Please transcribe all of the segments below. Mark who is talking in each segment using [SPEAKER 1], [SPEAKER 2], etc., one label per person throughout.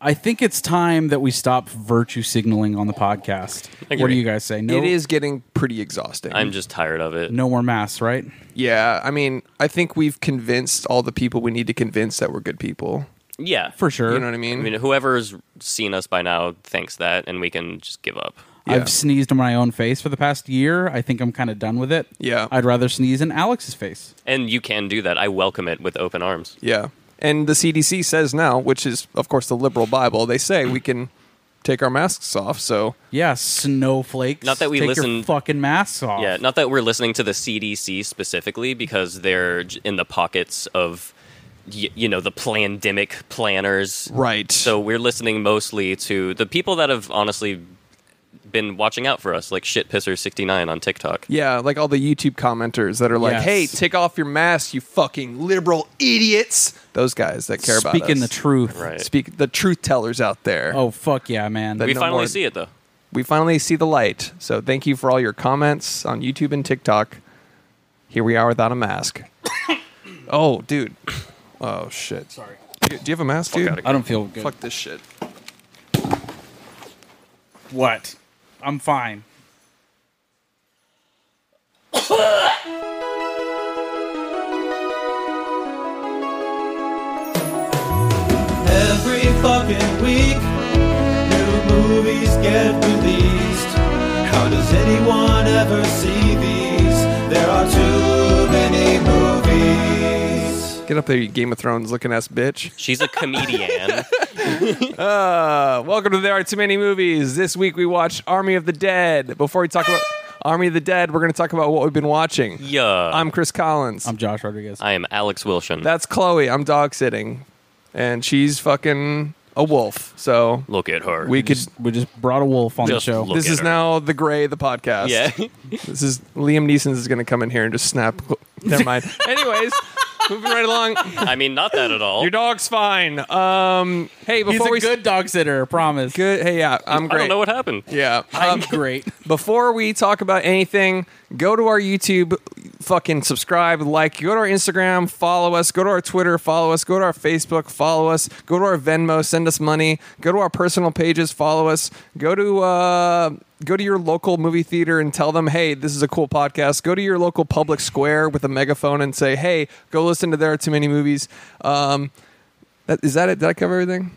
[SPEAKER 1] I think it's time that we stop virtue signaling on the podcast. What do
[SPEAKER 2] Agree.
[SPEAKER 1] you guys say? No,
[SPEAKER 3] It is getting pretty exhausting.
[SPEAKER 2] I'm just tired of it.
[SPEAKER 1] no more masks, right?
[SPEAKER 3] yeah, I mean, I think we've convinced all the people we need to convince that we're good people.
[SPEAKER 2] Yeah,
[SPEAKER 1] For sure.
[SPEAKER 3] You know what I mean?
[SPEAKER 2] I mean, whoever's seen us by now thinks that, and we can just give up.
[SPEAKER 3] Yeah.
[SPEAKER 1] I've sneezed on my own face for the past year. I think I'm kind of done with it.
[SPEAKER 3] Yeah.
[SPEAKER 1] I'd rather sneeze in Alex's face.
[SPEAKER 2] And you can do that. I welcome it with open arms.
[SPEAKER 3] yeah. And the CDC says now, which is of course the liberal Bible, they say we can take our masks off. So
[SPEAKER 1] Yeah, snowflakes.
[SPEAKER 2] Not that we
[SPEAKER 1] Take your
[SPEAKER 2] listen-
[SPEAKER 1] fucking masks off.
[SPEAKER 2] Yeah, not that we're listening to the CDC specifically because they're j- in the pockets of, y- you know, the pandemic planners.
[SPEAKER 3] right.
[SPEAKER 2] So we're listening mostly to the people that have honestly been watching out for us, like shit pisser sixty nine on TikTok.
[SPEAKER 3] yeah, like all the YouTube commenters that are like,
[SPEAKER 1] Yes.
[SPEAKER 3] "Hey, take off your mask, you fucking liberal idiots." Those guys that care about
[SPEAKER 1] Speaking
[SPEAKER 3] us.
[SPEAKER 1] the truth.
[SPEAKER 2] Right.
[SPEAKER 3] Speak the truth tellers out there.
[SPEAKER 1] Oh fuck yeah, man.
[SPEAKER 2] we
[SPEAKER 3] no
[SPEAKER 2] finally
[SPEAKER 3] more-
[SPEAKER 2] see it though.
[SPEAKER 3] we finally see the light. So thank you for all your comments on YouTube and TikTok. Here we are without a mask. oh, dude. Oh shit. Sorry. Do, do you have a mask, dude?
[SPEAKER 2] outta
[SPEAKER 1] I don't feel good.
[SPEAKER 3] Fuck this shit.
[SPEAKER 1] What? I'm fine.
[SPEAKER 4] Every fucking week, new movies get released. How does anyone ever see these? There are too many movies.
[SPEAKER 3] Get up there, you Game of Thrones looking ass bitch.
[SPEAKER 2] She's a comedian.
[SPEAKER 3] Uh, welcome to There Are Too Many Movies. This week we watched Army of the Dead. Before we talk about Army of the Dead, we're going to talk about what we've been watching.
[SPEAKER 2] yeah, I'm,
[SPEAKER 3] I'm Chris Collins.
[SPEAKER 1] I'm Josh Rodriguez.
[SPEAKER 2] Alex Wilson.
[SPEAKER 3] That's Chloe. I'm dog sitting. And she's fucking a wolf. So
[SPEAKER 2] Look at her.
[SPEAKER 3] we could.
[SPEAKER 1] we just brought a wolf on the
[SPEAKER 2] Just
[SPEAKER 1] show.
[SPEAKER 2] look.
[SPEAKER 3] This
[SPEAKER 2] at
[SPEAKER 3] is
[SPEAKER 2] her.
[SPEAKER 3] now the gray, the podcast.
[SPEAKER 2] yeah.
[SPEAKER 3] This is Liam Neeson is going to come in here and just snap. Never mind. Anyways, moving right along.
[SPEAKER 2] I mean, not that at all.
[SPEAKER 3] Your dog's fine. Um, hey,
[SPEAKER 1] He's
[SPEAKER 3] before
[SPEAKER 1] a
[SPEAKER 3] we
[SPEAKER 1] good dog sitter, I promise.
[SPEAKER 3] good. Hey, yeah, I'm great.
[SPEAKER 2] I don't know what happened.
[SPEAKER 3] yeah.
[SPEAKER 1] I'm
[SPEAKER 3] Um,
[SPEAKER 1] great.
[SPEAKER 3] before we talk about anything, go to our YouTube, fucking subscribe, like, go to our Instagram, follow us, go to our Twitter, follow us, go to our Facebook, follow us, go to our Venmo, send us money, go to our personal pages, follow us, go to uh, go to your local movie theater and tell them, hey, this is a cool podcast. Go to your local public square with a megaphone and say, hey, go listen to There Are Too Many Movies. Um, that, is that it? Did I cover everything?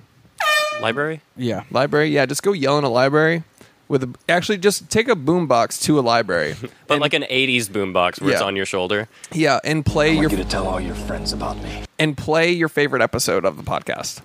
[SPEAKER 2] Library.
[SPEAKER 1] Yeah.
[SPEAKER 3] Library, yeah, just go yell in a library with a, actually just take a boombox to a library.
[SPEAKER 2] But like an 80s boombox where it's
[SPEAKER 3] Yeah.
[SPEAKER 2] on your shoulder.
[SPEAKER 3] Yeah, and play your
[SPEAKER 4] You to tell all your friends about me.
[SPEAKER 3] and play your favorite episode of the podcast.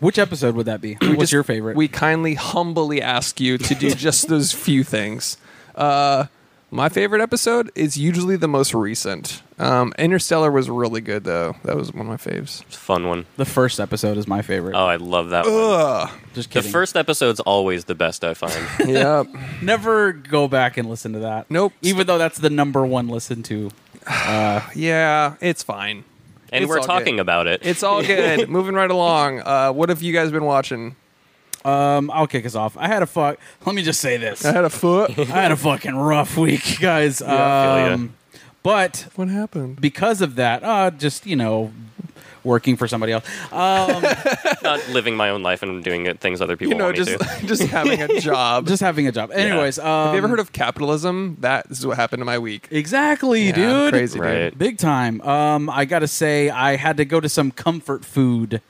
[SPEAKER 1] Which episode would that be? What's
[SPEAKER 3] Just-
[SPEAKER 1] your favorite?
[SPEAKER 3] We kindly, humbly ask you to do just those few things. Uh, my favorite episode is usually the most recent. Um, Interstellar was really good though. That was one of my faves.
[SPEAKER 2] It's a fun one.
[SPEAKER 1] the first episode is my favorite.
[SPEAKER 2] Oh, I love that one.
[SPEAKER 1] just
[SPEAKER 2] The
[SPEAKER 1] kidding.
[SPEAKER 2] first episode's always the best, I find.
[SPEAKER 3] Yeah,
[SPEAKER 1] Never go back and listen to that.
[SPEAKER 3] Nope.
[SPEAKER 1] Even though that's the number one listen to.
[SPEAKER 3] yeah, it's fine.
[SPEAKER 2] And
[SPEAKER 3] It's
[SPEAKER 2] we're
[SPEAKER 3] all
[SPEAKER 2] talking
[SPEAKER 3] good.
[SPEAKER 2] about it.
[SPEAKER 3] It's all good. Moving right along. Uh, what have you guys been watching?
[SPEAKER 1] Um, I'll kick us off. I had a fuck. Let me just say this.
[SPEAKER 3] I had a foot.
[SPEAKER 1] I had a fucking rough week, guys.
[SPEAKER 2] I feel ya.
[SPEAKER 1] Um, but
[SPEAKER 3] what happened?
[SPEAKER 1] because of that, uh, just you know, working for somebody else. Um,
[SPEAKER 2] not living my own life and doing it- things other people
[SPEAKER 3] You know,
[SPEAKER 2] want me
[SPEAKER 3] just
[SPEAKER 2] to.
[SPEAKER 3] just having a job.
[SPEAKER 1] just um, having a job. Anyways, um,
[SPEAKER 3] have you ever heard of capitalism? That is what happened to my week.
[SPEAKER 1] Exactly,
[SPEAKER 3] Yeah,
[SPEAKER 1] dude.
[SPEAKER 3] crazy, dude.
[SPEAKER 2] Right.
[SPEAKER 1] Big time. Um, I gotta say, I had to go to some comfort food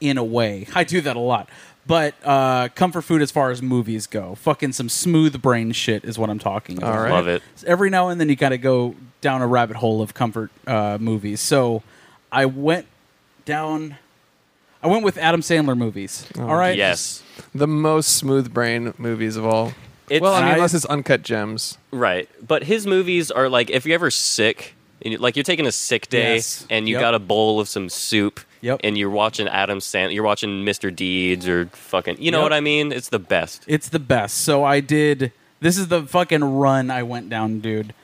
[SPEAKER 1] in a way. I do that a lot. But uh, comfort food as far as movies go. Fucking some smooth brain shit is what I'm talking about.
[SPEAKER 3] All right.
[SPEAKER 2] Love it.
[SPEAKER 1] Every now and then you gotta go down a rabbit hole of comfort uh, movies. So I went down I went with Adam Sandler movies.
[SPEAKER 3] Oh,
[SPEAKER 1] all right.
[SPEAKER 2] Yes.
[SPEAKER 3] The most smooth brain movies of all.
[SPEAKER 2] It's-
[SPEAKER 3] well, I mean,
[SPEAKER 1] I-
[SPEAKER 3] unless it's Uncut Gems.
[SPEAKER 2] Right. But his movies are like if you're ever sick, and you- like you're taking a sick day
[SPEAKER 1] Yes.
[SPEAKER 2] and you
[SPEAKER 1] Yep.
[SPEAKER 2] got a bowl of some soup
[SPEAKER 1] Yep.
[SPEAKER 2] and you're watching Adam Sandler, you're watching Mr. Deeds or fucking, you know
[SPEAKER 1] Yep.
[SPEAKER 2] what I mean? It's the best.
[SPEAKER 1] It's the best. So I did. This is the fucking run I went down, dude.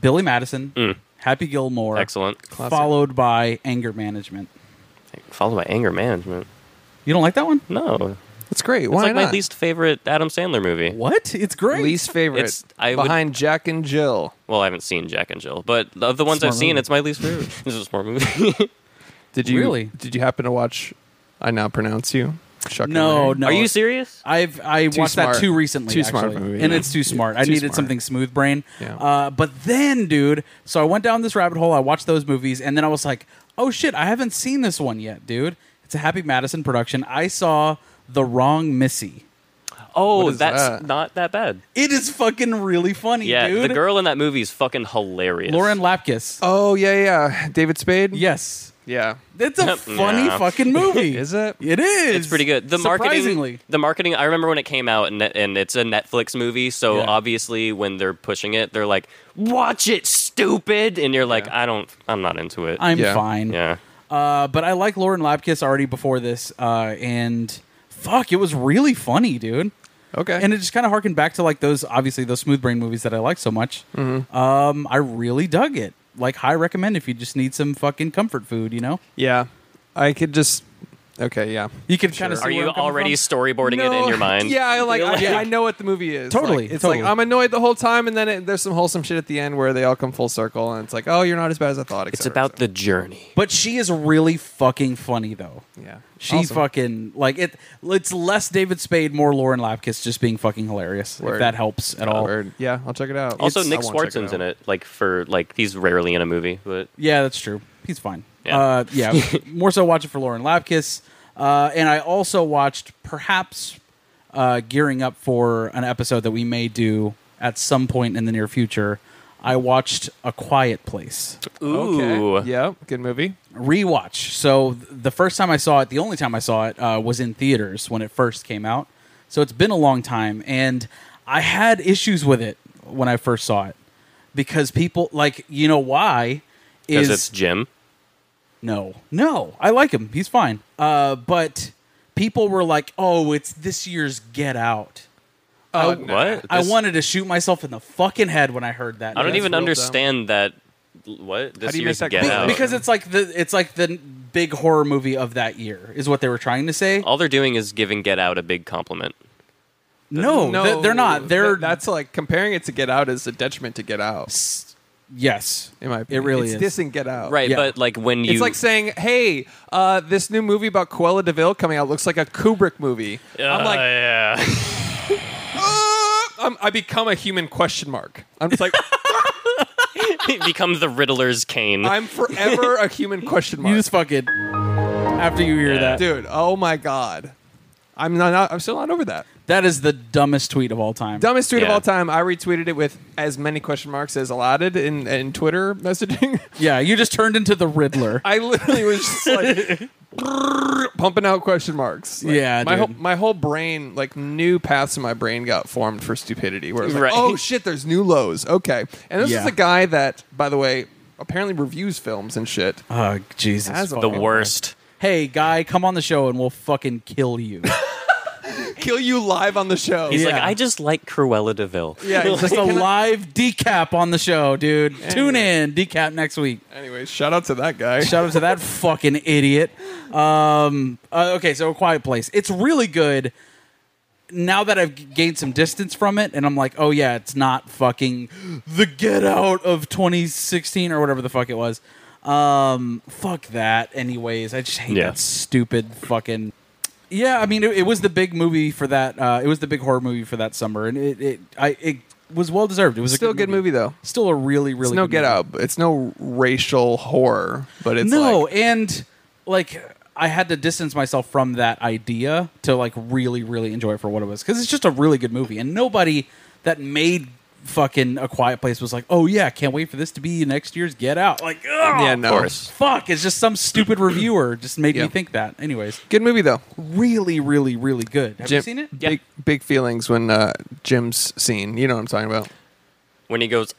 [SPEAKER 1] Billy Madison, Happy Gilmore,
[SPEAKER 2] Mm. Excellent.
[SPEAKER 1] followed by Anger Management.
[SPEAKER 2] Followed by anger management.
[SPEAKER 1] You don't like that one?
[SPEAKER 2] No. It's
[SPEAKER 3] It's great. Why
[SPEAKER 2] like
[SPEAKER 3] not?
[SPEAKER 2] my least favorite Adam Sandler movie.
[SPEAKER 1] What? It's great.
[SPEAKER 3] Least favorite.
[SPEAKER 2] It's- I would-
[SPEAKER 3] behind Jack and Jill.
[SPEAKER 2] Well, I haven't seen Jack and Jill, but of the ones
[SPEAKER 1] Smart
[SPEAKER 2] I've seen,
[SPEAKER 1] movie.
[SPEAKER 2] it's my least favorite. this is a smart movie.
[SPEAKER 3] Did you
[SPEAKER 1] Really?
[SPEAKER 3] Did you happen to watch I now pronounce you. Chuck and
[SPEAKER 1] No,
[SPEAKER 3] Larry.
[SPEAKER 1] no.
[SPEAKER 2] Are you serious?
[SPEAKER 1] I've I
[SPEAKER 3] Too
[SPEAKER 1] watched
[SPEAKER 3] smart.
[SPEAKER 1] that too recently.
[SPEAKER 3] Too
[SPEAKER 1] actually.
[SPEAKER 3] smart movie,
[SPEAKER 1] and
[SPEAKER 3] yeah.
[SPEAKER 1] it's too smart.
[SPEAKER 3] Yeah,
[SPEAKER 1] I
[SPEAKER 3] too
[SPEAKER 1] needed
[SPEAKER 3] smart.
[SPEAKER 1] something smooth brain.
[SPEAKER 3] Yeah.
[SPEAKER 1] Uh, but then, dude, so I went down this rabbit hole. I watched those movies, and then I was like, "Oh shit, I haven't seen this one yet, dude." It's a Happy Madison production. I saw The Wrong Missy.
[SPEAKER 2] Oh,
[SPEAKER 3] is
[SPEAKER 2] that's
[SPEAKER 3] that?
[SPEAKER 2] not that bad.
[SPEAKER 1] It is fucking really funny,
[SPEAKER 2] Yeah,
[SPEAKER 1] dude.
[SPEAKER 2] the girl in that movie is fucking hilarious.
[SPEAKER 1] Lauren Lapkus.
[SPEAKER 3] Oh yeah, yeah. David Spade.
[SPEAKER 1] Yes,
[SPEAKER 3] yeah.
[SPEAKER 1] it's a funny
[SPEAKER 2] Yeah.
[SPEAKER 1] fucking movie.
[SPEAKER 3] Is it?
[SPEAKER 1] It is.
[SPEAKER 2] it's pretty good. The
[SPEAKER 1] surprisingly.
[SPEAKER 2] marketing, the marketing. I remember when it came out, and and it's a Netflix movie. So
[SPEAKER 1] Yeah.
[SPEAKER 2] obviously, when they're pushing it, they're like, "Watch it, stupid," and you're like, "I don't, I'm not into it."
[SPEAKER 1] I'm
[SPEAKER 3] Yeah.
[SPEAKER 1] fine.
[SPEAKER 2] yeah,
[SPEAKER 1] Uh, but I like Lauren Lapkus already before this, uh, and fuck, it was really funny, dude.
[SPEAKER 3] Okay.
[SPEAKER 1] And it just kind of harkened back to like those, obviously those smooth brain movies that I like so much.
[SPEAKER 3] Mm-hmm.
[SPEAKER 1] Um, I really dug it. Like, high recommend if you just need some fucking comfort food, you know.
[SPEAKER 3] yeah. I could just. Okay. Yeah.
[SPEAKER 1] You can kind of.
[SPEAKER 2] are you already storyboarding it in
[SPEAKER 3] No,
[SPEAKER 2] your mind?
[SPEAKER 3] Yeah, I like.
[SPEAKER 2] You're
[SPEAKER 3] I, I know what the movie is.
[SPEAKER 1] Totally,
[SPEAKER 3] Like, it's
[SPEAKER 1] totally.
[SPEAKER 3] like I'm annoyed the whole time, and then it, there's some wholesome shit at the end where they all come full circle, and it's like, oh, you're not as bad as I thought. et
[SPEAKER 2] It's
[SPEAKER 3] cetera,
[SPEAKER 2] about
[SPEAKER 3] et
[SPEAKER 2] the journey.
[SPEAKER 1] But she is really fucking funny though.
[SPEAKER 3] cetera. yeah.
[SPEAKER 1] She
[SPEAKER 3] Awesome.
[SPEAKER 1] fucking like it. It's less David Spade, more Lauren Lapkus, just being fucking hilarious. If
[SPEAKER 3] Word.
[SPEAKER 1] that helps at all.
[SPEAKER 3] Word. Yeah, I'll check it out.
[SPEAKER 2] Also,
[SPEAKER 3] It's-
[SPEAKER 2] Nick
[SPEAKER 3] I won't check
[SPEAKER 2] Swartzen's
[SPEAKER 3] out.
[SPEAKER 2] in it. Like for like, he's rarely in a movie, but
[SPEAKER 1] Yeah, that's true. He's fine.
[SPEAKER 2] Yeah.
[SPEAKER 1] Uh, yeah. more so watch it for Lauren Lapkus. Uh, and I also watched perhaps uh, gearing up for an episode that we may do at some point in the near future. I watched A Quiet Place
[SPEAKER 2] ooh,
[SPEAKER 3] Okay. Yeah, good movie.
[SPEAKER 1] rewatch. So th- the first time I saw it, the only time I saw it uh, was in theaters when it first came out. So it's been a long time, and I had issues with it when I first saw it because people like you know why
[SPEAKER 2] because
[SPEAKER 1] is
[SPEAKER 2] it's Jim.
[SPEAKER 1] no, no, I like him. He's fine. Uh, but people were like, "Oh, it's this year's Get Out."
[SPEAKER 3] Oh,
[SPEAKER 2] What?
[SPEAKER 1] I
[SPEAKER 2] This-
[SPEAKER 1] wanted to shoot myself in the fucking head when I heard that.
[SPEAKER 2] I don't
[SPEAKER 1] That's
[SPEAKER 2] even
[SPEAKER 3] real
[SPEAKER 2] understand that. What this
[SPEAKER 3] do you
[SPEAKER 2] year's
[SPEAKER 3] make that
[SPEAKER 2] Get
[SPEAKER 3] clear?
[SPEAKER 2] Out?
[SPEAKER 1] because it's like the it's like the big horror movie of that year is what they were trying to say.
[SPEAKER 2] all they're doing is giving Get Out a big compliment.
[SPEAKER 1] no, Oh, th- they're not. They're
[SPEAKER 3] Th- that's like comparing it to Get Out is a detriment to Get Out.
[SPEAKER 1] yes.
[SPEAKER 3] In my opinion,
[SPEAKER 1] It really
[SPEAKER 3] it's
[SPEAKER 1] is.
[SPEAKER 3] dissing Get Out.
[SPEAKER 2] Right,
[SPEAKER 1] Yeah.
[SPEAKER 2] but like when you
[SPEAKER 3] It's like saying, "Hey, uh, this new movie about Cruella Deville coming out looks like a Kubrick movie." I'm like,
[SPEAKER 2] yeah.
[SPEAKER 3] I'm, I become a human question mark. I'm just like,
[SPEAKER 2] become the Riddler's Kane.
[SPEAKER 3] I'm forever a human question mark,
[SPEAKER 1] You just fucking after you hear that,
[SPEAKER 3] dude. Oh my god, I'm not, not- I'm still not over that.
[SPEAKER 1] that is the dumbest tweet of all time.
[SPEAKER 3] Dumbest tweet of
[SPEAKER 2] Yeah.
[SPEAKER 3] all time. I retweeted it with as many question marks as allotted in, in Twitter messaging.
[SPEAKER 1] Yeah, you just turned into the Riddler.
[SPEAKER 3] I literally was just like pumping out question marks. Like,
[SPEAKER 1] Yeah,
[SPEAKER 3] my
[SPEAKER 1] dude.
[SPEAKER 3] whole my whole brain, like new paths in my brain, got formed for stupidity. Where it's like,
[SPEAKER 2] Right.
[SPEAKER 3] oh shit, there's new lows. Okay, and this
[SPEAKER 1] Yeah.
[SPEAKER 3] is a guy that, by the way, apparently reviews films and shit.
[SPEAKER 1] oh Jesus!
[SPEAKER 3] As a-
[SPEAKER 2] the
[SPEAKER 3] Okay.
[SPEAKER 2] worst.
[SPEAKER 1] hey, guy, come on the show and we'll fucking kill you.
[SPEAKER 3] Kill you live on the show.
[SPEAKER 2] He's
[SPEAKER 1] Yeah.
[SPEAKER 2] like, I just like Cruella Deville.
[SPEAKER 3] yeah. he's
[SPEAKER 1] Just
[SPEAKER 3] like,
[SPEAKER 1] a
[SPEAKER 3] "Can I-"
[SPEAKER 1] live decap on the show, dude. Tune in, decap next week.
[SPEAKER 3] Anyway, shout out to that guy.
[SPEAKER 1] Shout out to that fucking idiot. Um, uh, okay, so a quiet place. It's really good. Now that I've g- gained some distance from it, and I'm like, oh yeah, it's not fucking the Get Out of 2016 or whatever the fuck it was. Um, fuck that. Anyways, I just hate
[SPEAKER 2] Yeah.
[SPEAKER 1] that stupid fucking. Yeah, I mean, it, it was the big movie for that. Uh, it was the big horror movie for that summer, and it it I it was well deserved. It was
[SPEAKER 3] Still
[SPEAKER 1] a good
[SPEAKER 3] movie though.
[SPEAKER 1] Still a really really
[SPEAKER 3] It's no
[SPEAKER 1] good
[SPEAKER 3] Get
[SPEAKER 1] movie
[SPEAKER 3] Out. It's no racial horror, but it's
[SPEAKER 1] no
[SPEAKER 3] like,
[SPEAKER 1] and like i had to distance myself from that idea to like really really enjoy it for what it was because it's just a really good movie and nobody that made fucking a quiet place was like oh yeah can't wait for this to be next year's get out like oh
[SPEAKER 3] yeah, no.
[SPEAKER 2] course.
[SPEAKER 1] fuck it's just some stupid reviewer just made
[SPEAKER 3] Yeah.
[SPEAKER 1] me think that anyways
[SPEAKER 3] Good movie though.
[SPEAKER 1] really really really good have you seen it
[SPEAKER 2] Yeah.
[SPEAKER 3] Big, big feelings when uh, Jim's scene. You know what I'm talking about.
[SPEAKER 2] When he goes,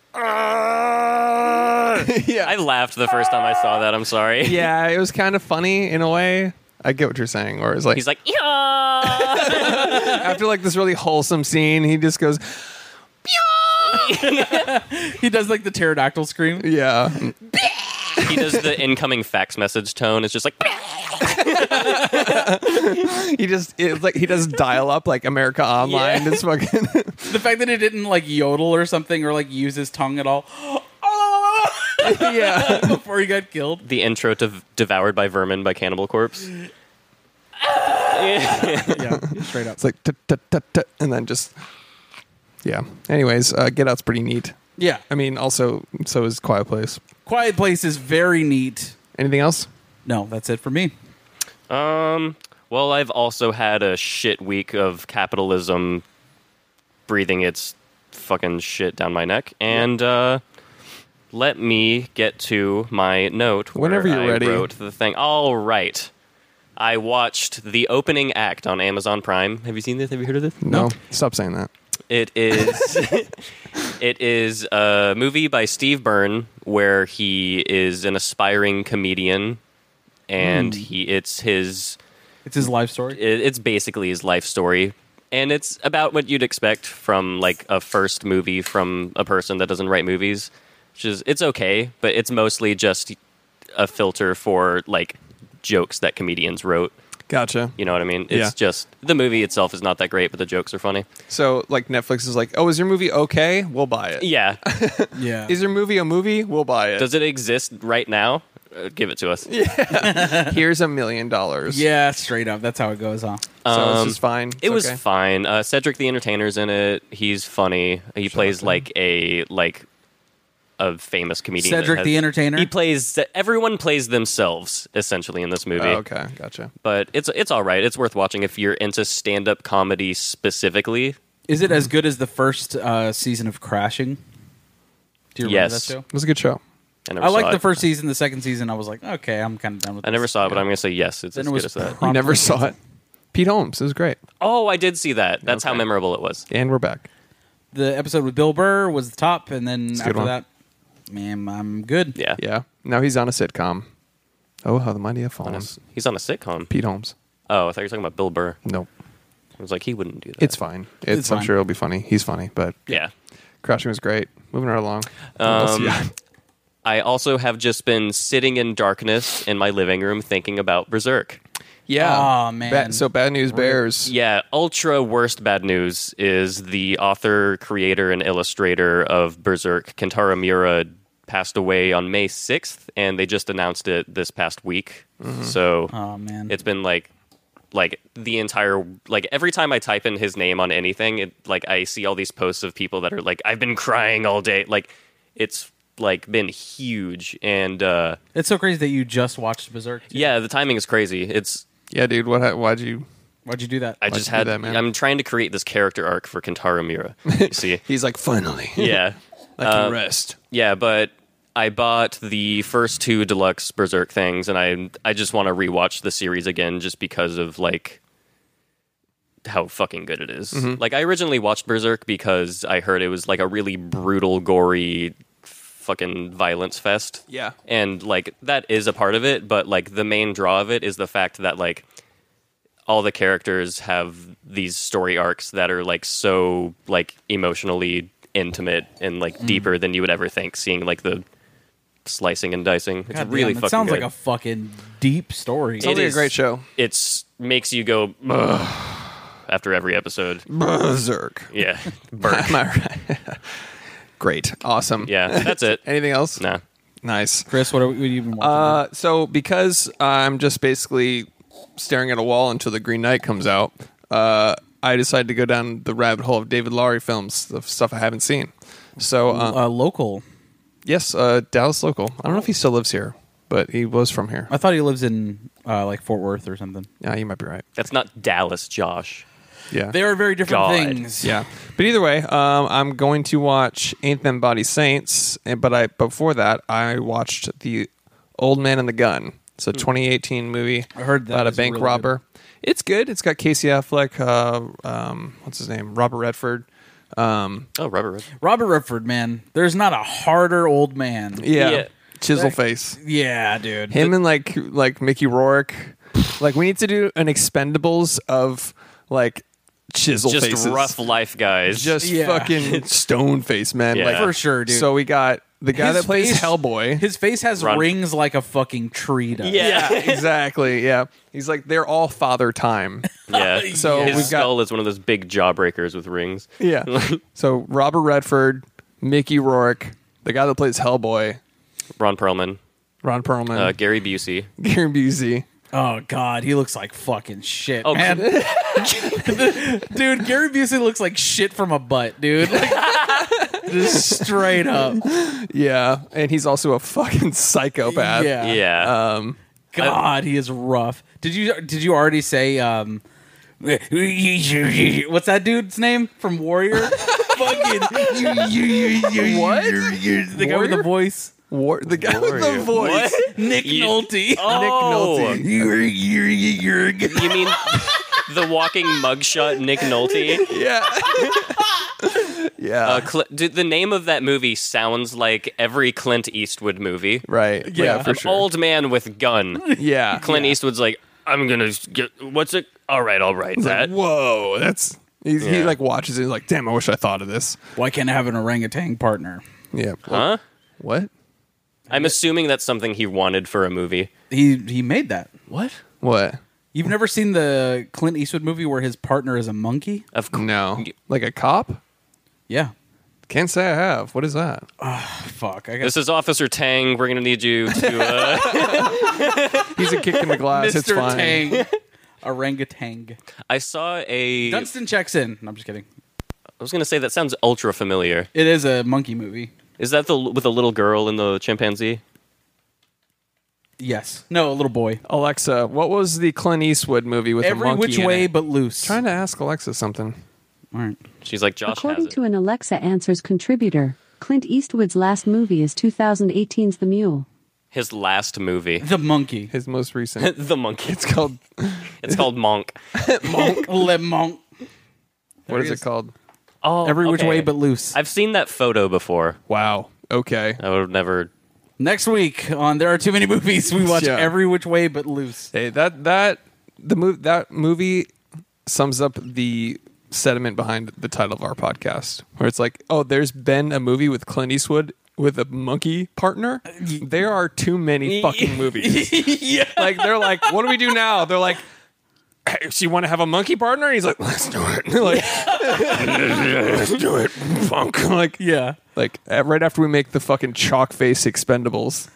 [SPEAKER 2] "Ah!"
[SPEAKER 3] yeah.
[SPEAKER 2] I laughed the first time I saw that. I'm sorry.
[SPEAKER 3] yeah, it was kind of funny in a way. I get what you're saying. Or it's like,
[SPEAKER 2] He's like, yeah.
[SPEAKER 3] after like this really wholesome scene, he just goes,
[SPEAKER 1] he does like the pterodactyl scream
[SPEAKER 3] yeah.
[SPEAKER 2] he does the incoming fax message tone. It's just like,
[SPEAKER 3] He just it's like he does dial up like America Online. It's fucking
[SPEAKER 1] the fact that he didn't like yodel or something or like use his tongue at all
[SPEAKER 3] yeah.
[SPEAKER 1] before he got killed
[SPEAKER 2] the intro to Devoured by Vermin by Cannibal Corpse.
[SPEAKER 1] yeah, straight up.
[SPEAKER 3] It's like tut, tut, tut, tut, and then just yeah. Anyways, uh, Get Out's pretty neat.
[SPEAKER 1] Yeah,
[SPEAKER 3] I mean, also so is Quiet Place.
[SPEAKER 1] Quiet Place is very neat.
[SPEAKER 3] Anything else?
[SPEAKER 1] No, that's it for me.
[SPEAKER 2] Um, well, I've also had a shit week of capitalism breathing its fucking shit down my neck. And uh, let me get to my note. where
[SPEAKER 3] Whenever you're
[SPEAKER 2] I
[SPEAKER 3] ready.
[SPEAKER 2] wrote the thing. All right. I watched the opening act on Amazon Prime. Have you seen this? Have you heard of this?
[SPEAKER 3] No. Stop saying that.
[SPEAKER 2] It is. it is a movie by Steve Byrne where he is an aspiring comedian, and he it's his
[SPEAKER 1] It's his life story.
[SPEAKER 2] it, it's basically his life story and it's about what you'd expect from like a first movie from a person that doesn't write movies which is it's okay but it's mostly just a filter for like jokes that comedians wrote
[SPEAKER 3] Gotcha.
[SPEAKER 2] you know what i mean it's
[SPEAKER 3] Yeah.
[SPEAKER 2] just the movie itself is not that great but the jokes are funny
[SPEAKER 3] So like Netflix is like, oh, is your movie okay? We'll buy it.
[SPEAKER 2] yeah
[SPEAKER 1] Yeah,
[SPEAKER 3] Is your movie a movie? We'll buy it.
[SPEAKER 2] does it exist right now Uh, give it to us
[SPEAKER 3] Here's a million dollars.
[SPEAKER 1] yeah, straight up. That's how it goes, huh?
[SPEAKER 3] So
[SPEAKER 2] Um,
[SPEAKER 3] it's just fine.
[SPEAKER 2] it
[SPEAKER 3] It's
[SPEAKER 2] was
[SPEAKER 3] okay.
[SPEAKER 2] fine. Uh, Cedric the Entertainer's in it. He's funny. He plays like a like a famous comedian. that
[SPEAKER 1] Cedric
[SPEAKER 2] has-
[SPEAKER 1] the Entertainer?
[SPEAKER 2] He plays. Everyone plays themselves essentially in this movie.
[SPEAKER 3] Oh, okay, gotcha.
[SPEAKER 2] But it's it's all right. It's worth watching if you're into stand up comedy specifically.
[SPEAKER 1] Is it as good as the first uh, season of Crashing? Do you remember
[SPEAKER 2] Yes.
[SPEAKER 1] that show?
[SPEAKER 3] It was a good show.
[SPEAKER 2] I, never
[SPEAKER 1] I
[SPEAKER 2] saw
[SPEAKER 1] liked
[SPEAKER 2] it.
[SPEAKER 1] the first season. The second season, I was like, okay, I'm kind of done with.
[SPEAKER 2] I
[SPEAKER 1] this.
[SPEAKER 2] never saw it, but I'm gonna say yes. It's
[SPEAKER 1] Then
[SPEAKER 2] as
[SPEAKER 1] it was
[SPEAKER 2] good as that.
[SPEAKER 1] pro-
[SPEAKER 3] You never saw it. Pete Holmes. It was great.
[SPEAKER 2] Oh, I did see that. That's how
[SPEAKER 3] Okay.
[SPEAKER 2] memorable it was.
[SPEAKER 3] And we're back.
[SPEAKER 1] The episode with Bill Burr was the top, and then
[SPEAKER 3] a good
[SPEAKER 1] after
[SPEAKER 3] one.
[SPEAKER 1] that, man, I'm good.
[SPEAKER 2] Yeah.
[SPEAKER 3] Yeah. Now he's on a sitcom. Oh, how the mighty have fallen.
[SPEAKER 2] He's on a sitcom.
[SPEAKER 3] Pete Holmes.
[SPEAKER 2] Oh, I thought you were talking about Bill Burr.
[SPEAKER 3] Nope.
[SPEAKER 2] I was like, he wouldn't do that.
[SPEAKER 3] It's fine. It's,
[SPEAKER 1] It's
[SPEAKER 3] I'm
[SPEAKER 1] fine.
[SPEAKER 3] sure it'll be funny. He's funny, but
[SPEAKER 2] yeah.
[SPEAKER 3] crashing was great. Moving right along. What else
[SPEAKER 2] Um,
[SPEAKER 3] you got?
[SPEAKER 2] I also have just been sitting in darkness in my living room thinking about Berserk.
[SPEAKER 3] yeah.
[SPEAKER 1] Aw, man.
[SPEAKER 3] Bad- so bad news bears.
[SPEAKER 2] Yeah, ultra worst bad news is the author, creator, and illustrator of Berserk, Kentaro Miura, passed away on May 6th, and they just announced it this past week. So
[SPEAKER 1] Oh man,
[SPEAKER 2] it's been like like the entire like every time i type in his name on anything it like i see all these posts of people that are like i've been crying all day like it's like been huge and uh
[SPEAKER 1] it's so crazy that you just watched Berserk. too.
[SPEAKER 2] yeah the timing is crazy it's
[SPEAKER 3] Yeah, dude. What? ha- Why'd you?
[SPEAKER 1] Why'd you do that?
[SPEAKER 2] I just
[SPEAKER 3] you do
[SPEAKER 2] had.
[SPEAKER 3] that, man?
[SPEAKER 2] I'm trying to create this character arc for Kentaro Miura. You see,
[SPEAKER 3] He's like, finally.
[SPEAKER 2] yeah,
[SPEAKER 3] I can rest.
[SPEAKER 2] yeah, but I bought the first two deluxe Berserk things, and I I just want to rewatch the series again just because of like how fucking good it is.
[SPEAKER 3] Mm-hmm.
[SPEAKER 2] Like I originally watched Berserk because I heard it was like a really brutal, gory, fucking violence fest.
[SPEAKER 3] Yeah.
[SPEAKER 2] and like that is a part of it, but like the main draw of it is the fact that like all the characters have these story arcs that are like so like emotionally intimate and like deeper than you would ever think seeing like the slicing and dicing it's
[SPEAKER 1] God damn,
[SPEAKER 2] really
[SPEAKER 1] it
[SPEAKER 2] fucking
[SPEAKER 1] sounds
[SPEAKER 2] good.
[SPEAKER 1] like a fucking deep story.
[SPEAKER 2] It
[SPEAKER 3] Sounds like
[SPEAKER 2] is-
[SPEAKER 3] a great show.
[SPEAKER 2] it's makes you go "Ugh," after every episode
[SPEAKER 3] Berserk.
[SPEAKER 2] yeah Burn.
[SPEAKER 3] Am I right? Great. Awesome.
[SPEAKER 2] yeah that's it
[SPEAKER 3] Anything else?
[SPEAKER 2] nah
[SPEAKER 3] Nice.
[SPEAKER 1] Chris, what are, we, what are you even watching?
[SPEAKER 3] Uh, so because I'm just basically staring at a wall until the Green Knight comes out, uh, I decided to go down the rabbit hole of David Lowry films, the stuff I haven't seen. So uh,
[SPEAKER 1] uh, local.
[SPEAKER 3] yes, uh, Dallas local. I don't know if he still lives here, but he was from here.
[SPEAKER 1] I thought he lives in uh, like Fort Worth or something.
[SPEAKER 3] Yeah, you might be right.
[SPEAKER 2] that's not dallas josh
[SPEAKER 3] Yeah,
[SPEAKER 1] They are very different
[SPEAKER 2] God.
[SPEAKER 1] things.
[SPEAKER 3] Yeah, but either way, um, I'm going to watch Anthem Body Saints, and but I before that I watched the Old Man and the Gun. It's a 2018 movie.
[SPEAKER 1] Hmm. I heard that
[SPEAKER 3] about a
[SPEAKER 1] is
[SPEAKER 3] bank
[SPEAKER 1] really
[SPEAKER 3] robber. It's good. It's got Casey Affleck. Uh, um, what's his name? Robert Redford. Um,
[SPEAKER 2] oh rubber Red.
[SPEAKER 1] Robert Redford, man, there's not a harder old man.
[SPEAKER 3] yeah,
[SPEAKER 2] Yeah.
[SPEAKER 3] chisel face.
[SPEAKER 1] Yeah, dude.
[SPEAKER 3] Him and like like Mickey Rourke. Like we need to do an Expendables of like chisel
[SPEAKER 2] just
[SPEAKER 3] faces.
[SPEAKER 2] rough life guys
[SPEAKER 3] just
[SPEAKER 1] Yeah.
[SPEAKER 3] fucking stone face man
[SPEAKER 2] Yeah.
[SPEAKER 3] like
[SPEAKER 2] For
[SPEAKER 1] sure, dude.
[SPEAKER 3] so we got the guy
[SPEAKER 1] His
[SPEAKER 3] that plays
[SPEAKER 1] face-
[SPEAKER 3] hellboy
[SPEAKER 1] His face has
[SPEAKER 2] Run.
[SPEAKER 1] rings like a fucking tree does.
[SPEAKER 2] yeah yeah,
[SPEAKER 3] exactly yeah he's like they're all father time So
[SPEAKER 2] his
[SPEAKER 3] we've got-
[SPEAKER 2] skull is one of those big jawbreakers with rings
[SPEAKER 3] yeah so robert redford mickey rourke the guy that plays hellboy
[SPEAKER 2] ron perlman
[SPEAKER 3] ron perlman
[SPEAKER 2] uh, gary busey
[SPEAKER 3] gary busey
[SPEAKER 1] Oh God, he looks like fucking shit,
[SPEAKER 2] Oh,
[SPEAKER 1] man. dude, Gary Busey looks like shit from a butt, dude. Like, just straight up.
[SPEAKER 3] Yeah, and he's also a fucking psychopath.
[SPEAKER 1] Yeah.
[SPEAKER 3] uh,
[SPEAKER 2] Yeah.
[SPEAKER 1] God, he is rough. Did you did you already say um what's that dude's name from Warrior? Fucking
[SPEAKER 3] What?
[SPEAKER 1] The guy with the
[SPEAKER 3] Warrior?
[SPEAKER 1] voice.
[SPEAKER 3] War- the guy with the voice.
[SPEAKER 2] What?
[SPEAKER 1] Nick
[SPEAKER 2] You-
[SPEAKER 1] Nolte.
[SPEAKER 2] Oh.
[SPEAKER 3] Nick Nolte.
[SPEAKER 2] You mean the walking mugshot Nick Nolte?
[SPEAKER 3] Yeah. yeah.
[SPEAKER 2] Uh, Cl- dude, the name of that movie sounds like every Clint Eastwood movie.
[SPEAKER 3] right. Yeah,
[SPEAKER 1] Yeah.
[SPEAKER 3] for
[SPEAKER 2] An
[SPEAKER 3] sure.
[SPEAKER 2] old man with gun.
[SPEAKER 3] yeah.
[SPEAKER 2] Clint Eastwood's like, I'm gonna get what's it? All right, all right,
[SPEAKER 3] Like,
[SPEAKER 2] that.
[SPEAKER 3] Whoa, that's he's, he
[SPEAKER 2] Yeah.
[SPEAKER 3] like watches it. He's like, damn, I wish I thought of this.
[SPEAKER 1] Why can't I have an orangutan partner?
[SPEAKER 3] Yeah.
[SPEAKER 2] Huh?
[SPEAKER 3] What?
[SPEAKER 2] I'm assuming that's something he wanted for a movie.
[SPEAKER 1] He he made that.
[SPEAKER 2] What?
[SPEAKER 3] What?
[SPEAKER 1] You've never seen the Clint Eastwood movie where his partner is a monkey?
[SPEAKER 2] Of course.
[SPEAKER 3] No. Like a cop?
[SPEAKER 1] Yeah.
[SPEAKER 3] Can't say I have. What is that?
[SPEAKER 1] Fuck. I got
[SPEAKER 2] This is Officer Tang. We're gonna need you to. Uh,
[SPEAKER 3] He's a kick in the glass. it's
[SPEAKER 1] Mr.
[SPEAKER 3] fine.
[SPEAKER 1] Tang. Orangutan.
[SPEAKER 2] I saw a. I
[SPEAKER 1] Dunstan checks in. No, I'm just kidding.
[SPEAKER 2] was gonna say that sounds ultra familiar.
[SPEAKER 1] It is a monkey movie.
[SPEAKER 2] Is that the with the little girl and the chimpanzee?
[SPEAKER 1] Yes. No, a little boy.
[SPEAKER 3] Alexa, what was the Clint Eastwood movie with a
[SPEAKER 1] Every
[SPEAKER 3] monkey
[SPEAKER 1] which
[SPEAKER 3] in
[SPEAKER 1] way
[SPEAKER 3] it?
[SPEAKER 1] but loose.
[SPEAKER 3] Trying to ask Alexa something.
[SPEAKER 1] All right.
[SPEAKER 2] She's like Josh
[SPEAKER 5] According
[SPEAKER 2] has it.
[SPEAKER 5] to an Alexa Answers contributor, Clint Eastwood's last movie is 2018's The Mule.
[SPEAKER 2] His last movie,
[SPEAKER 1] The monkey.
[SPEAKER 3] His most recent.
[SPEAKER 2] The Monkey.
[SPEAKER 3] it's called.
[SPEAKER 2] It's called Monk.
[SPEAKER 1] Le monk.
[SPEAKER 3] What is
[SPEAKER 1] he
[SPEAKER 3] it
[SPEAKER 1] is.
[SPEAKER 3] called?
[SPEAKER 2] Oh,
[SPEAKER 1] Every which
[SPEAKER 2] okay.
[SPEAKER 1] way but loose.
[SPEAKER 2] I've seen that photo before.
[SPEAKER 3] Wow. Okay.
[SPEAKER 2] I would have never.
[SPEAKER 1] Next week on There Are Too Many Movies, we watch
[SPEAKER 3] Yeah.
[SPEAKER 1] Every Which Way But Loose.
[SPEAKER 3] Hey, that that the move that movie sums up the sentiment behind the title of our podcast, where it's like, oh, there's been a movie with Clint Eastwood with a monkey partner. There are too many fucking movies.
[SPEAKER 1] yeah.
[SPEAKER 3] like they're like, what do we do now? They're like. Hey, so you want to have a monkey partner? And he's like, let's do it. like, let's do it. Funk. Like,
[SPEAKER 1] Yeah.
[SPEAKER 3] like uh, right after we make the fucking chalk face expendables.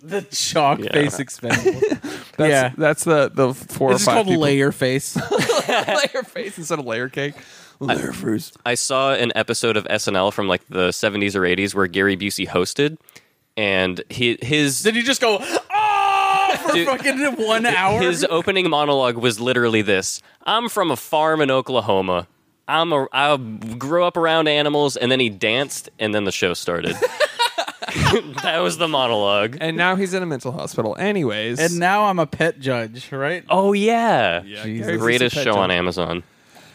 [SPEAKER 1] The chalk face expendables.
[SPEAKER 3] That's,
[SPEAKER 1] Yeah.
[SPEAKER 3] that's the the four
[SPEAKER 1] this is
[SPEAKER 3] or five
[SPEAKER 1] called
[SPEAKER 3] people.
[SPEAKER 1] layer face.
[SPEAKER 3] layer face instead of layer cake. Layer fruits.
[SPEAKER 2] I saw an episode of SNL from like the 70s or 80s where Gary Busey hosted, and he, his
[SPEAKER 1] Did you just go, oh, for
[SPEAKER 2] Dude,
[SPEAKER 1] fucking one hour?
[SPEAKER 2] his opening monologue was literally this: "I'm from a farm in Oklahoma. I'm a I grew up around animals." And then he danced, and then the show started. that was the monologue.
[SPEAKER 3] And now he's in a mental hospital. Anyways,
[SPEAKER 1] and now I'm a pet judge, right?
[SPEAKER 2] Oh yeah,
[SPEAKER 3] Jesus.
[SPEAKER 1] Jesus.
[SPEAKER 2] greatest
[SPEAKER 3] Pet
[SPEAKER 2] show on
[SPEAKER 3] joke.
[SPEAKER 2] Amazon.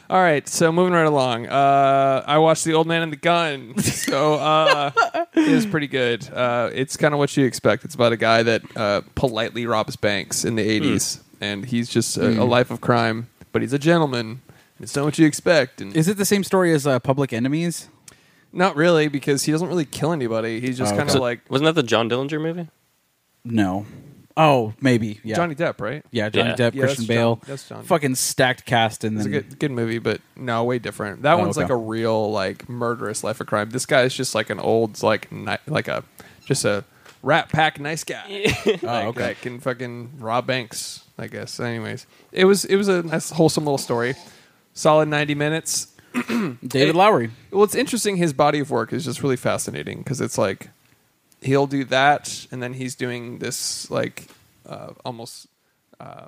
[SPEAKER 3] all right. So moving right along, uh, I watched The Old Man and the Gun. So uh, it was pretty good. Uh, it's kind of what you expect. It's about a guy that uh, politely robs banks in the '80s, and he's just a, a life of crime, but he's a gentleman. It's not what you expect, and
[SPEAKER 1] Is it the same story as uh, Public Enemies?
[SPEAKER 3] not really because he doesn't really kill anybody. He's just
[SPEAKER 1] Oh,
[SPEAKER 3] kind of
[SPEAKER 1] okay.
[SPEAKER 3] like
[SPEAKER 2] Wasn't that the John Dillinger movie?
[SPEAKER 1] No. Oh, maybe. Yeah.
[SPEAKER 3] Johnny Depp, right?
[SPEAKER 1] Yeah, Johnny
[SPEAKER 2] Yeah.
[SPEAKER 1] Depp,
[SPEAKER 3] Yeah,
[SPEAKER 1] Christian
[SPEAKER 3] that's
[SPEAKER 1] Bale.
[SPEAKER 3] John- that's John.
[SPEAKER 1] Fucking stacked cast and
[SPEAKER 3] It's a
[SPEAKER 1] then
[SPEAKER 3] good good movie, but no, way different. That
[SPEAKER 1] Oh,
[SPEAKER 3] one's like
[SPEAKER 1] okay.
[SPEAKER 3] a real like murderous life of crime. This guy is just like an old like ni- like a just a Rat Pack nice guy. Like,
[SPEAKER 1] okay.
[SPEAKER 3] that can fucking rob banks. I guess. Anyways, it was it was a nice wholesome little story. Solid ninety minutes.
[SPEAKER 1] David Lowry.
[SPEAKER 3] Well, it's interesting. His body of work is just really fascinating because it's like he'll do that, and then he's doing this like uh, almost uh,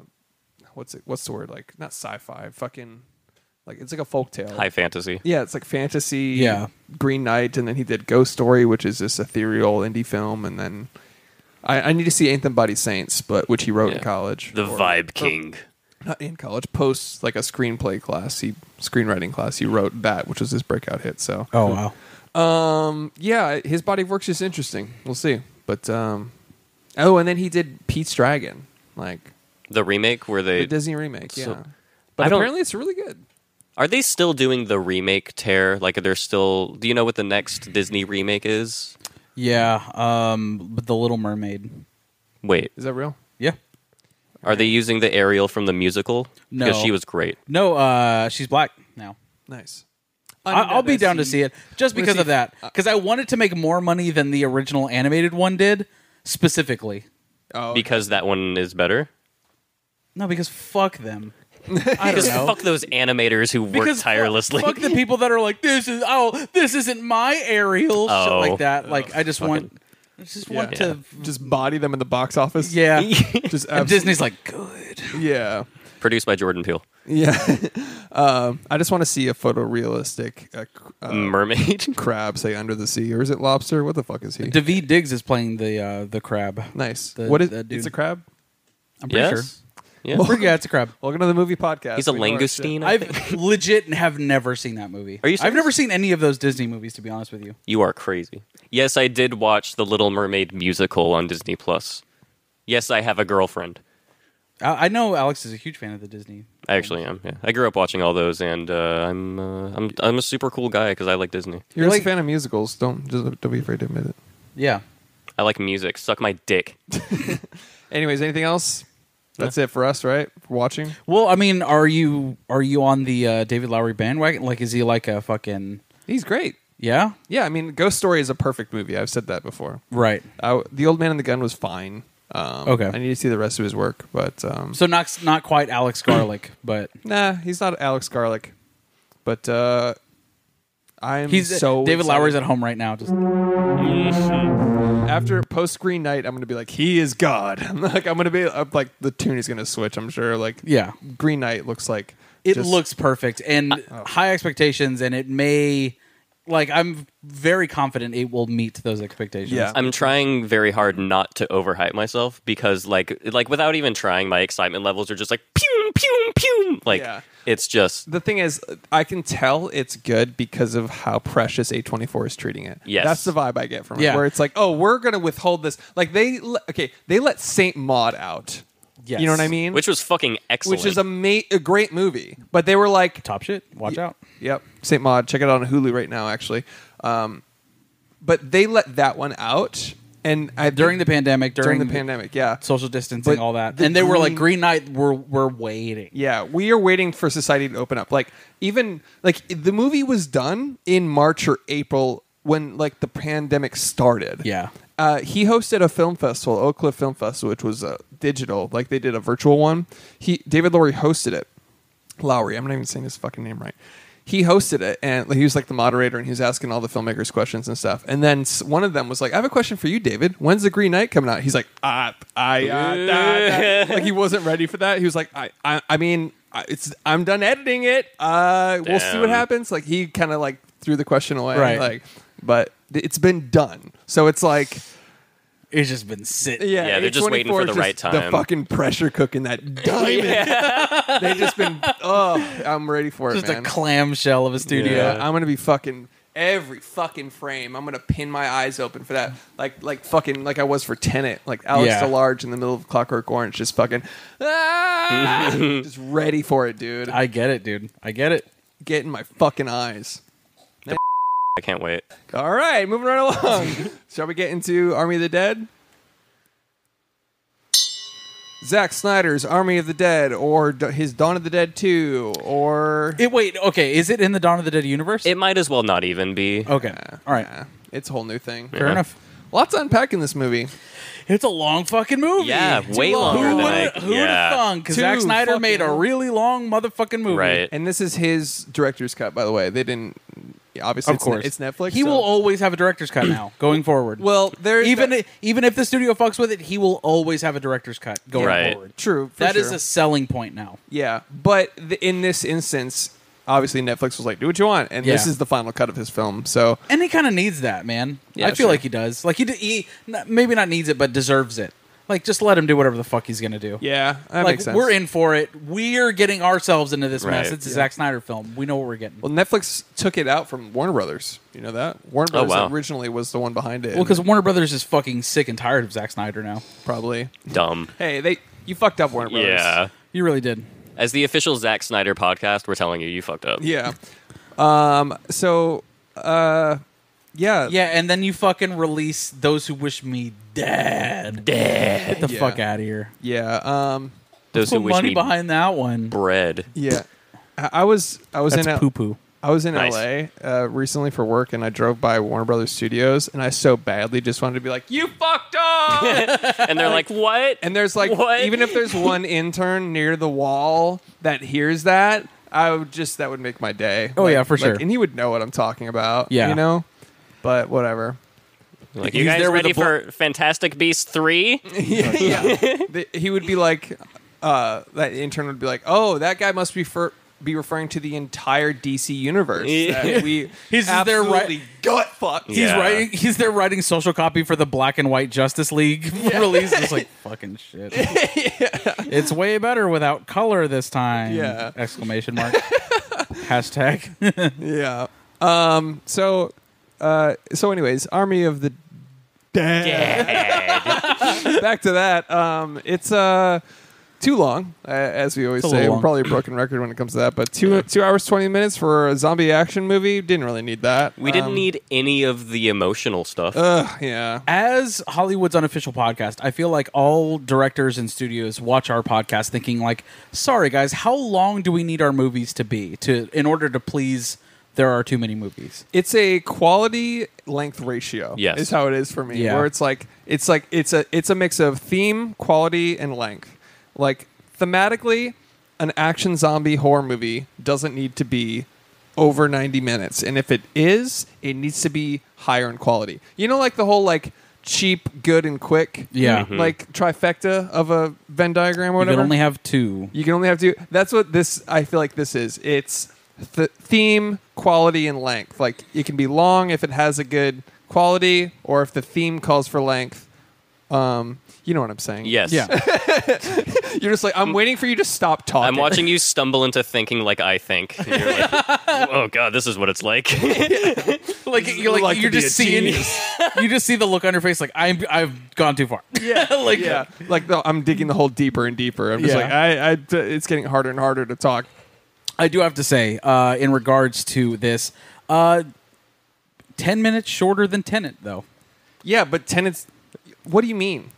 [SPEAKER 3] what's it? What's the word? Like not sci-fi. Fucking like it's like a folktale.
[SPEAKER 2] High fantasy.
[SPEAKER 3] Yeah, it's like fantasy.
[SPEAKER 1] Yeah.
[SPEAKER 3] Green Knight, and then he did Ghost Story, which is this ethereal indie film, and then I, I need to see Anthem Body Saints, but which he wrote in
[SPEAKER 2] Yeah.
[SPEAKER 3] college.
[SPEAKER 2] The
[SPEAKER 3] Or-
[SPEAKER 2] Vibe King.
[SPEAKER 3] not in college, post like a screenplay class, he screenwriting class, he wrote that, which was his breakout hit. So
[SPEAKER 1] Oh wow.
[SPEAKER 3] um, yeah, his body of work's just interesting. We'll see. But um, oh, and then he did Pete's Dragon, like
[SPEAKER 2] The remake where
[SPEAKER 3] the
[SPEAKER 2] they
[SPEAKER 3] Disney remake.
[SPEAKER 2] so-
[SPEAKER 3] yeah, but
[SPEAKER 2] I don't-
[SPEAKER 3] apparently it's really good.
[SPEAKER 2] are they still doing the remake tear? Like they're still do you know what the next Disney remake is?
[SPEAKER 1] Yeah. Um but the Little Mermaid.
[SPEAKER 2] Wait.
[SPEAKER 3] Is that real?
[SPEAKER 1] Yeah.
[SPEAKER 2] Are they using the Ariel from the musical?
[SPEAKER 1] No.
[SPEAKER 2] Because she was great.
[SPEAKER 1] No, uh she's black now.
[SPEAKER 3] Nice.
[SPEAKER 1] I- I'll be down to see it just because
[SPEAKER 3] see-
[SPEAKER 1] of that. Because I wanted to make more money than the original animated one did, specifically.
[SPEAKER 3] Oh,
[SPEAKER 2] Because that one is better.
[SPEAKER 1] No, because fuck them. I don't
[SPEAKER 2] Because
[SPEAKER 1] know.
[SPEAKER 2] fuck those animators who work
[SPEAKER 1] because fu-
[SPEAKER 2] tirelessly.
[SPEAKER 1] Fuck, the people that are like, this is oh, this isn't my aerial shit
[SPEAKER 2] Oh.
[SPEAKER 1] like that. Like I just want, I just want
[SPEAKER 2] Yeah.
[SPEAKER 1] to,
[SPEAKER 3] Just body them in the box office.
[SPEAKER 1] yeah.
[SPEAKER 3] Just
[SPEAKER 1] and
[SPEAKER 3] abs-
[SPEAKER 1] Disney's like, good.
[SPEAKER 3] Yeah.
[SPEAKER 2] Produced by Jordan Peele.
[SPEAKER 3] Yeah. um, I just want to see a photorealistic uh, c-
[SPEAKER 1] Oh.
[SPEAKER 3] uh,
[SPEAKER 2] Mermaid.
[SPEAKER 3] crab, say, under the sea. Or is it lobster? What the fuck is he?
[SPEAKER 1] David Diggs is playing the uh, the crab.
[SPEAKER 3] nice.
[SPEAKER 1] The-
[SPEAKER 3] what is
[SPEAKER 1] that dude.
[SPEAKER 3] It's a crab?
[SPEAKER 1] I'm pretty
[SPEAKER 2] yes. Yeah.
[SPEAKER 1] sure. Yeah, it's a crab.
[SPEAKER 3] Welcome to the movie podcast.
[SPEAKER 2] He's a
[SPEAKER 3] We know our shit.
[SPEAKER 2] Langostine. I think.
[SPEAKER 1] I've legit have never seen that movie.
[SPEAKER 2] Are you
[SPEAKER 1] I've
[SPEAKER 2] serious?
[SPEAKER 1] never seen any of those Disney movies, to be honest with you.
[SPEAKER 2] You are crazy. Yes, I did watch the Little Mermaid musical on Disney Plus. Yes, I have a girlfriend.
[SPEAKER 1] I, I know Alex is a huge fan of the Disney.
[SPEAKER 2] I actually am. Yeah, I grew up watching all those, and uh, I'm uh, I'm I'm a super cool guy because I like Disney.
[SPEAKER 3] You're
[SPEAKER 1] You're
[SPEAKER 3] just
[SPEAKER 1] like-
[SPEAKER 3] a fan of musicals. Don't just, don't be afraid to admit it.
[SPEAKER 1] Yeah.
[SPEAKER 2] I like music. Suck my dick.
[SPEAKER 3] Anyways, anything else? That's it for us, right? For watching.
[SPEAKER 1] Well, I mean, are you are you on the uh, David Lowery bandwagon? Like, is he like a fucking
[SPEAKER 3] He's great.
[SPEAKER 1] yeah?
[SPEAKER 3] Yeah, I mean, Ghost Story is a perfect movie. I've said that before.
[SPEAKER 1] Right.
[SPEAKER 3] I, the Old Man and the Gun was fine. Um,
[SPEAKER 1] Okay.
[SPEAKER 3] I need to see the rest of his work, but um,
[SPEAKER 1] So not not quite Alex Garlick, but
[SPEAKER 3] nah, he's not Alex Garlick. But uh, I'm
[SPEAKER 1] he's uh,
[SPEAKER 3] so
[SPEAKER 1] David
[SPEAKER 3] excited.
[SPEAKER 1] Lowery's at home right now. Just
[SPEAKER 3] after post Green Night. I'm gonna be like, he is God. like I'm gonna be I'm like the tune is gonna switch. I'm sure. Like
[SPEAKER 1] yeah,
[SPEAKER 3] Green Knight looks like
[SPEAKER 1] it
[SPEAKER 3] just- oh.
[SPEAKER 1] looks perfect and high expectations, and it may like I'm very confident it will meet those expectations.
[SPEAKER 3] Yeah.
[SPEAKER 2] I'm trying very hard not to overhype myself because like like without even trying, my excitement levels are just like pew pew pew. Like
[SPEAKER 3] Yeah.
[SPEAKER 2] it's just
[SPEAKER 3] the thing is, I can tell it's good because of how precious A24 is treating it.
[SPEAKER 2] Yes.
[SPEAKER 3] That's the vibe I get from it.
[SPEAKER 1] Yeah.
[SPEAKER 3] Where it's like, oh, we're going to withhold this. Like, they, le- okay, they let Saint Maud out.
[SPEAKER 1] Yes.
[SPEAKER 3] You know what I mean?
[SPEAKER 2] which was fucking excellent.
[SPEAKER 3] Which is a, ma- a great movie. But they were like,
[SPEAKER 1] top shit. Watch out.
[SPEAKER 3] Yep. St. Maud. Check it out on Hulu right now, actually. Um, but they let that one out. And I,
[SPEAKER 1] During the pandemic, during,
[SPEAKER 3] during the pandemic, yeah.
[SPEAKER 1] social distancing,
[SPEAKER 3] But
[SPEAKER 1] all that,
[SPEAKER 3] the
[SPEAKER 1] and they were like, "Green
[SPEAKER 3] green-
[SPEAKER 1] Knight, we're we're waiting."
[SPEAKER 3] Yeah, we are waiting for society to open up. Like even like the movie was done in March or April when like the pandemic started.
[SPEAKER 1] Yeah.
[SPEAKER 3] Uh, he hosted a film festival, Oak Cliff Film Festival, which was uh, digital. Like they did a virtual one. He David Lowry hosted it. Lowry, I'm not even saying his fucking name right. He hosted it, and like, he was like the moderator, and he was asking all the filmmakers questions and stuff. And then s- one of them was like, "I have a question for you, David. When's the Green Knight coming out?" He's like, "Ah, I, ah, da, da." like he wasn't ready for that. He was like, "I, I, I mean, I, it's I'm done editing it. Uh, we'll see what
[SPEAKER 2] Damn.
[SPEAKER 3] happens." Like he kind of like threw the question away,
[SPEAKER 1] Right.
[SPEAKER 3] like, but th- it's been done, so it's like.
[SPEAKER 1] It's just been sitting.
[SPEAKER 3] Yeah,
[SPEAKER 2] Yeah, they're just
[SPEAKER 3] A24
[SPEAKER 2] waiting for the
[SPEAKER 3] just
[SPEAKER 2] right
[SPEAKER 3] The
[SPEAKER 2] time.
[SPEAKER 3] fucking pressure cooking that diamond. They've just been. Oh, I'm ready for it,
[SPEAKER 1] just
[SPEAKER 3] man.
[SPEAKER 1] a clamshell of a studio.
[SPEAKER 3] Yeah, I'm gonna be fucking every fucking frame. I'm gonna pin my eyes open for that. Like like fucking like I was for Tenet. Like Alex
[SPEAKER 1] Yeah.
[SPEAKER 3] DeLarge in the middle of Clockwork Orange, just fucking ah! just ready for it, dude.
[SPEAKER 1] I get it, dude. I get it.
[SPEAKER 3] Get in my fucking eyes.
[SPEAKER 2] I can't wait.
[SPEAKER 3] All right, moving right along. Shall we get into Army of the Dead? Zack Snyder's Army of the Dead, or d- his Dawn of the Dead 2, or
[SPEAKER 1] It wait, okay, is it in the Dawn of the Dead universe?
[SPEAKER 2] It might as well not even be.
[SPEAKER 1] okay. All right.
[SPEAKER 3] Nah, it's a whole new thing.
[SPEAKER 1] Fair enough.
[SPEAKER 3] Lots to unpack in this movie.
[SPEAKER 1] It's a long fucking movie.
[SPEAKER 2] Yeah, way
[SPEAKER 3] long.
[SPEAKER 2] longer
[SPEAKER 1] Who
[SPEAKER 2] than
[SPEAKER 1] would
[SPEAKER 2] I.
[SPEAKER 1] have
[SPEAKER 2] yeah.
[SPEAKER 1] thunk? Because
[SPEAKER 3] Two
[SPEAKER 1] Zack Snyder
[SPEAKER 3] fucking-
[SPEAKER 1] made a really long motherfucking movie.
[SPEAKER 2] Right.
[SPEAKER 3] And this is his director's cut, by the way. They didn't. Obviously,
[SPEAKER 1] Of
[SPEAKER 3] it's,
[SPEAKER 1] course,
[SPEAKER 3] it's Netflix.
[SPEAKER 1] He
[SPEAKER 3] so-
[SPEAKER 1] will always have a director's cut now, going forward.
[SPEAKER 3] Well, there-
[SPEAKER 1] even
[SPEAKER 3] there-
[SPEAKER 1] i- even if the studio fucks with it, he will always have a director's cut going
[SPEAKER 2] Right.
[SPEAKER 1] forward.
[SPEAKER 3] True, for
[SPEAKER 1] That is
[SPEAKER 3] sure.
[SPEAKER 1] a selling point now.
[SPEAKER 3] Yeah, but th- in this instance, obviously Netflix was like, "Do what you want," and this
[SPEAKER 1] Yeah.
[SPEAKER 3] is the final cut of his film. So
[SPEAKER 1] And he kind of needs that, man.
[SPEAKER 3] Yeah,
[SPEAKER 1] I feel
[SPEAKER 3] sure.
[SPEAKER 1] like he does. Like he, d- he n- maybe not needs it, but deserves it. Like just let him do whatever the fuck he's gonna do.
[SPEAKER 3] yeah, that
[SPEAKER 1] like
[SPEAKER 3] makes sense.
[SPEAKER 1] we're in for it. We're getting ourselves into this mess.
[SPEAKER 2] Right.
[SPEAKER 1] It's a Zack Snyder film. We know what we're getting.
[SPEAKER 3] Well, Netflix took it out from Warner Brothers. You know that Warner
[SPEAKER 2] Oh,
[SPEAKER 3] Brothers
[SPEAKER 2] wow.
[SPEAKER 3] originally was the one behind it.
[SPEAKER 1] Well, because
[SPEAKER 3] and
[SPEAKER 1] Warner Brothers is fucking sick and tired of Zack Snyder now.
[SPEAKER 3] probably,
[SPEAKER 2] Dumb.
[SPEAKER 3] hey, they you fucked up Warner Brothers.
[SPEAKER 2] Yeah.
[SPEAKER 1] You really did.
[SPEAKER 2] As the official Zack Snyder podcast, we're telling you, you fucked up.
[SPEAKER 3] yeah. Um. So, uh, yeah,
[SPEAKER 1] Yeah, and then you fucking release those who wish me dead. Dead. Get the
[SPEAKER 3] Yeah.
[SPEAKER 1] fuck out of here.
[SPEAKER 3] yeah, um,
[SPEAKER 2] Those who
[SPEAKER 1] Put
[SPEAKER 2] wish
[SPEAKER 1] money
[SPEAKER 2] me
[SPEAKER 1] behind that one.
[SPEAKER 2] bread.
[SPEAKER 3] yeah. I, I was I was
[SPEAKER 1] That's
[SPEAKER 3] in a,
[SPEAKER 1] poo poo.
[SPEAKER 3] I was in
[SPEAKER 2] Nice.
[SPEAKER 3] LA uh, recently for work, and I drove by Warner Brothers Studios, and I so badly just wanted to be like, "You fucked up!"
[SPEAKER 2] and they're like, "What?"
[SPEAKER 3] and there's like,
[SPEAKER 2] What?
[SPEAKER 3] even if there's one intern near the wall that hears that, I would just that would make my day.
[SPEAKER 1] Oh,
[SPEAKER 3] Like-
[SPEAKER 1] yeah, for
[SPEAKER 3] like-
[SPEAKER 1] sure.
[SPEAKER 3] and he would know what I'm talking about.
[SPEAKER 1] Yeah.
[SPEAKER 3] you know. But whatever.
[SPEAKER 2] like, you
[SPEAKER 1] he's
[SPEAKER 2] guys
[SPEAKER 1] there with
[SPEAKER 2] ready
[SPEAKER 1] a blo-
[SPEAKER 2] for Fantastic Beasts three?
[SPEAKER 3] yeah, yeah. The- he would be like, uh, that intern would be like, "Oh, that guy must be for." Be referring to the entire DC universe.
[SPEAKER 2] Yeah.
[SPEAKER 3] that we
[SPEAKER 1] He's just there, right-
[SPEAKER 3] absolutely gut fucked.
[SPEAKER 1] He's
[SPEAKER 2] Yeah.
[SPEAKER 1] writing. He's there writing social copy for the Black and White Justice League release. It's like fucking shit. It's way better without color this time.
[SPEAKER 3] Yeah.
[SPEAKER 1] Exclamation mark. Hashtag.
[SPEAKER 3] Yeah. Um. So, uh. So, anyways, Army of the Dead. Back to that. Um. It's uh too long, uh, as we always
[SPEAKER 1] It's a
[SPEAKER 3] say.
[SPEAKER 1] little
[SPEAKER 3] We're
[SPEAKER 1] long.
[SPEAKER 3] probably a broken record when it comes to that. But two two hours twenty minutes for a zombie action movie didn't really need that.
[SPEAKER 2] We didn't
[SPEAKER 3] Um, uh,
[SPEAKER 2] need any of the emotional stuff.
[SPEAKER 3] Ugh. Yeah.
[SPEAKER 1] As Hollywood's unofficial podcast, I feel like all directors and studios watch our podcast thinking like, "Sorry guys, how long do we need our movies to be to in order to please there are too many movies?"
[SPEAKER 3] It's a quality length ratio.
[SPEAKER 2] Yes.
[SPEAKER 3] Is how it is for me.
[SPEAKER 1] Yeah.
[SPEAKER 3] Where it's like it's like it's a it's a mix of theme, quality, and length. Like thematically, an action zombie horror movie doesn't need to be over 90 minutes. And if it is, it needs to be higher in quality. You know like the whole like cheap, good and quick
[SPEAKER 1] Yeah. Mhm.
[SPEAKER 3] like trifecta of a Venn diagram or
[SPEAKER 1] You
[SPEAKER 3] whatever.
[SPEAKER 1] can only have two.
[SPEAKER 3] You can only have two. That's what this. I feel like this is. It's th- theme, quality, and length. Like it can be long if it has a good quality, or if the theme calls for length. Um, you know what I'm saying?
[SPEAKER 2] yes. Mm.
[SPEAKER 1] Yeah.
[SPEAKER 3] You're just like I'm waiting for you to stop talking.
[SPEAKER 2] I'm watching you stumble into thinking like I think. And you're like, oh god, this is what it's like.
[SPEAKER 1] like you're like,
[SPEAKER 3] like to
[SPEAKER 1] you're
[SPEAKER 3] be a
[SPEAKER 1] just seeing
[SPEAKER 3] genius.
[SPEAKER 1] you just see the look on your face like I'm I've gone too far. Yeah. like
[SPEAKER 3] Yeah, like the, I'm digging the hole deeper and deeper. I'm just
[SPEAKER 1] Yeah.
[SPEAKER 3] like I, I, it's getting harder and harder to talk.
[SPEAKER 1] I do have to say uh in regards to this uh 10 minutes shorter than Tenant though.
[SPEAKER 3] Yeah, but tenants. What do you mean?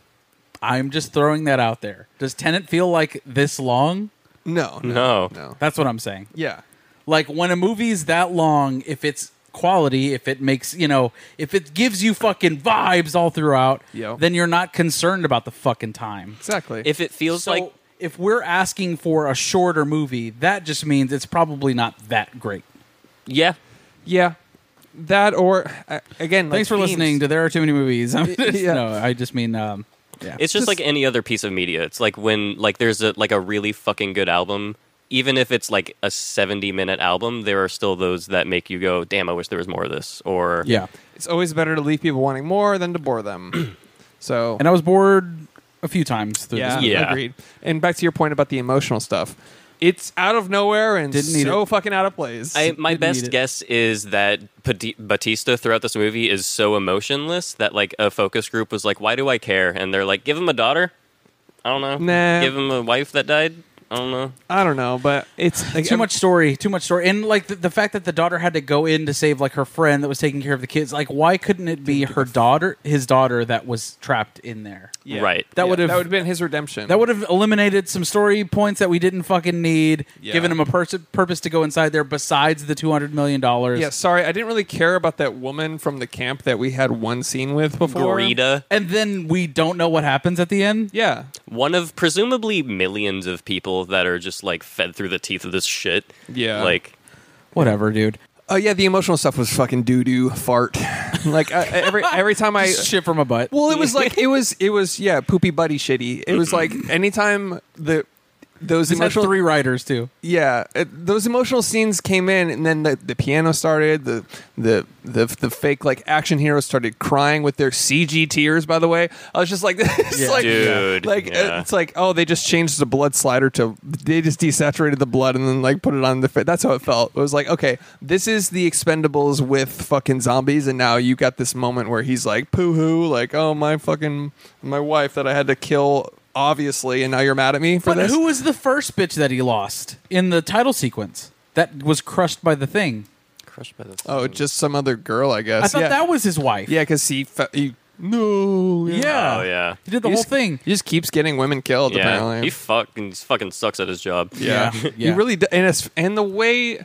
[SPEAKER 1] I'm just throwing that out there. Does Tenant feel like this long?
[SPEAKER 3] No,
[SPEAKER 2] No.
[SPEAKER 3] no.
[SPEAKER 1] That's what I'm saying.
[SPEAKER 3] Yeah,
[SPEAKER 1] Like when a movie's that long, if it's quality, if it makes you know, if it gives you fucking vibes all throughout,
[SPEAKER 3] Yo.
[SPEAKER 1] then you're not concerned about the fucking time.
[SPEAKER 3] exactly.
[SPEAKER 2] If it feels
[SPEAKER 1] So
[SPEAKER 2] like
[SPEAKER 1] if we're asking for a shorter movie, that just means it's probably not that great.
[SPEAKER 2] yeah,
[SPEAKER 3] yeah, that or uh, again. like
[SPEAKER 1] Thanks for
[SPEAKER 3] themes.
[SPEAKER 1] listening to There Are Too Many Movies. I'm just-
[SPEAKER 3] Yeah.
[SPEAKER 1] No, I just mean um, yeah.
[SPEAKER 2] it's just, like any other piece of media. It's like when like there's a like a really fucking good album. Even if it's like a 70 minute album, there are still those that make you go, "Damn, I wish there was more of this." Or
[SPEAKER 1] yeah.
[SPEAKER 3] it's always better to leave people wanting more than to bore them. so
[SPEAKER 1] And I was bored a few times through
[SPEAKER 3] yeah,
[SPEAKER 1] this.
[SPEAKER 2] Yeah.
[SPEAKER 3] agreed. And back to your point about the emotional stuff, it's out of nowhere and
[SPEAKER 1] Didn't need
[SPEAKER 3] so
[SPEAKER 1] it.
[SPEAKER 3] fucking out of place.
[SPEAKER 2] I, my
[SPEAKER 1] Didn't need
[SPEAKER 2] best
[SPEAKER 1] it.
[SPEAKER 2] guess is that Pati- Batista throughout this movie is so emotionless that like a focus group was like, "Why do I care?" And they're like, "Give him a daughter." I don't know.
[SPEAKER 3] Nah.
[SPEAKER 2] Give him a wife that died. I don't know.
[SPEAKER 3] I don't know, but it's like
[SPEAKER 1] Too much story, too much story, and like the, the fact that the daughter had to go in to save like her friend that was taking care of the kids. Like, why couldn't it be her daughter, his daughter, that was trapped in there?
[SPEAKER 3] Yeah.
[SPEAKER 2] Right.
[SPEAKER 1] That
[SPEAKER 3] Yeah,
[SPEAKER 1] would've-
[SPEAKER 3] that would have been his redemption.
[SPEAKER 1] That would have eliminated some story points that we didn't fucking need,
[SPEAKER 3] Yeah.
[SPEAKER 1] given him a pers- purpose to go inside there besides the two hundred million dollars.
[SPEAKER 3] yeah. Sorry, I didn't really care about that woman from the camp that we had one scene with before.
[SPEAKER 2] Greta,
[SPEAKER 1] and then we don't know what happens at the end.
[SPEAKER 3] Yeah.
[SPEAKER 2] one of presumably millions of people that are just like fed through the teeth of this shit.
[SPEAKER 3] Yeah.
[SPEAKER 2] Like
[SPEAKER 1] Whatever, dude.
[SPEAKER 3] Oh yeah, the emotional stuff was fucking doo doo fart. like I, every every time I
[SPEAKER 1] Shit from a butt.
[SPEAKER 3] Well, it was like it was it was yeah, poopy buddy shitty. It was like anytime the those
[SPEAKER 1] This Mm-hmm. had
[SPEAKER 3] emotional
[SPEAKER 1] three writers too.
[SPEAKER 3] yeah it, those emotional scenes came in, and then the, the piano started. The the the the fake like action heroes started crying with their CG tears. By the way, I was just like, it's
[SPEAKER 1] Yeah.
[SPEAKER 3] like,
[SPEAKER 2] Dude,
[SPEAKER 3] like
[SPEAKER 2] yeah.
[SPEAKER 3] it's like oh they just changed the blood slider to they just desaturated the blood and then like put it on the fa- that's how it felt it was like okay this is the expendables with fucking zombies and now you got this moment where he's like poo-hoo like oh my fucking my wife that i had to kill obviously and now you're mad at me for
[SPEAKER 1] But
[SPEAKER 3] this
[SPEAKER 1] who was the first bitch that he lost in the title sequence that was crushed by the thing?
[SPEAKER 2] crushed by the
[SPEAKER 3] oh just some other girl i guess
[SPEAKER 1] I thought
[SPEAKER 3] yeah.
[SPEAKER 1] that was his wife.
[SPEAKER 3] yeah because he, fe- he no
[SPEAKER 1] Yeah.
[SPEAKER 2] Oh, yeah.
[SPEAKER 1] He did the
[SPEAKER 3] He
[SPEAKER 1] whole
[SPEAKER 3] just-
[SPEAKER 1] thing.
[SPEAKER 3] he just keeps getting women killed
[SPEAKER 2] yeah.
[SPEAKER 3] apparently
[SPEAKER 2] He fucking fucking sucks at his job.
[SPEAKER 1] Yeah.
[SPEAKER 3] He really d- and it's, and the way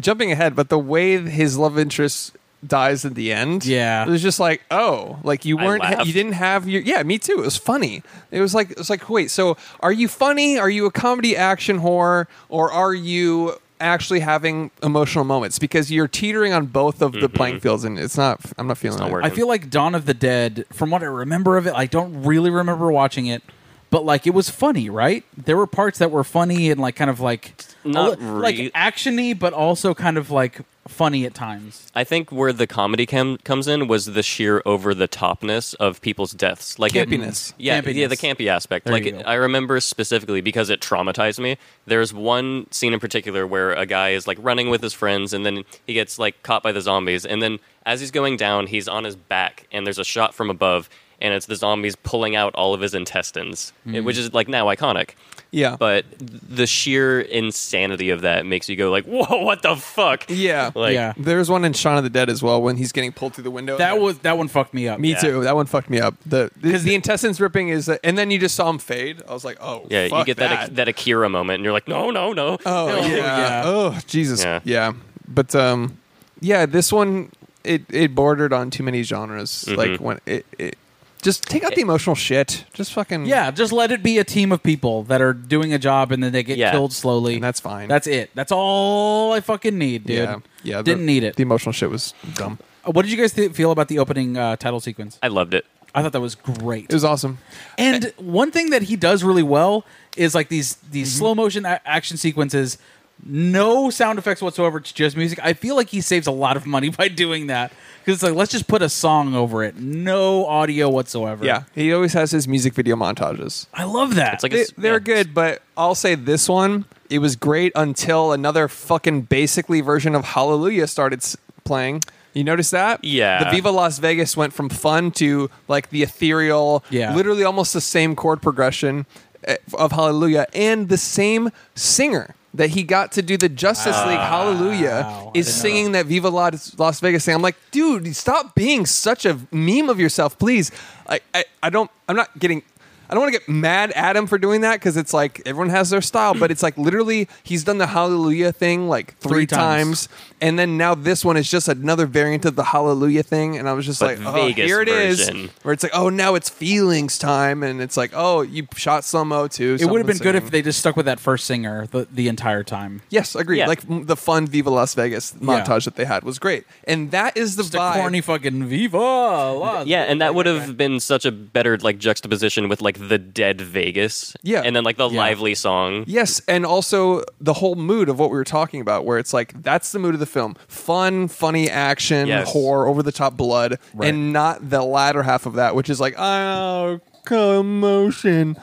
[SPEAKER 3] jumping ahead, but the way his love interest dies at the end,
[SPEAKER 1] Yeah.
[SPEAKER 3] it was just like, oh, like you
[SPEAKER 2] I
[SPEAKER 3] weren't,
[SPEAKER 2] laughed.
[SPEAKER 3] you didn't have your, yeah, me too. It was funny. It was like, it was like, wait, so are you funny? Are you a comedy action horror, or are you actually having emotional moments? Because you're teetering on both of the playing fields, and it's not. I'm not feeling
[SPEAKER 2] not
[SPEAKER 3] it.
[SPEAKER 2] working.
[SPEAKER 1] I feel like Dawn of the Dead, from what I remember of it, I don't really remember watching it, but like it was funny, right? There were parts that were funny and like kind of like
[SPEAKER 2] Not
[SPEAKER 1] a li- like
[SPEAKER 2] re-
[SPEAKER 1] actiony, but also kind of like funny at times.
[SPEAKER 2] I think where the comedy cam- comes in was the sheer over the topness of people's deaths, like it-
[SPEAKER 3] Campiness.
[SPEAKER 2] yeah,
[SPEAKER 1] Campiness.
[SPEAKER 2] yeah, the campy aspect.
[SPEAKER 1] There
[SPEAKER 2] like
[SPEAKER 1] you
[SPEAKER 2] it-
[SPEAKER 1] go.
[SPEAKER 2] I remember specifically because it traumatized me. There's one scene in particular where a guy is like running with his friends, and then he gets like caught by the zombies, and then as he's going down, he's on his back, and there's a shot from above, and it's the zombies pulling out all of his intestines,
[SPEAKER 1] Mm-hmm.
[SPEAKER 2] it- which is like now iconic.
[SPEAKER 3] Yeah,
[SPEAKER 2] But the sheer insanity of that makes you go like, "Whoa, what the fuck?"
[SPEAKER 3] yeah,
[SPEAKER 2] Like,
[SPEAKER 1] Yeah.
[SPEAKER 3] There's one in Shaun of the Dead as well when he's getting pulled through the window.
[SPEAKER 1] That was that one fucked me up.
[SPEAKER 3] me
[SPEAKER 2] Yeah.
[SPEAKER 3] too. That one fucked me up. The because the intestines ripping is, and then you just saw him fade. I was like, oh,
[SPEAKER 2] Yeah, you
[SPEAKER 3] fuck
[SPEAKER 2] get that that Akira moment, and you're like, no, no, no.
[SPEAKER 3] oh,
[SPEAKER 1] Oh,
[SPEAKER 3] yeah.
[SPEAKER 1] yeah.
[SPEAKER 3] oh Jesus, yeah.
[SPEAKER 2] Yeah.
[SPEAKER 3] But um, yeah, this one it it bordered on too many genres.
[SPEAKER 2] Mm-hmm.
[SPEAKER 3] Like when it, it just take out the emotional shit. Just fucking
[SPEAKER 1] Yeah, just let it be a team of people that are doing a job and then they get
[SPEAKER 2] Yeah.
[SPEAKER 1] killed slowly.
[SPEAKER 3] And that's fine.
[SPEAKER 1] That's it. That's all I fucking need, dude.
[SPEAKER 3] yeah, yeah. the-
[SPEAKER 1] Didn't need it.
[SPEAKER 3] The emotional shit was dumb.
[SPEAKER 1] Uh, what did you guys th- feel about the opening uh, title sequence?
[SPEAKER 2] I loved it.
[SPEAKER 1] I thought that was great.
[SPEAKER 3] It was awesome.
[SPEAKER 1] And one thing that he does really well is like these these slow motion a- action sequences, no sound effects whatsoever. It's just music. I feel like he saves a lot of money by doing that because it's like let's just put a song over it, no audio whatsoever.
[SPEAKER 3] Yeah, he always has his music video montages.
[SPEAKER 1] I love that.
[SPEAKER 2] It's like
[SPEAKER 3] They,
[SPEAKER 2] a,
[SPEAKER 3] they're
[SPEAKER 2] yeah.
[SPEAKER 3] good, but I'll say this one. It was great until another fucking basically version of Hallelujah started s- playing. You notice that?
[SPEAKER 2] Yeah.
[SPEAKER 3] The Viva Las Vegas went from fun to like the ethereal,
[SPEAKER 1] Yeah.
[SPEAKER 3] literally almost the same chord progression eh, of Hallelujah and the same singer that he got to do the Justice League Hallelujah
[SPEAKER 1] Wow. I
[SPEAKER 3] is
[SPEAKER 1] didn't know
[SPEAKER 3] singing that Viva Las, Las Vegas thing. I'm like, dude, stop being such a meme of yourself, please. I, I, I don't, I'm not getting, I don't want to get mad at him for doing that because it's like everyone has their style, but it's like literally he's done the Hallelujah thing like three,
[SPEAKER 1] Three times.
[SPEAKER 3] times. and then now this one is just another variant of the Hallelujah thing, and I was just
[SPEAKER 2] But
[SPEAKER 3] like, oh,
[SPEAKER 2] Vegas
[SPEAKER 3] here it is,
[SPEAKER 2] version.
[SPEAKER 3] where it's like, oh, now it's feelings time, and it's like, oh, you shot slow mo too.
[SPEAKER 1] it would have been
[SPEAKER 3] someone's
[SPEAKER 1] good
[SPEAKER 3] singing.
[SPEAKER 1] if they just stuck with that first singer the, the entire time.
[SPEAKER 3] Yes, agreed.
[SPEAKER 2] Yeah.
[SPEAKER 3] Like m- the fun Viva Las Vegas montage that they had was great, and that is the
[SPEAKER 1] Just
[SPEAKER 3] vibe.
[SPEAKER 1] a corny fucking viva. Las
[SPEAKER 2] Yeah, and that would have been such a better like juxtaposition with like the dead Vegas.
[SPEAKER 3] Yeah.
[SPEAKER 2] and then like the
[SPEAKER 1] Yeah.
[SPEAKER 2] lively song.
[SPEAKER 3] Yes, and also the whole mood of what we were talking about, where it's like that's the mood of the film: fun, funny action,
[SPEAKER 2] Yes.
[SPEAKER 3] horror, over the top blood,
[SPEAKER 1] Right.
[SPEAKER 3] and not the latter half of that, which is like oh commotion.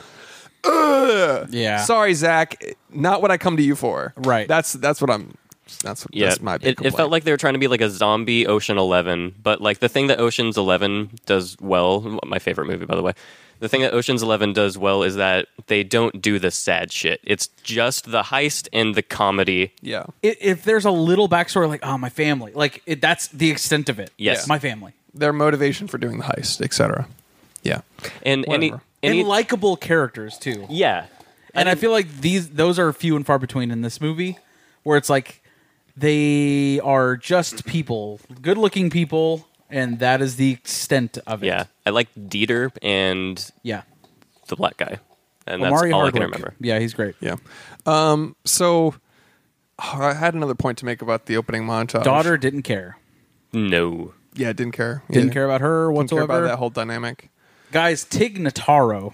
[SPEAKER 3] Ugh.
[SPEAKER 1] Yeah.
[SPEAKER 3] Sorry, Zach. Not what I come to you for.
[SPEAKER 1] Right.
[SPEAKER 3] That's that's what I'm. That's
[SPEAKER 2] Yeah,
[SPEAKER 3] that's my. Big
[SPEAKER 2] it, it
[SPEAKER 3] complaint.
[SPEAKER 2] felt like they were trying to be like a zombie Ocean Eleven, but like the thing that Ocean's Eleven does well, my favorite movie by the way, the thing that Ocean's Eleven does well is that they don't do the sad shit. It's just the heist and the comedy.
[SPEAKER 3] yeah.
[SPEAKER 1] I- if there's a little backstory, like oh my family, like it, that's the extent of it.
[SPEAKER 2] Yes.
[SPEAKER 1] my family.
[SPEAKER 3] Their motivation for doing the heist, etc. Yeah.
[SPEAKER 2] And any,
[SPEAKER 3] Whatever.
[SPEAKER 2] any
[SPEAKER 1] and likable characters too.
[SPEAKER 2] yeah,
[SPEAKER 1] and I feel like these those are few and far between in this movie, where it's like they are just people, good looking people, and that is the extent of it.
[SPEAKER 2] yeah. I like Dieter and
[SPEAKER 1] yeah.
[SPEAKER 2] the black guy, and that's
[SPEAKER 1] Omari
[SPEAKER 2] all I can
[SPEAKER 1] Hardwick.
[SPEAKER 2] remember.
[SPEAKER 1] Yeah, he's great.
[SPEAKER 3] Yeah. Um, so oh, I had another point to make about the opening montage.
[SPEAKER 1] Daughter didn't care,
[SPEAKER 2] No,
[SPEAKER 3] Yeah, didn't care.
[SPEAKER 1] didn't
[SPEAKER 3] Yeah.
[SPEAKER 1] care about her
[SPEAKER 3] Didn't care
[SPEAKER 1] whatsoever.
[SPEAKER 3] about that whole dynamic.
[SPEAKER 1] Guys, Tig Notaro,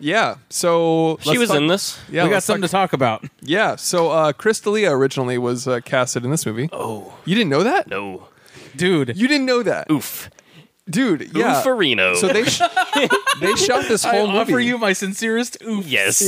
[SPEAKER 3] Yeah. So
[SPEAKER 2] she
[SPEAKER 3] let's
[SPEAKER 2] was
[SPEAKER 3] talk-
[SPEAKER 2] in this.
[SPEAKER 3] Yeah.
[SPEAKER 1] we got
[SPEAKER 3] let's
[SPEAKER 1] something
[SPEAKER 3] talk-
[SPEAKER 1] to talk about.
[SPEAKER 3] yeah. So uh, Chris D'Elia originally was uh, casted in this movie. Oh. You didn't know that?
[SPEAKER 2] No,
[SPEAKER 1] Dude,
[SPEAKER 3] You didn't know that,
[SPEAKER 2] oof,
[SPEAKER 3] dude. Yeah.
[SPEAKER 2] Farino.
[SPEAKER 3] So they sh- they shot this
[SPEAKER 1] I
[SPEAKER 3] whole
[SPEAKER 1] offer
[SPEAKER 3] movie.
[SPEAKER 1] you my sincerest oof.
[SPEAKER 2] yes,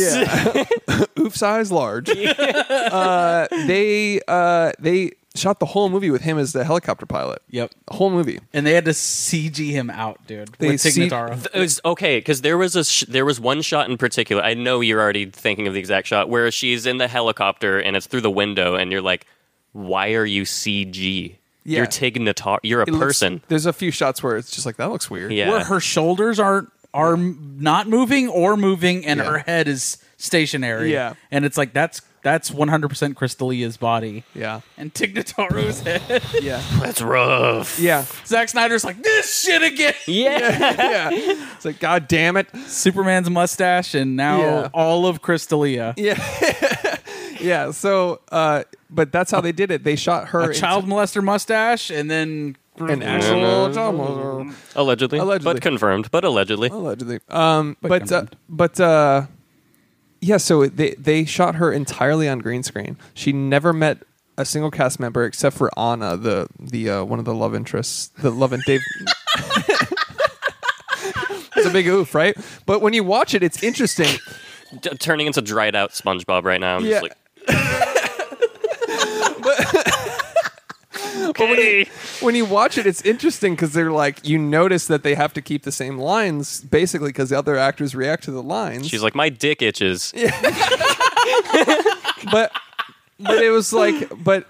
[SPEAKER 3] oof size large. uh, they uh, they shot the whole movie with him as the helicopter pilot.
[SPEAKER 1] Yep.
[SPEAKER 3] The whole movie.
[SPEAKER 1] And they had to CG him out, dude.
[SPEAKER 3] They
[SPEAKER 1] with Tig
[SPEAKER 3] C-
[SPEAKER 1] Notaro.
[SPEAKER 2] It was okay because there was a sh- there was one shot in particular. I know you're already thinking of the exact shot where she's in the helicopter and it's through the window, and you're like, "Why are you CG?
[SPEAKER 3] Yeah.
[SPEAKER 2] You're Tig Notaro. You're a
[SPEAKER 3] It looks-
[SPEAKER 2] person."
[SPEAKER 3] there's a few shots where it's just like that looks weird.
[SPEAKER 2] yeah,
[SPEAKER 1] where her shoulders are are m- not moving or moving, and
[SPEAKER 3] Yeah.
[SPEAKER 1] her head is stationary.
[SPEAKER 3] Yeah.
[SPEAKER 1] and it's like that's that's 100 percent Crystalia's body.
[SPEAKER 3] Yeah.
[SPEAKER 1] and Tignataro's head.
[SPEAKER 3] Yeah.
[SPEAKER 2] That's rough.
[SPEAKER 3] Yeah.
[SPEAKER 1] Zack Snyder's like this shit again.
[SPEAKER 2] Yeah.
[SPEAKER 3] yeah. It's like, God damn it.
[SPEAKER 1] Superman's mustache, and now
[SPEAKER 3] Yeah.
[SPEAKER 1] all of Crystalia.
[SPEAKER 3] Yeah. So, uh, but that's how they did it. They shot her.
[SPEAKER 1] A child molester mustache, and then
[SPEAKER 3] An actual child molester.
[SPEAKER 2] Allegedly,
[SPEAKER 3] Allegedly.
[SPEAKER 2] but confirmed, but allegedly.
[SPEAKER 3] Allegedly. Um, but, uh,
[SPEAKER 1] confirmed.
[SPEAKER 3] but, uh, yeah, so they, they shot her entirely on green screen. She never met a single cast member except for Anna, the, the, uh, one of the love interests, the love and Dave. it's a big oof, right? But when you watch it, it's interesting.
[SPEAKER 2] D- turning into dried out SpongeBob right now. I'm
[SPEAKER 3] Yeah.
[SPEAKER 2] just like. okay.
[SPEAKER 3] when you watch it, it's interesting because they're like, you notice that they have to keep the same lines basically because the other actors react to the lines.
[SPEAKER 2] She's like, my dick itches.
[SPEAKER 3] but but it was like, but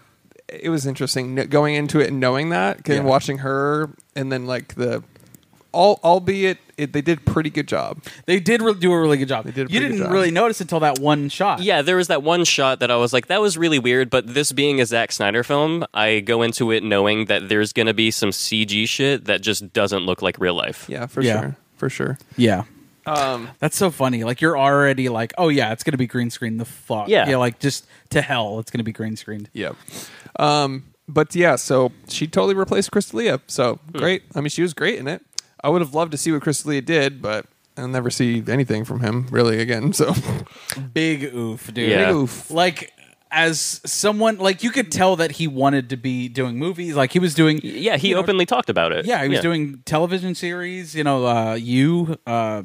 [SPEAKER 3] it was interesting kn- going into it and knowing that and watching her and then like the, all albeit it, they did pretty good job.
[SPEAKER 1] they did re- do a really good job. They
[SPEAKER 3] did a
[SPEAKER 1] you
[SPEAKER 3] pretty good
[SPEAKER 1] didn't
[SPEAKER 3] job.
[SPEAKER 1] really notice until that one shot.
[SPEAKER 2] Yeah, there was that one shot that I was like, that was really weird, but this being a Zack Snyder film, I go into it knowing that there's going to be some CG shit that just doesn't look like real life.
[SPEAKER 3] Yeah, for
[SPEAKER 1] Yeah.
[SPEAKER 3] sure, for sure.
[SPEAKER 1] yeah.
[SPEAKER 3] Um,
[SPEAKER 1] That's so funny. Like you're already like, oh yeah, it's gonna be green screen. The fuck,
[SPEAKER 2] Yeah.
[SPEAKER 1] like just to hell, it's gonna be green screened.
[SPEAKER 3] yeah. Um, but yeah, so she totally replaced Crystalia. So
[SPEAKER 1] Hmm.
[SPEAKER 3] great. I mean, she was great in it. I would have loved to see what Crystalia did, but I'll never see anything from him really again. So
[SPEAKER 1] Big oof, dude.
[SPEAKER 2] Yeah.
[SPEAKER 3] Big oof.
[SPEAKER 1] Like as someone, like you could tell that he wanted to be doing movies. Like he was doing,
[SPEAKER 2] Yeah, he openly talked about it.
[SPEAKER 1] yeah, he was doing television series. You know, uh, you, uh,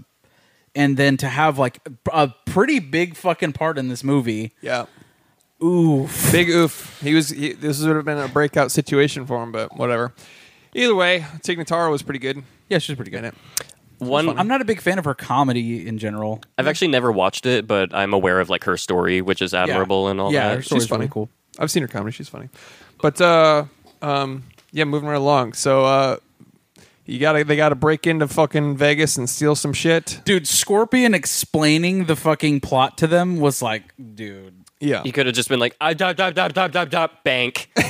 [SPEAKER 1] and then to have like a pretty big fucking part in this movie.
[SPEAKER 3] yeah,
[SPEAKER 1] Oof.
[SPEAKER 3] big oof. He was. He, this would have been a breakout situation for him, but whatever. Either way, Tignataro was pretty good
[SPEAKER 1] Yeah, she's pretty
[SPEAKER 3] in
[SPEAKER 1] good.
[SPEAKER 3] it.
[SPEAKER 2] One,
[SPEAKER 1] I'm not a big fan of her comedy in general.
[SPEAKER 2] I've actually never watched it, but I'm aware of like her story, which is admirable and all
[SPEAKER 1] Yeah,
[SPEAKER 2] that.
[SPEAKER 1] her story-
[SPEAKER 3] She's
[SPEAKER 1] Story's
[SPEAKER 3] funny.
[SPEAKER 1] really cool.
[SPEAKER 3] I've seen her comedy. She's funny. But uh, um, yeah, moving right along. So uh, you gotta they gotta break into fucking Vegas and steal some shit.
[SPEAKER 1] Dude, Scorpion explaining the fucking plot to them was like, dude.
[SPEAKER 3] Yeah.
[SPEAKER 2] He could have just been like, I dot dot dot dot dot dot bank, and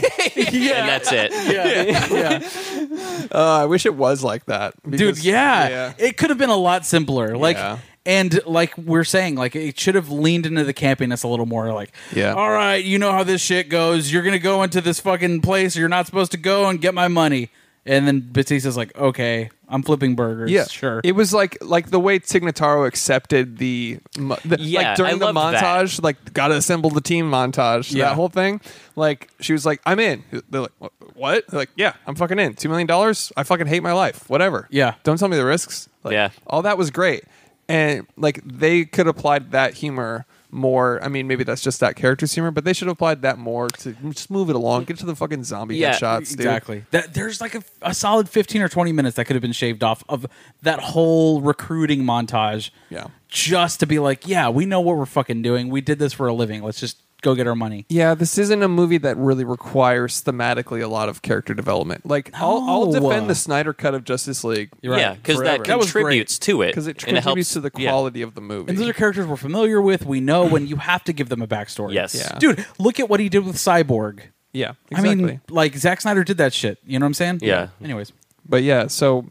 [SPEAKER 2] that's it.
[SPEAKER 1] Yeah. yeah.
[SPEAKER 3] Uh, I wish it was like that.
[SPEAKER 1] Dude,
[SPEAKER 3] because-
[SPEAKER 1] yeah. It could have been a lot simpler. Like
[SPEAKER 3] Yeah.
[SPEAKER 1] and like we're saying, like it should have leaned into the campiness a little more. Like,
[SPEAKER 3] Yeah.
[SPEAKER 1] all right, you know how this shit goes. You're gonna go into this fucking place you're not supposed to go and get my money. And then Batista's like, okay, I'm flipping burgers.
[SPEAKER 3] Yeah,
[SPEAKER 1] sure.
[SPEAKER 3] It was like like the way Tignataro accepted the, mo- the
[SPEAKER 2] Yeah,
[SPEAKER 3] like during
[SPEAKER 2] I
[SPEAKER 3] the
[SPEAKER 2] loved that.
[SPEAKER 3] montage, like gotta assemble the team montage,
[SPEAKER 1] Yeah.
[SPEAKER 3] that whole thing. Like she was like, "I'm in." They're like, "Wh- "What?" They're like, "Yeah, I'm fucking in." Two million dollars. I fucking hate my life. Whatever.
[SPEAKER 1] Yeah.
[SPEAKER 3] Don't tell me the risks. Like,
[SPEAKER 2] Yeah.
[SPEAKER 3] All that was great, and like they could apply that humor. More, I mean, maybe that's just that character's humor, but they should have applied that more to just move it along. Get to the fucking zombie
[SPEAKER 2] Yeah,
[SPEAKER 3] headshots, dude.
[SPEAKER 1] Exactly. That there's like a, a solid 15 or 20 minutes that could have been shaved off of that whole recruiting montage.
[SPEAKER 3] Yeah.
[SPEAKER 1] Just to be like, yeah, we know what we're fucking doing. We did this for a living. Let's just go get our money.
[SPEAKER 3] Yeah, this isn't a movie that really requires thematically a lot of character development. Like, I'll, I'll
[SPEAKER 1] No.
[SPEAKER 3] defend the Snyder cut of Justice League.
[SPEAKER 1] Right.
[SPEAKER 2] Yeah, because
[SPEAKER 3] Forever.
[SPEAKER 2] that
[SPEAKER 3] That
[SPEAKER 1] was great.
[SPEAKER 2] contributes to it.
[SPEAKER 3] Because it
[SPEAKER 2] and helps
[SPEAKER 3] contributes to the
[SPEAKER 2] yeah.
[SPEAKER 3] quality of the movie.
[SPEAKER 1] And those are characters we're familiar with. We know when you have to give them a backstory.
[SPEAKER 2] Yes.
[SPEAKER 3] Yeah.
[SPEAKER 1] Dude, look at what he did with Cyborg.
[SPEAKER 3] yeah, exactly.
[SPEAKER 1] I mean, like Zack Snyder did that shit. You know what I'm saying?
[SPEAKER 2] Yeah.
[SPEAKER 1] Anyways,
[SPEAKER 3] but yeah, so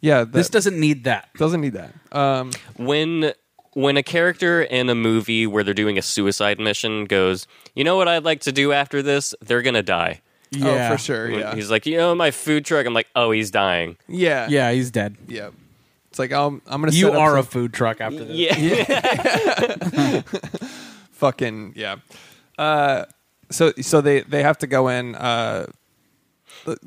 [SPEAKER 3] yeah, that
[SPEAKER 1] this doesn't need that.
[SPEAKER 3] doesn't need that. Um,
[SPEAKER 2] when when a character in a movie where they're doing a suicide mission goes, you know what I'd like to do after this? They're gonna die.
[SPEAKER 3] Oh, for sure.
[SPEAKER 2] When
[SPEAKER 3] Yeah.
[SPEAKER 2] He's like, you know, my food truck. I'm like, oh, he's dying.
[SPEAKER 3] yeah.
[SPEAKER 1] Yeah, he's dead.
[SPEAKER 3] Yeah. It's like, um, I'm going to
[SPEAKER 1] You
[SPEAKER 3] set up
[SPEAKER 1] are
[SPEAKER 3] some
[SPEAKER 1] a food truck after this.
[SPEAKER 2] Yeah,
[SPEAKER 3] fucking, yeah. Uh, so, so they, they have to go in, uh,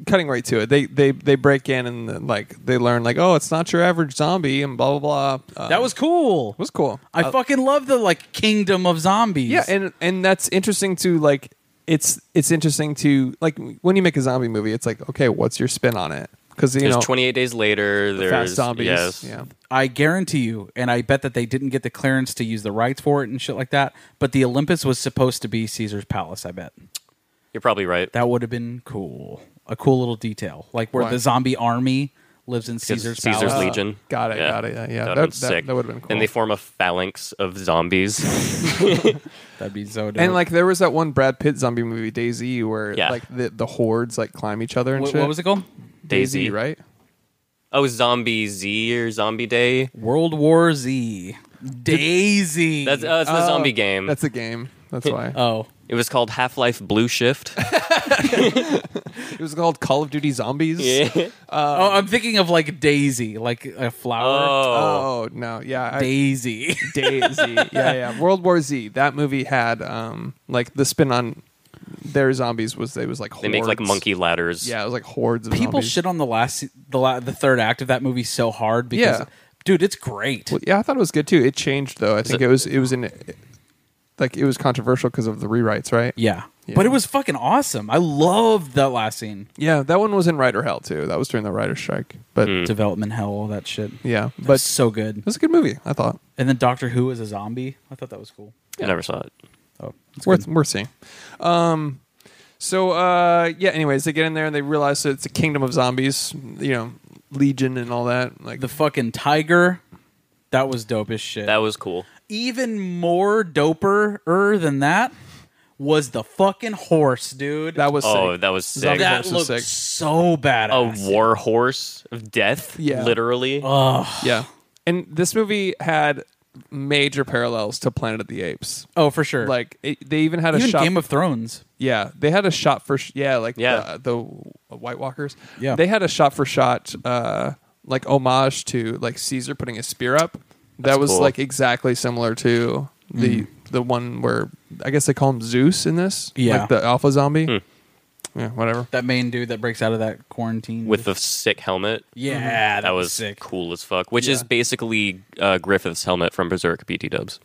[SPEAKER 3] cutting right to it they they they break in and like they learn like oh it's not your average zombie and blah blah blah Um,
[SPEAKER 1] That was cool.
[SPEAKER 3] was cool. Uh,
[SPEAKER 1] I fucking love the like kingdom of zombies.
[SPEAKER 3] yeah, and and that's interesting to like. It's it's interesting to like when you make a zombie movie. It's like okay, what's your spin on it? Because you
[SPEAKER 2] there's
[SPEAKER 3] know,
[SPEAKER 2] 28 days later. There's
[SPEAKER 3] fast zombies.
[SPEAKER 2] Yes.
[SPEAKER 3] Yeah,
[SPEAKER 1] I guarantee you, and I bet that they didn't get the clearance to use the rights for it and shit like that. But the Olympus was supposed to be Caesar's palace. I bet
[SPEAKER 2] You're probably right.
[SPEAKER 1] that would have been cool, a cool little detail, like where
[SPEAKER 3] Right.
[SPEAKER 1] the zombie army lives in Caesar's,
[SPEAKER 2] Caesar's
[SPEAKER 1] palace.
[SPEAKER 2] Legion.
[SPEAKER 3] got it, got it, yeah,
[SPEAKER 2] would've
[SPEAKER 3] yeah.
[SPEAKER 2] been
[SPEAKER 3] That- that-
[SPEAKER 2] sick.
[SPEAKER 3] that would've been cool.
[SPEAKER 2] And they form a phalanx of zombies.
[SPEAKER 1] That'd be so dope.
[SPEAKER 3] And like there was that one Brad Pitt zombie movie Daisy where
[SPEAKER 2] Yeah.
[SPEAKER 3] like the, the hordes like climb each other and
[SPEAKER 1] what,
[SPEAKER 3] shit.
[SPEAKER 1] what was it called?
[SPEAKER 3] Daisy,
[SPEAKER 2] Daisy,
[SPEAKER 3] right?
[SPEAKER 2] Oh, Zombie Z or Zombie Day.
[SPEAKER 1] World War Z. Daisy.
[SPEAKER 2] That's, uh, it's the zombie game.
[SPEAKER 3] Oh, That's a game. That's why
[SPEAKER 2] uh,
[SPEAKER 1] oh,
[SPEAKER 2] It was called Half Life Blue Shift.
[SPEAKER 3] it was called Call of Duty Zombies.
[SPEAKER 1] oh, I'm thinking of like Daisy, like a flower.
[SPEAKER 2] Oh,
[SPEAKER 3] Oh no, yeah, I-
[SPEAKER 1] Daisy.
[SPEAKER 3] Daisy. yeah, yeah. World War Z. That movie had um like the spin on their zombies was they was like hordes.
[SPEAKER 2] they make like monkey ladders.
[SPEAKER 3] Oh. Yeah, it was like hordes of
[SPEAKER 1] People
[SPEAKER 3] zombies.
[SPEAKER 1] shit on the last, the la- the third act of that movie so hard because,
[SPEAKER 3] Yeah.
[SPEAKER 1] dude, it's great.
[SPEAKER 3] Well, yeah, I thought it was good too. It changed though. I think it,
[SPEAKER 2] it-
[SPEAKER 3] was it was in like it was controversial because of the rewrites, right?
[SPEAKER 1] Yeah.
[SPEAKER 3] Yeah.
[SPEAKER 1] But it was fucking awesome. I loved that last scene.
[SPEAKER 3] Yeah, that one was in writer hell too. That was during the writer's strike. But
[SPEAKER 1] Hmm.
[SPEAKER 2] Mm.
[SPEAKER 1] Development hell, all that shit.
[SPEAKER 3] yeah,
[SPEAKER 1] But
[SPEAKER 3] but
[SPEAKER 1] so
[SPEAKER 3] it
[SPEAKER 1] good.
[SPEAKER 3] was a good movie. I thought
[SPEAKER 1] And then Doctor Who is a zombie. I thought that was cool.
[SPEAKER 2] I never saw it.
[SPEAKER 1] Oh, it's
[SPEAKER 3] it's worth worth seeing. Um, so uh, yeah. Anyways, they get in there and they realize that it's a kingdom of zombies. You know, legion and all that. Like
[SPEAKER 1] The fucking tiger. That was dope as shit.
[SPEAKER 2] That was cool.
[SPEAKER 1] Even more doper than that was the fucking horse, dude.
[SPEAKER 3] that was
[SPEAKER 2] Oh,
[SPEAKER 3] sick.
[SPEAKER 2] that was sick.
[SPEAKER 3] Zombie-
[SPEAKER 1] that
[SPEAKER 3] horse is
[SPEAKER 1] looked
[SPEAKER 3] sick.
[SPEAKER 1] so
[SPEAKER 2] a
[SPEAKER 1] badass.
[SPEAKER 2] war horse of death.
[SPEAKER 3] Yeah.
[SPEAKER 2] Literally.
[SPEAKER 1] Oh.
[SPEAKER 3] yeah. And this movie had major parallels to Planet of the Apes.
[SPEAKER 1] oh, for sure.
[SPEAKER 3] Like it, they even had a
[SPEAKER 1] even
[SPEAKER 3] shot
[SPEAKER 1] Game of Thrones.
[SPEAKER 3] Yeah, they had a shot for sh- yeah, like uh,
[SPEAKER 2] Yeah.
[SPEAKER 3] The, the White Walkers.
[SPEAKER 1] Yeah.
[SPEAKER 3] they had a shot for shot uh, like homage to like Caesar putting his spear up. that
[SPEAKER 2] That's
[SPEAKER 3] was
[SPEAKER 2] cool.
[SPEAKER 3] like exactly similar to
[SPEAKER 1] Mm.
[SPEAKER 3] the the one where I guess they call him Zeus in this.
[SPEAKER 1] Yeah.
[SPEAKER 3] like the alpha zombie.
[SPEAKER 2] Hmm.
[SPEAKER 3] Yeah, whatever.
[SPEAKER 1] That main dude that breaks out of that quarantine
[SPEAKER 2] With the sick helmet.
[SPEAKER 1] yeah, that,
[SPEAKER 2] That was
[SPEAKER 1] sick.
[SPEAKER 2] cool as fuck. Which is
[SPEAKER 3] Mm-hmm. Yeah.
[SPEAKER 2] basically uh, Griffith's helmet from Berserk BT dubs.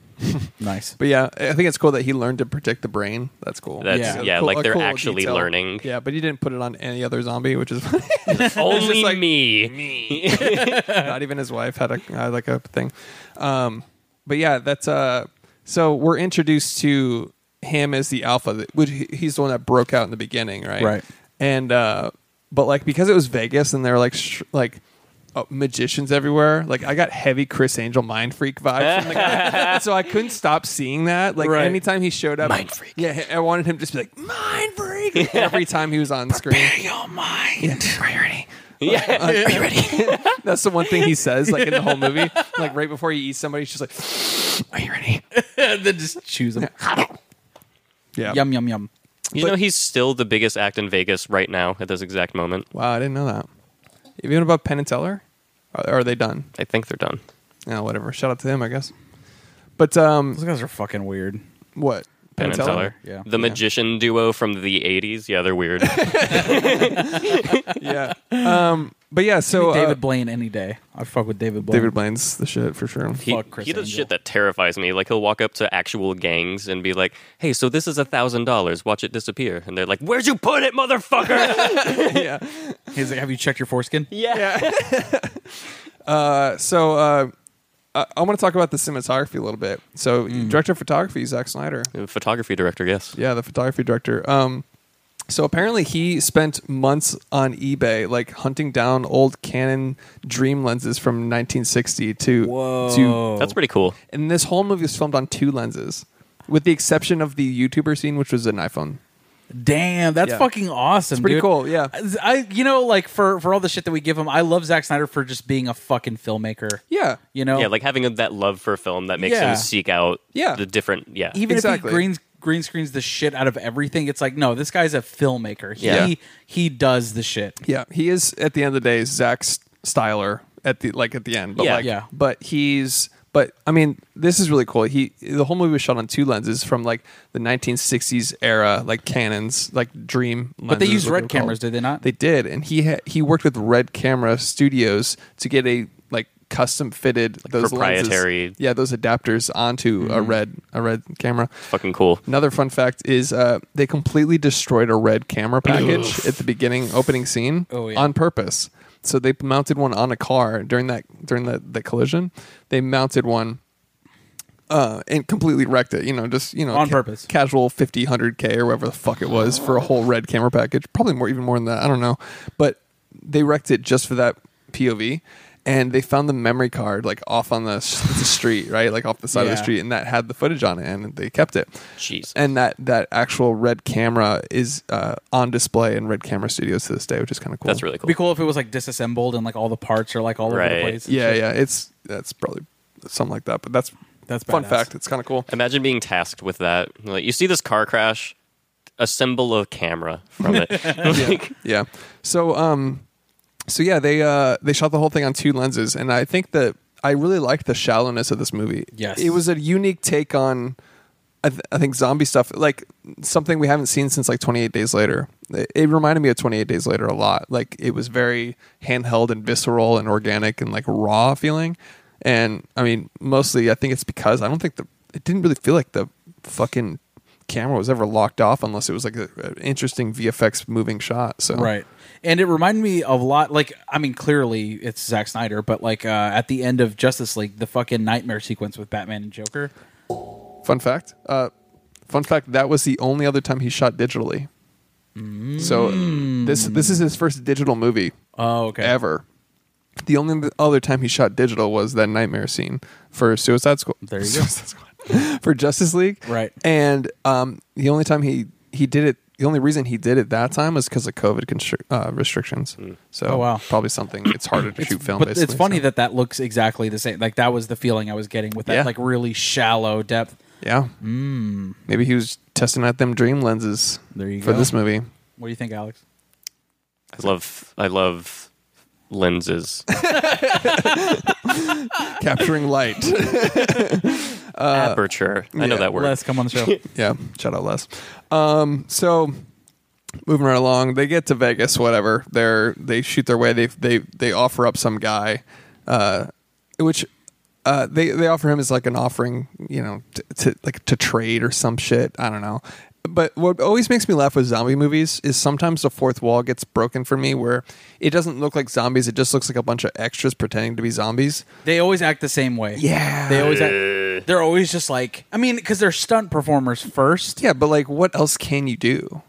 [SPEAKER 1] Nice.
[SPEAKER 3] But yeah, I think it's cool that he learned to predict the brain. That's cool.
[SPEAKER 2] That's
[SPEAKER 1] Yeah.
[SPEAKER 2] yeah,
[SPEAKER 3] Cool-
[SPEAKER 2] like
[SPEAKER 3] a
[SPEAKER 2] they're
[SPEAKER 3] cool
[SPEAKER 2] actually
[SPEAKER 3] detail.
[SPEAKER 2] learning.
[SPEAKER 3] Yeah, but he didn't put it on any other zombie, which is
[SPEAKER 2] Only
[SPEAKER 3] like-
[SPEAKER 2] me. Me.
[SPEAKER 3] not even his wife had a had like a thing. Um, but yeah, that's uh. So we're introduced to him as the alpha, that- which he- he's the one that broke out in the beginning, right?
[SPEAKER 1] Right.
[SPEAKER 3] And uh, but like because it was Vegas and there were like sh- like uh, magicians everywhere, like I got heavy Chris Angel mind freak vibes, from the guy. so I couldn't stop seeing that. Like
[SPEAKER 1] Right.
[SPEAKER 3] anytime he showed up,
[SPEAKER 2] Mind freak.
[SPEAKER 3] Yeah, I wanted him to just be like mind freak like, every time he was on screen.
[SPEAKER 1] Your mind.
[SPEAKER 3] Priority.
[SPEAKER 2] yeah.
[SPEAKER 3] Uh,
[SPEAKER 1] Uh,
[SPEAKER 3] That's the one thing he says, like in the whole movie. Like right before he eats somebody, she's like, "Are you ready?"
[SPEAKER 1] then just choose them.
[SPEAKER 3] Yeah.
[SPEAKER 1] Yum yum yum.
[SPEAKER 2] You know he's still the biggest act in Vegas right now at this exact moment.
[SPEAKER 3] Wow, I didn't know that. Even about Penn and Teller, are, are they done?
[SPEAKER 2] I think they're done.
[SPEAKER 3] No, whatever. Shout out to them, I guess. But um,
[SPEAKER 1] Those guys are fucking weird.
[SPEAKER 3] what
[SPEAKER 2] Penn and Teller.
[SPEAKER 1] Yeah.
[SPEAKER 2] The magician duo from the 80s. Yeah, they're weird.
[SPEAKER 3] Yeah. Um, but yeah, so uh,
[SPEAKER 1] David Blaine any day. I fuck with David Blaine.
[SPEAKER 3] David Blaine's the shit for sure.
[SPEAKER 2] He,
[SPEAKER 1] Fuck Chris
[SPEAKER 2] he does
[SPEAKER 1] Angel.
[SPEAKER 2] shit that terrifies me. Like he'll walk up to actual gangs and be like, "Hey, so this is a thousand dollars. Watch it disappear." And they're like, "Where'd you put it, motherfucker?"
[SPEAKER 3] yeah.
[SPEAKER 1] He's like, have you checked your foreskin?
[SPEAKER 2] yeah.
[SPEAKER 3] Uh, so uh, I, I want to talk about the cinematography a little bit. So director of photography, Zack Snyder.
[SPEAKER 2] Photography director, yes.
[SPEAKER 3] Yeah, the photography director. Um, so apparently he spent months on eBay, like hunting down old Canon dream lenses from 1960 to to,
[SPEAKER 1] Whoa.
[SPEAKER 2] That's pretty cool.
[SPEAKER 3] and this whole movie was filmed on two lenses, with the exception of the YouTuber scene, which was an iPhone.
[SPEAKER 1] Damn, that's
[SPEAKER 3] Yeah.
[SPEAKER 1] fucking awesome.
[SPEAKER 3] pretty
[SPEAKER 1] dude.
[SPEAKER 3] cool, yeah.
[SPEAKER 1] I, you know, like for for all the shit that we give him, I love Zack Snyder for just being a fucking filmmaker.
[SPEAKER 3] Yeah,
[SPEAKER 1] You know,
[SPEAKER 2] Yeah, like having that love for film that makes
[SPEAKER 1] Oh. Yeah.
[SPEAKER 2] him seek out
[SPEAKER 3] Yeah.
[SPEAKER 2] the different. Yeah,
[SPEAKER 1] even
[SPEAKER 3] exactly.
[SPEAKER 1] if he green green screens the shit out of everything, it's like, no, this guy's a filmmaker. He
[SPEAKER 3] Yeah.
[SPEAKER 1] he does the shit.
[SPEAKER 3] yeah. He is at the end of the day Zach's styler at the like at the end, but
[SPEAKER 2] Yeah.
[SPEAKER 3] like,
[SPEAKER 1] Yeah.
[SPEAKER 3] but he's. But I mean, this is really cool. He the whole movie was shot on two lenses from like the 1960s era, like Canons, like Dream.
[SPEAKER 1] But they
[SPEAKER 3] lenses,
[SPEAKER 1] used
[SPEAKER 3] what
[SPEAKER 1] red
[SPEAKER 3] were called.
[SPEAKER 1] cameras, did they not?
[SPEAKER 3] They did, and he ha- he worked with Red Camera Studios to get a like custom fitted those
[SPEAKER 2] proprietary-
[SPEAKER 3] lenses, yeah those adapters onto a red a red camera.
[SPEAKER 2] fucking cool.
[SPEAKER 1] Oh.
[SPEAKER 3] Another fun fact is uh, they completely destroyed a red camera package at the beginning opening scene
[SPEAKER 1] Oh, yeah.
[SPEAKER 3] on purpose. So they mounted one on a car during that during the, the collision. They mounted one uh, and completely wrecked it. You know, just you know,
[SPEAKER 1] On purpose.
[SPEAKER 3] casual 50, 100 k or whatever the fuck it was for a whole red camera package. Probably more, even more than that. I don't know, but they wrecked it just for that POV, and they found the memory card like off on the, s- the street, right, like off the side of
[SPEAKER 1] Yeah.
[SPEAKER 3] the street, and that had the footage on it, and they kept it.
[SPEAKER 2] Jeez.
[SPEAKER 3] And that that actual red camera is uh, on display in Red Camera Studios to this day, which is kind of cool.
[SPEAKER 2] That's really
[SPEAKER 1] It'd
[SPEAKER 2] cool.
[SPEAKER 1] be cool if it was like disassembled and like all the parts are like all over the
[SPEAKER 2] Right.
[SPEAKER 1] place. and
[SPEAKER 3] Yeah,
[SPEAKER 1] shit.
[SPEAKER 3] yeah, it's that's probably something like that, but that's
[SPEAKER 1] That's
[SPEAKER 3] fun
[SPEAKER 1] badass.
[SPEAKER 3] fact. It's kind of cool.
[SPEAKER 2] Imagine being tasked with that. Like you see this car crash, assemble a camera from it. Like,
[SPEAKER 3] yeah. So um so yeah, they uh they shot the whole thing on two lenses and I think that I really liked the shallowness of this movie.
[SPEAKER 1] Yes.
[SPEAKER 3] It was a unique take on I, th- I think zombie stuff like something we haven't seen since like 28 days later. It, it reminded me of 28 days later a lot. Like it was very handheld and visceral and organic and like raw feeling. And I mean, mostly I think it's because I don't think the it didn't really feel like the fucking camera was ever locked off unless it was like a- an interesting VFX moving shot. So
[SPEAKER 1] Right. And it reminded me of a lot like I mean clearly it's Zack Snyder, but like uh, at the end of Justice League, the fucking nightmare sequence with Batman and Joker.
[SPEAKER 3] Fun fact. Uh, fun fact. That was the only other time he shot digitally. So this this is his first digital movie
[SPEAKER 1] Oh, okay.
[SPEAKER 3] ever. The only other time he shot digital was that nightmare scene for Suicide Squad.
[SPEAKER 1] There you go.
[SPEAKER 3] Suicide Squad. for Justice League.
[SPEAKER 1] Right.
[SPEAKER 3] And um, the only time he he did it, the only reason he did it that time was because of COVID constri- uh, restrictions. So
[SPEAKER 1] Oh, wow.
[SPEAKER 3] probably something. It's harder to shoot film.
[SPEAKER 1] But
[SPEAKER 3] basically,
[SPEAKER 1] it's funny
[SPEAKER 3] so.
[SPEAKER 1] that that looks exactly the same. Like that was the feeling I was getting with that
[SPEAKER 3] Yeah.
[SPEAKER 1] like really shallow depth,
[SPEAKER 3] Yeah. Maybe he was testing out them dream lenses
[SPEAKER 1] Hmm. There you
[SPEAKER 3] for
[SPEAKER 1] go.
[SPEAKER 3] this movie.
[SPEAKER 1] What do you think, Alex?
[SPEAKER 2] I love I love lenses.
[SPEAKER 3] Capturing light.
[SPEAKER 1] Uh,
[SPEAKER 2] Aperture. I know
[SPEAKER 3] yeah.
[SPEAKER 2] that word.
[SPEAKER 1] Les, come on the show.
[SPEAKER 3] yeah. Shout out Les. Um, so moving right along, they get to Vegas, whatever. They're they shoot their way, they they they offer up some guy, uh, which uh, they they offer him as like an offering, you know, to, to like to trade or some shit. I don't know. But what always makes me laugh with zombie movies is sometimes the fourth wall gets broken for me, where it doesn't look like zombies; it just looks like a bunch of extras pretending to be zombies.
[SPEAKER 1] They always act the same way.
[SPEAKER 3] Yeah.
[SPEAKER 1] They always
[SPEAKER 2] Uh,
[SPEAKER 1] act, they're always just like I mean cuz they're stunt performers first.
[SPEAKER 3] Yeah, but like, what else can you do?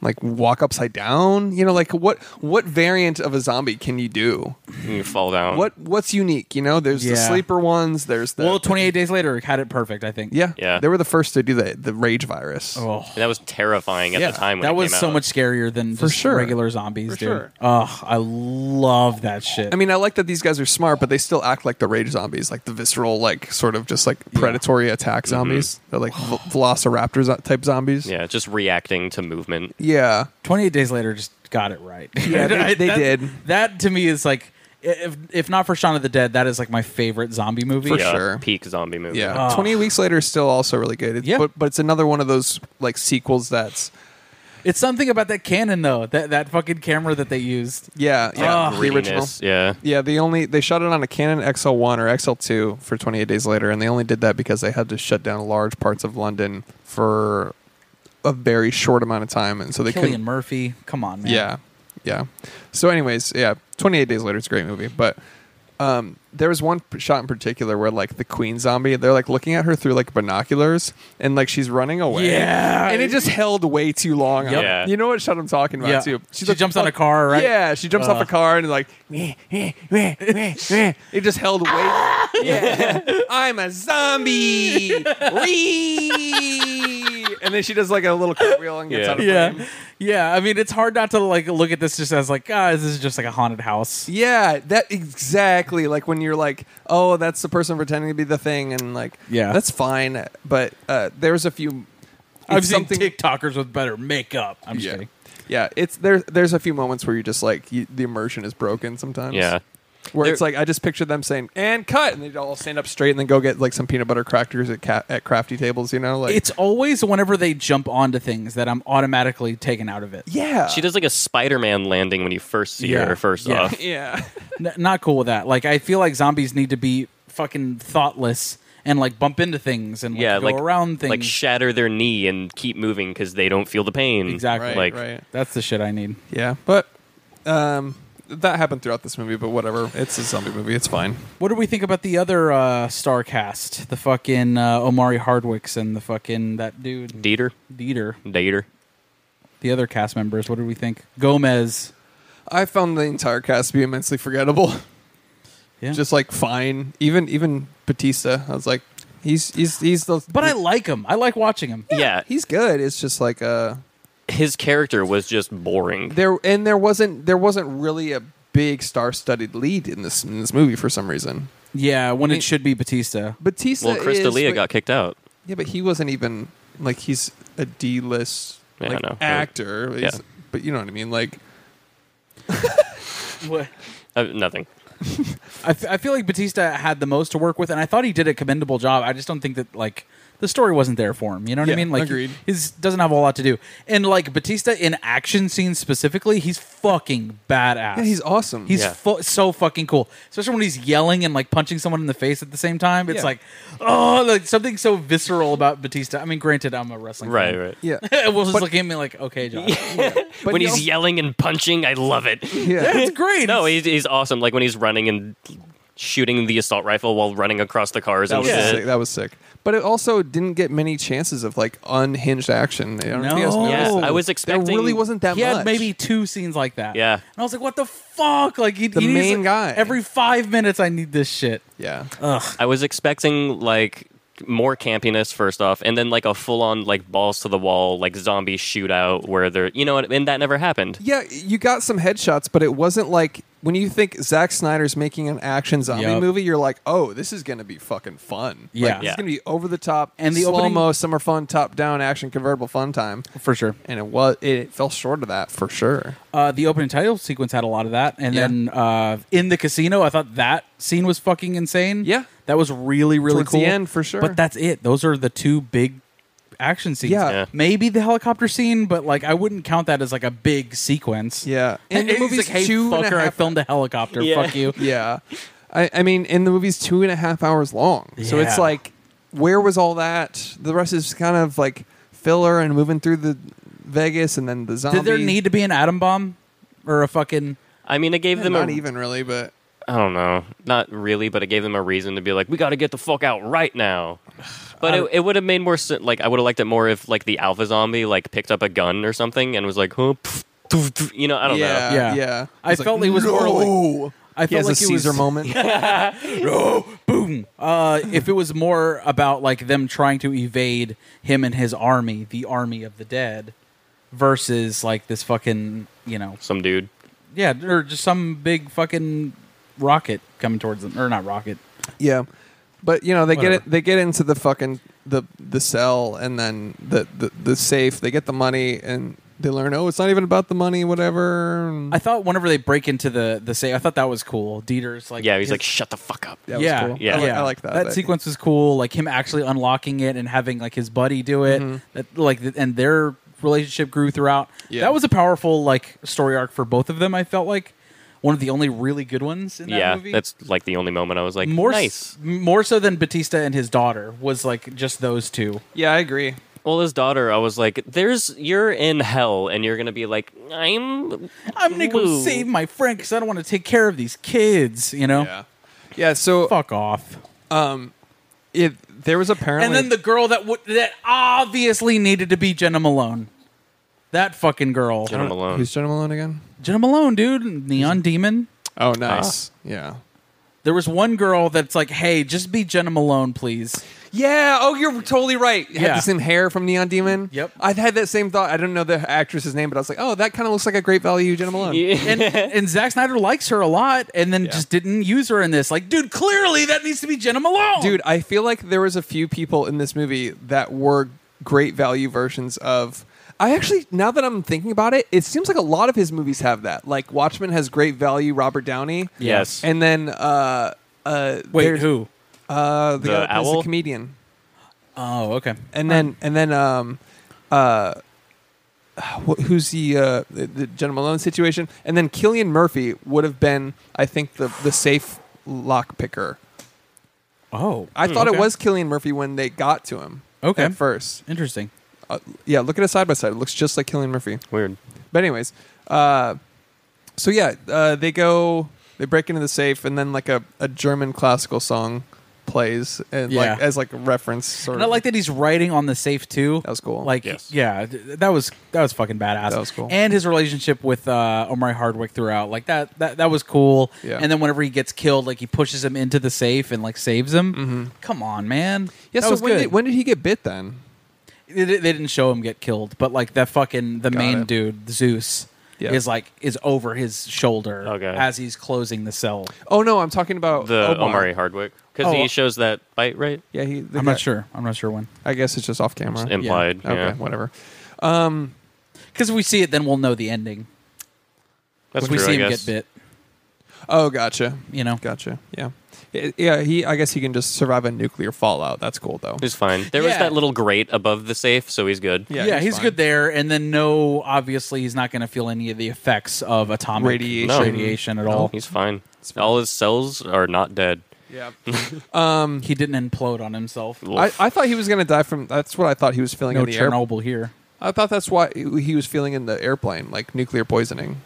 [SPEAKER 3] Like walk upside down? You know, like what what variant of a zombie can you do?
[SPEAKER 2] You fall down.
[SPEAKER 3] What what's unique? You know, there's the
[SPEAKER 1] Yeah.
[SPEAKER 3] sleeper ones. There's the
[SPEAKER 1] Well, 28 days later had it perfect, I think.
[SPEAKER 3] yeah
[SPEAKER 2] Yeah.
[SPEAKER 3] They were the first to do the the rage virus.
[SPEAKER 1] Oh.
[SPEAKER 2] And that was terrifying at the time. When
[SPEAKER 1] that
[SPEAKER 2] it
[SPEAKER 1] was
[SPEAKER 2] came
[SPEAKER 1] so
[SPEAKER 2] out.
[SPEAKER 1] much scarier than just
[SPEAKER 3] sure.
[SPEAKER 1] regular zombies,
[SPEAKER 3] For
[SPEAKER 1] dude.
[SPEAKER 3] sure.
[SPEAKER 1] Oh, I love that shit.
[SPEAKER 3] I mean, I like that these guys are smart, but they still act like the rage zombies, like the visceral, like sort of just like predatory attack zombies. They're like
[SPEAKER 1] Oh.
[SPEAKER 3] v- velociraptor type zombies.
[SPEAKER 2] Mm-hmm. Yeah, just reacting to movement.
[SPEAKER 3] yeah.
[SPEAKER 1] 28 days later just got it right.
[SPEAKER 3] Yeah, they-
[SPEAKER 1] I-
[SPEAKER 3] they
[SPEAKER 1] that-
[SPEAKER 3] did.
[SPEAKER 1] That to me is like if if not for Shaun of the Dead, that is like my favorite zombie movie.
[SPEAKER 3] For
[SPEAKER 2] yeah,
[SPEAKER 3] sure.
[SPEAKER 2] Peak zombie movie.
[SPEAKER 3] Yeah, twenty eight weeks later is still also really good. It's,
[SPEAKER 1] Ah. Yeah.
[SPEAKER 3] but, but it's another one of those like sequels that's
[SPEAKER 1] It's something about that cannon though, that that fucking camera that they used.
[SPEAKER 3] yeah yeah
[SPEAKER 1] Ah.
[SPEAKER 3] the original
[SPEAKER 2] Greeniness. Yeah.
[SPEAKER 3] Yeah, the only they shot it on a Canon XL1 or XL2 for 28 days later, and they only did that because they had to shut down large parts of London for a very short amount of time, and so they
[SPEAKER 1] Killian
[SPEAKER 3] couldn't.
[SPEAKER 1] Murphy, come on, man.
[SPEAKER 3] Yeah, yeah. So, anyways, yeah, 28 days later, it's a great movie, but um, there was one p- shot in particular where like the queen zombie, they're like looking at her through like binoculars, and like she's running away.
[SPEAKER 1] Yeah.
[SPEAKER 3] And it just held way too long.
[SPEAKER 1] Yep.
[SPEAKER 2] Yeah.
[SPEAKER 3] You know what shot I'm talking about
[SPEAKER 1] Yeah.
[SPEAKER 3] too.
[SPEAKER 1] She
[SPEAKER 3] like,
[SPEAKER 1] jumps on a
[SPEAKER 3] fuck-
[SPEAKER 1] car, right? Uh.
[SPEAKER 3] Yeah, she jumps off a car and like it just held weight. yeah. I'm a zombie. Whee! and then she does like a little cartwheel and gets
[SPEAKER 2] Yeah.
[SPEAKER 3] out of frame.
[SPEAKER 1] Yeah. Yeah, I mean it's hard not to like look at this just as like, ah, this is just like a haunted house.
[SPEAKER 3] Yeah, that exactly. Like when you're like, oh, that's the person pretending to be the thing, and like,
[SPEAKER 1] Yeah.
[SPEAKER 3] that's fine. But uh, there's a few.
[SPEAKER 1] I've
[SPEAKER 3] it's
[SPEAKER 1] seen TikTokers with better makeup. I'm just
[SPEAKER 3] Yeah.
[SPEAKER 1] kidding.
[SPEAKER 3] Yeah, it's there. There's a few moments where you just like you, the immersion is broken sometimes.
[SPEAKER 2] Yeah.
[SPEAKER 3] where
[SPEAKER 2] There-
[SPEAKER 3] it's like I just picture them saying "and cut," and they all stand up straight and then go get like some peanut butter crackers at ca- at crafty tables. You know, like
[SPEAKER 1] It's always whenever they jump onto things that I'm automatically taken out of it.
[SPEAKER 3] yeah,
[SPEAKER 2] She does like a Spider-Man landing when you first see
[SPEAKER 1] Yeah.
[SPEAKER 2] her. First
[SPEAKER 1] Yeah.
[SPEAKER 2] off,
[SPEAKER 3] Yeah,
[SPEAKER 1] N- not cool with that. Like I feel like zombies need to be fucking thoughtless and like bump into things and like,
[SPEAKER 2] yeah,
[SPEAKER 1] go
[SPEAKER 2] like
[SPEAKER 1] around things.
[SPEAKER 2] like shatter their knee and keep moving because they don't feel the pain.
[SPEAKER 1] exactly.
[SPEAKER 3] Right,
[SPEAKER 2] like
[SPEAKER 3] right.
[SPEAKER 1] That's the shit I need.
[SPEAKER 3] yeah. But um, that happened throughout this movie. But whatever, it's a zombie movie. It's fine.
[SPEAKER 1] What do we think about the other uh, star cast? The fucking uh, Omari Hardwicks and the fucking that dude
[SPEAKER 2] Dieter,
[SPEAKER 1] Dieter.
[SPEAKER 2] Dieter.
[SPEAKER 1] The other cast members. What do we think? Gomez.
[SPEAKER 3] I found the entire cast to be immensely forgettable.
[SPEAKER 1] Yeah.
[SPEAKER 3] Just like fine, even even Batista. I was like, he's he's he's the
[SPEAKER 1] But I like him. I like watching him.
[SPEAKER 2] yeah,
[SPEAKER 3] he's good. It's just like uh
[SPEAKER 2] his character was just boring.
[SPEAKER 3] there and there wasn't there wasn't really a big star-studded lead in this in this movie for some reason.
[SPEAKER 1] Yeah, when
[SPEAKER 3] mean-
[SPEAKER 1] it should be Batista.
[SPEAKER 3] Batista.
[SPEAKER 2] Well, Chris
[SPEAKER 3] is,
[SPEAKER 2] D'Elia
[SPEAKER 3] but-
[SPEAKER 2] got kicked out.
[SPEAKER 3] Yeah, but he wasn't even like he's a D-list
[SPEAKER 2] Yeah, I
[SPEAKER 3] like,
[SPEAKER 2] know.
[SPEAKER 3] actor.
[SPEAKER 2] Yeah.
[SPEAKER 3] He's- But you know what I mean, like.
[SPEAKER 1] What?
[SPEAKER 2] Uh, nothing.
[SPEAKER 1] I, f- I feel like Batista had the most to work with, and I thought he did a commendable job. I just don't think that like the story wasn't there for him. You know what
[SPEAKER 3] Yeah,
[SPEAKER 1] I mean? Like,
[SPEAKER 3] agreed.
[SPEAKER 1] His doesn't have a lot to do, and like Batista in action scenes specifically, he's fucking badass.
[SPEAKER 3] Yeah, he's awesome.
[SPEAKER 1] He's
[SPEAKER 2] Yeah.
[SPEAKER 1] fu- so fucking cool, especially when he's yelling and like punching someone in the face at the same time. It's
[SPEAKER 3] Yeah.
[SPEAKER 1] like, oh, like something so visceral about Batista. I mean, granted, I'm a wrestling fan.
[SPEAKER 2] Right, right.
[SPEAKER 3] yeah.
[SPEAKER 1] Will just look at me like, okay, John,
[SPEAKER 3] But
[SPEAKER 2] when
[SPEAKER 3] he
[SPEAKER 2] he's
[SPEAKER 3] also-
[SPEAKER 2] yelling and punching, I love it.
[SPEAKER 3] yeah.
[SPEAKER 1] it's great.
[SPEAKER 2] No, he's, he's awesome. Like when he's running and shooting the assault rifle while running across the cars
[SPEAKER 3] That
[SPEAKER 2] and
[SPEAKER 3] was
[SPEAKER 1] Yeah.
[SPEAKER 2] shit.
[SPEAKER 3] sick. That was sick. But it also didn't get many chances of like unhinged action. I don't know if you guys
[SPEAKER 1] No.
[SPEAKER 3] noticed
[SPEAKER 1] Yeah,
[SPEAKER 3] that.
[SPEAKER 2] I was
[SPEAKER 3] There
[SPEAKER 2] expecting-
[SPEAKER 3] really wasn't that
[SPEAKER 1] he
[SPEAKER 3] much.
[SPEAKER 1] had maybe two scenes like that.
[SPEAKER 2] Yeah.
[SPEAKER 1] and I was like, "What the fuck?" Like he,
[SPEAKER 3] The
[SPEAKER 1] he needs,
[SPEAKER 3] main
[SPEAKER 1] like,
[SPEAKER 3] guy.
[SPEAKER 1] Every five minutes, I need this shit.
[SPEAKER 3] Yeah.
[SPEAKER 2] I was expecting like more campiness first off, and then like a full on like balls to the wall like zombie shootout where they're you know, and that never happened.
[SPEAKER 3] Yeah, you got some headshots, but it wasn't like when you think Zack Snyder's making an action zombie
[SPEAKER 1] Yup.
[SPEAKER 3] movie, you're like, oh, this is gonna be fucking fun.
[SPEAKER 1] Yeah.
[SPEAKER 3] like, it's
[SPEAKER 2] Yeah.
[SPEAKER 3] gonna be over the top
[SPEAKER 1] And the
[SPEAKER 3] slow mo
[SPEAKER 1] opening-
[SPEAKER 3] summer fun top down action convertible fun time,
[SPEAKER 1] For sure.
[SPEAKER 3] and it was it fell short of that for sure.
[SPEAKER 1] Uh, the opening title sequence had a lot of that, and
[SPEAKER 3] Yeah.
[SPEAKER 1] then uh, in the casino, I thought that scene was fucking insane.
[SPEAKER 3] Yeah.
[SPEAKER 1] that was really really
[SPEAKER 3] Towards the
[SPEAKER 1] cool.
[SPEAKER 3] end, for sure.
[SPEAKER 1] But that's it. Those are the two big action scenes.
[SPEAKER 3] Yeah. Yeah.
[SPEAKER 1] maybe the helicopter scene, but like I wouldn't count that as like a big sequence.
[SPEAKER 3] Yeah,
[SPEAKER 1] and the movie's like, hey, fucker, I filmed a helicopter.
[SPEAKER 2] Yeah.
[SPEAKER 1] Fuck you.
[SPEAKER 3] yeah. I, I mean, and the movie's two and a half hours long. So it's
[SPEAKER 1] Yeah.
[SPEAKER 3] like, where was all that? The rest is kind of like filler and moving through the Vegas and then the zombie.
[SPEAKER 1] Did there need to be an atom bomb or a fucking?
[SPEAKER 2] I mean, it gave them
[SPEAKER 3] Not
[SPEAKER 2] a,
[SPEAKER 3] even really, but
[SPEAKER 2] I don't know, not really, but it gave them a reason to be like, we got to get the fuck out right now. But it, it would have made more sense. Like I would have liked it more if like the alpha zombie like picked up a gun or something and was like, huh, pff, toof, toof," you know, I don't know.
[SPEAKER 3] yeah, yeah,
[SPEAKER 1] Yeah. I
[SPEAKER 3] It's
[SPEAKER 1] felt it was more like-
[SPEAKER 3] "No!"
[SPEAKER 1] I
[SPEAKER 3] he
[SPEAKER 1] felt
[SPEAKER 3] has
[SPEAKER 1] like
[SPEAKER 3] a
[SPEAKER 1] it was-
[SPEAKER 3] Caesar moment.
[SPEAKER 1] Oh, boom. Uh, if it was more about like them trying to evade him and his army, the army of the dead, versus like this fucking you know
[SPEAKER 2] Some dude.
[SPEAKER 1] yeah or just some big fucking rocket coming towards them or not rocket.
[SPEAKER 3] Yeah, but you know they get
[SPEAKER 1] Whatever.
[SPEAKER 3] it. They get into the fucking the the cell and then the, the the safe. They get the money and they learn. Oh, it's not even about the money. Whatever.
[SPEAKER 1] I thought whenever they break into the the say, I thought that was cool. Dieter's like
[SPEAKER 2] Yeah, he's
[SPEAKER 1] his-
[SPEAKER 2] like, shut the fuck up.
[SPEAKER 3] That was
[SPEAKER 1] yeah,
[SPEAKER 3] cool.
[SPEAKER 2] Yeah.
[SPEAKER 3] I, like, I like that.
[SPEAKER 1] That,
[SPEAKER 3] That-
[SPEAKER 1] sequence was cool. Like him actually unlocking it and having like his buddy do it.
[SPEAKER 3] Mm-hmm.
[SPEAKER 1] That like th- and their relationship grew throughout.
[SPEAKER 3] Yeah.
[SPEAKER 1] That was a powerful like story arc for both of them. I felt like one of the only really good ones in that
[SPEAKER 2] yeah,
[SPEAKER 1] movie.
[SPEAKER 2] that's like the only moment I was like,
[SPEAKER 1] more s-
[SPEAKER 2] nice.
[SPEAKER 1] more so than Batista and his daughter was like just those two.
[SPEAKER 3] Yeah, I agree.
[SPEAKER 2] Well, his daughter, I was like, "There's you're in hell, and you're gonna be like, I'm
[SPEAKER 1] I'm gonna go
[SPEAKER 2] Woo.
[SPEAKER 1] save my friend because I don't want to take care of these kids. You know,
[SPEAKER 3] Yeah, so um,
[SPEAKER 1] fuck off.
[SPEAKER 3] it there was apparently
[SPEAKER 1] And then the girl that would that obviously needed to be Jenna Malone. That fucking girl.
[SPEAKER 2] Jenna Malone."
[SPEAKER 3] who's Jenna Malone again?
[SPEAKER 1] Jenna Malone, dude, Neon Demon.
[SPEAKER 3] Oh, nice. Yeah.
[SPEAKER 1] There was one girl that's like, "Hey, just be Jenna Malone, please."
[SPEAKER 3] Yeah. Oh, you're totally right. You Had
[SPEAKER 1] Yeah.
[SPEAKER 3] the same hair from Neon Demon.
[SPEAKER 1] Yep.
[SPEAKER 3] I've had that same thought. I don't know the actress's name, but I was like, oh, that kind of looks like a great value, Jenna Malone.
[SPEAKER 1] And and Zack Snyder likes her a lot, and then
[SPEAKER 3] Yeah.
[SPEAKER 1] just didn't use her in this. Like, dude, clearly that needs to be Jenna Malone,
[SPEAKER 3] Dude, I feel like there was a few people in this movie that were great value versions of. I actually, now that I'm thinking about it, it seems like a lot of his movies have that. Like Watchmen has great value, Robert Downey.
[SPEAKER 2] Yes.
[SPEAKER 3] And then, uh, uh,
[SPEAKER 1] Wait,
[SPEAKER 3] there's-
[SPEAKER 1] who?
[SPEAKER 3] Uh, the,
[SPEAKER 2] The
[SPEAKER 3] guy that plays the
[SPEAKER 2] owl?
[SPEAKER 3] comedian.
[SPEAKER 1] Oh, okay.
[SPEAKER 3] and then and then um uh wh- who's the uh the, the Jenna Malone situation and then Killian Murphy would have been I think the the safe lock picker
[SPEAKER 1] Oh,
[SPEAKER 3] I thought it
[SPEAKER 1] okay.
[SPEAKER 3] was Killian Murphy when they got to him
[SPEAKER 1] Okay.
[SPEAKER 3] at first
[SPEAKER 1] interesting.
[SPEAKER 3] uh, yeah look at it side by side it looks just like Killian Murphy
[SPEAKER 2] Weird.
[SPEAKER 3] but anyways uh so yeah uh they go they break into the safe and then like a, a German classical song plays and
[SPEAKER 1] Yeah.
[SPEAKER 3] like as like a reference sort
[SPEAKER 1] And I
[SPEAKER 3] of
[SPEAKER 1] like that he's writing on the safe too.
[SPEAKER 3] That was cool.
[SPEAKER 1] Like,
[SPEAKER 2] Yes.
[SPEAKER 1] yeah, th- that was that was fucking badass.
[SPEAKER 3] That was cool.
[SPEAKER 1] And his relationship with uh, Omari Hardwick throughout, like that that that was cool.
[SPEAKER 3] Yeah.
[SPEAKER 1] And then whenever he gets killed, like he pushes him into the safe and like saves him. Come on, man.
[SPEAKER 3] Mm-hmm. yeah.
[SPEAKER 1] That
[SPEAKER 3] so
[SPEAKER 1] was
[SPEAKER 3] when
[SPEAKER 1] good.
[SPEAKER 3] did, when did he get bit then?
[SPEAKER 1] they, they didn't show him get killed, but like that fucking the main
[SPEAKER 3] it.
[SPEAKER 1] dude Zeus
[SPEAKER 3] Yeah.
[SPEAKER 1] is like is over his shoulder
[SPEAKER 2] Okay.
[SPEAKER 1] as he's closing the cell.
[SPEAKER 3] Oh no, I'm talking about
[SPEAKER 2] The
[SPEAKER 3] Omar.
[SPEAKER 2] Omari Hardwick because
[SPEAKER 1] Oh.
[SPEAKER 2] he shows that bite right
[SPEAKER 3] Yeah, he. the
[SPEAKER 1] I'm
[SPEAKER 3] guy-
[SPEAKER 1] not sure. I'm not sure when
[SPEAKER 3] I guess it's just off camera.
[SPEAKER 2] implied. Yeah.
[SPEAKER 3] okay, whatever.
[SPEAKER 1] because if we see it, then we'll know the ending.
[SPEAKER 2] That's
[SPEAKER 1] If
[SPEAKER 2] true.
[SPEAKER 1] we see
[SPEAKER 2] I
[SPEAKER 1] him
[SPEAKER 2] guess.
[SPEAKER 1] get bit,
[SPEAKER 3] Oh, gotcha.
[SPEAKER 1] you know.
[SPEAKER 3] Gotcha. Yeah. I- Yeah, he. I guess he can just survive a nuclear fallout. That's cool, though.
[SPEAKER 2] He's fine. There was
[SPEAKER 1] Yeah.
[SPEAKER 2] that little grate above the safe, so he's good.
[SPEAKER 1] Yeah,
[SPEAKER 3] he's
[SPEAKER 1] he's,
[SPEAKER 3] fine.
[SPEAKER 1] good there. And then no, obviously he's not going to feel any of the effects of atomic
[SPEAKER 3] Radiation.
[SPEAKER 2] No.
[SPEAKER 1] radiation at all.
[SPEAKER 2] He's fine. All his cells are not dead.
[SPEAKER 3] Yeah. Um,
[SPEAKER 1] He didn't implode on himself.
[SPEAKER 3] I, I thought he was gonna die from. That's what I thought he was feeling
[SPEAKER 1] No
[SPEAKER 3] in the air.
[SPEAKER 1] Chernobyl here.
[SPEAKER 3] I thought that's why he was feeling in the airplane, like nuclear poisoning,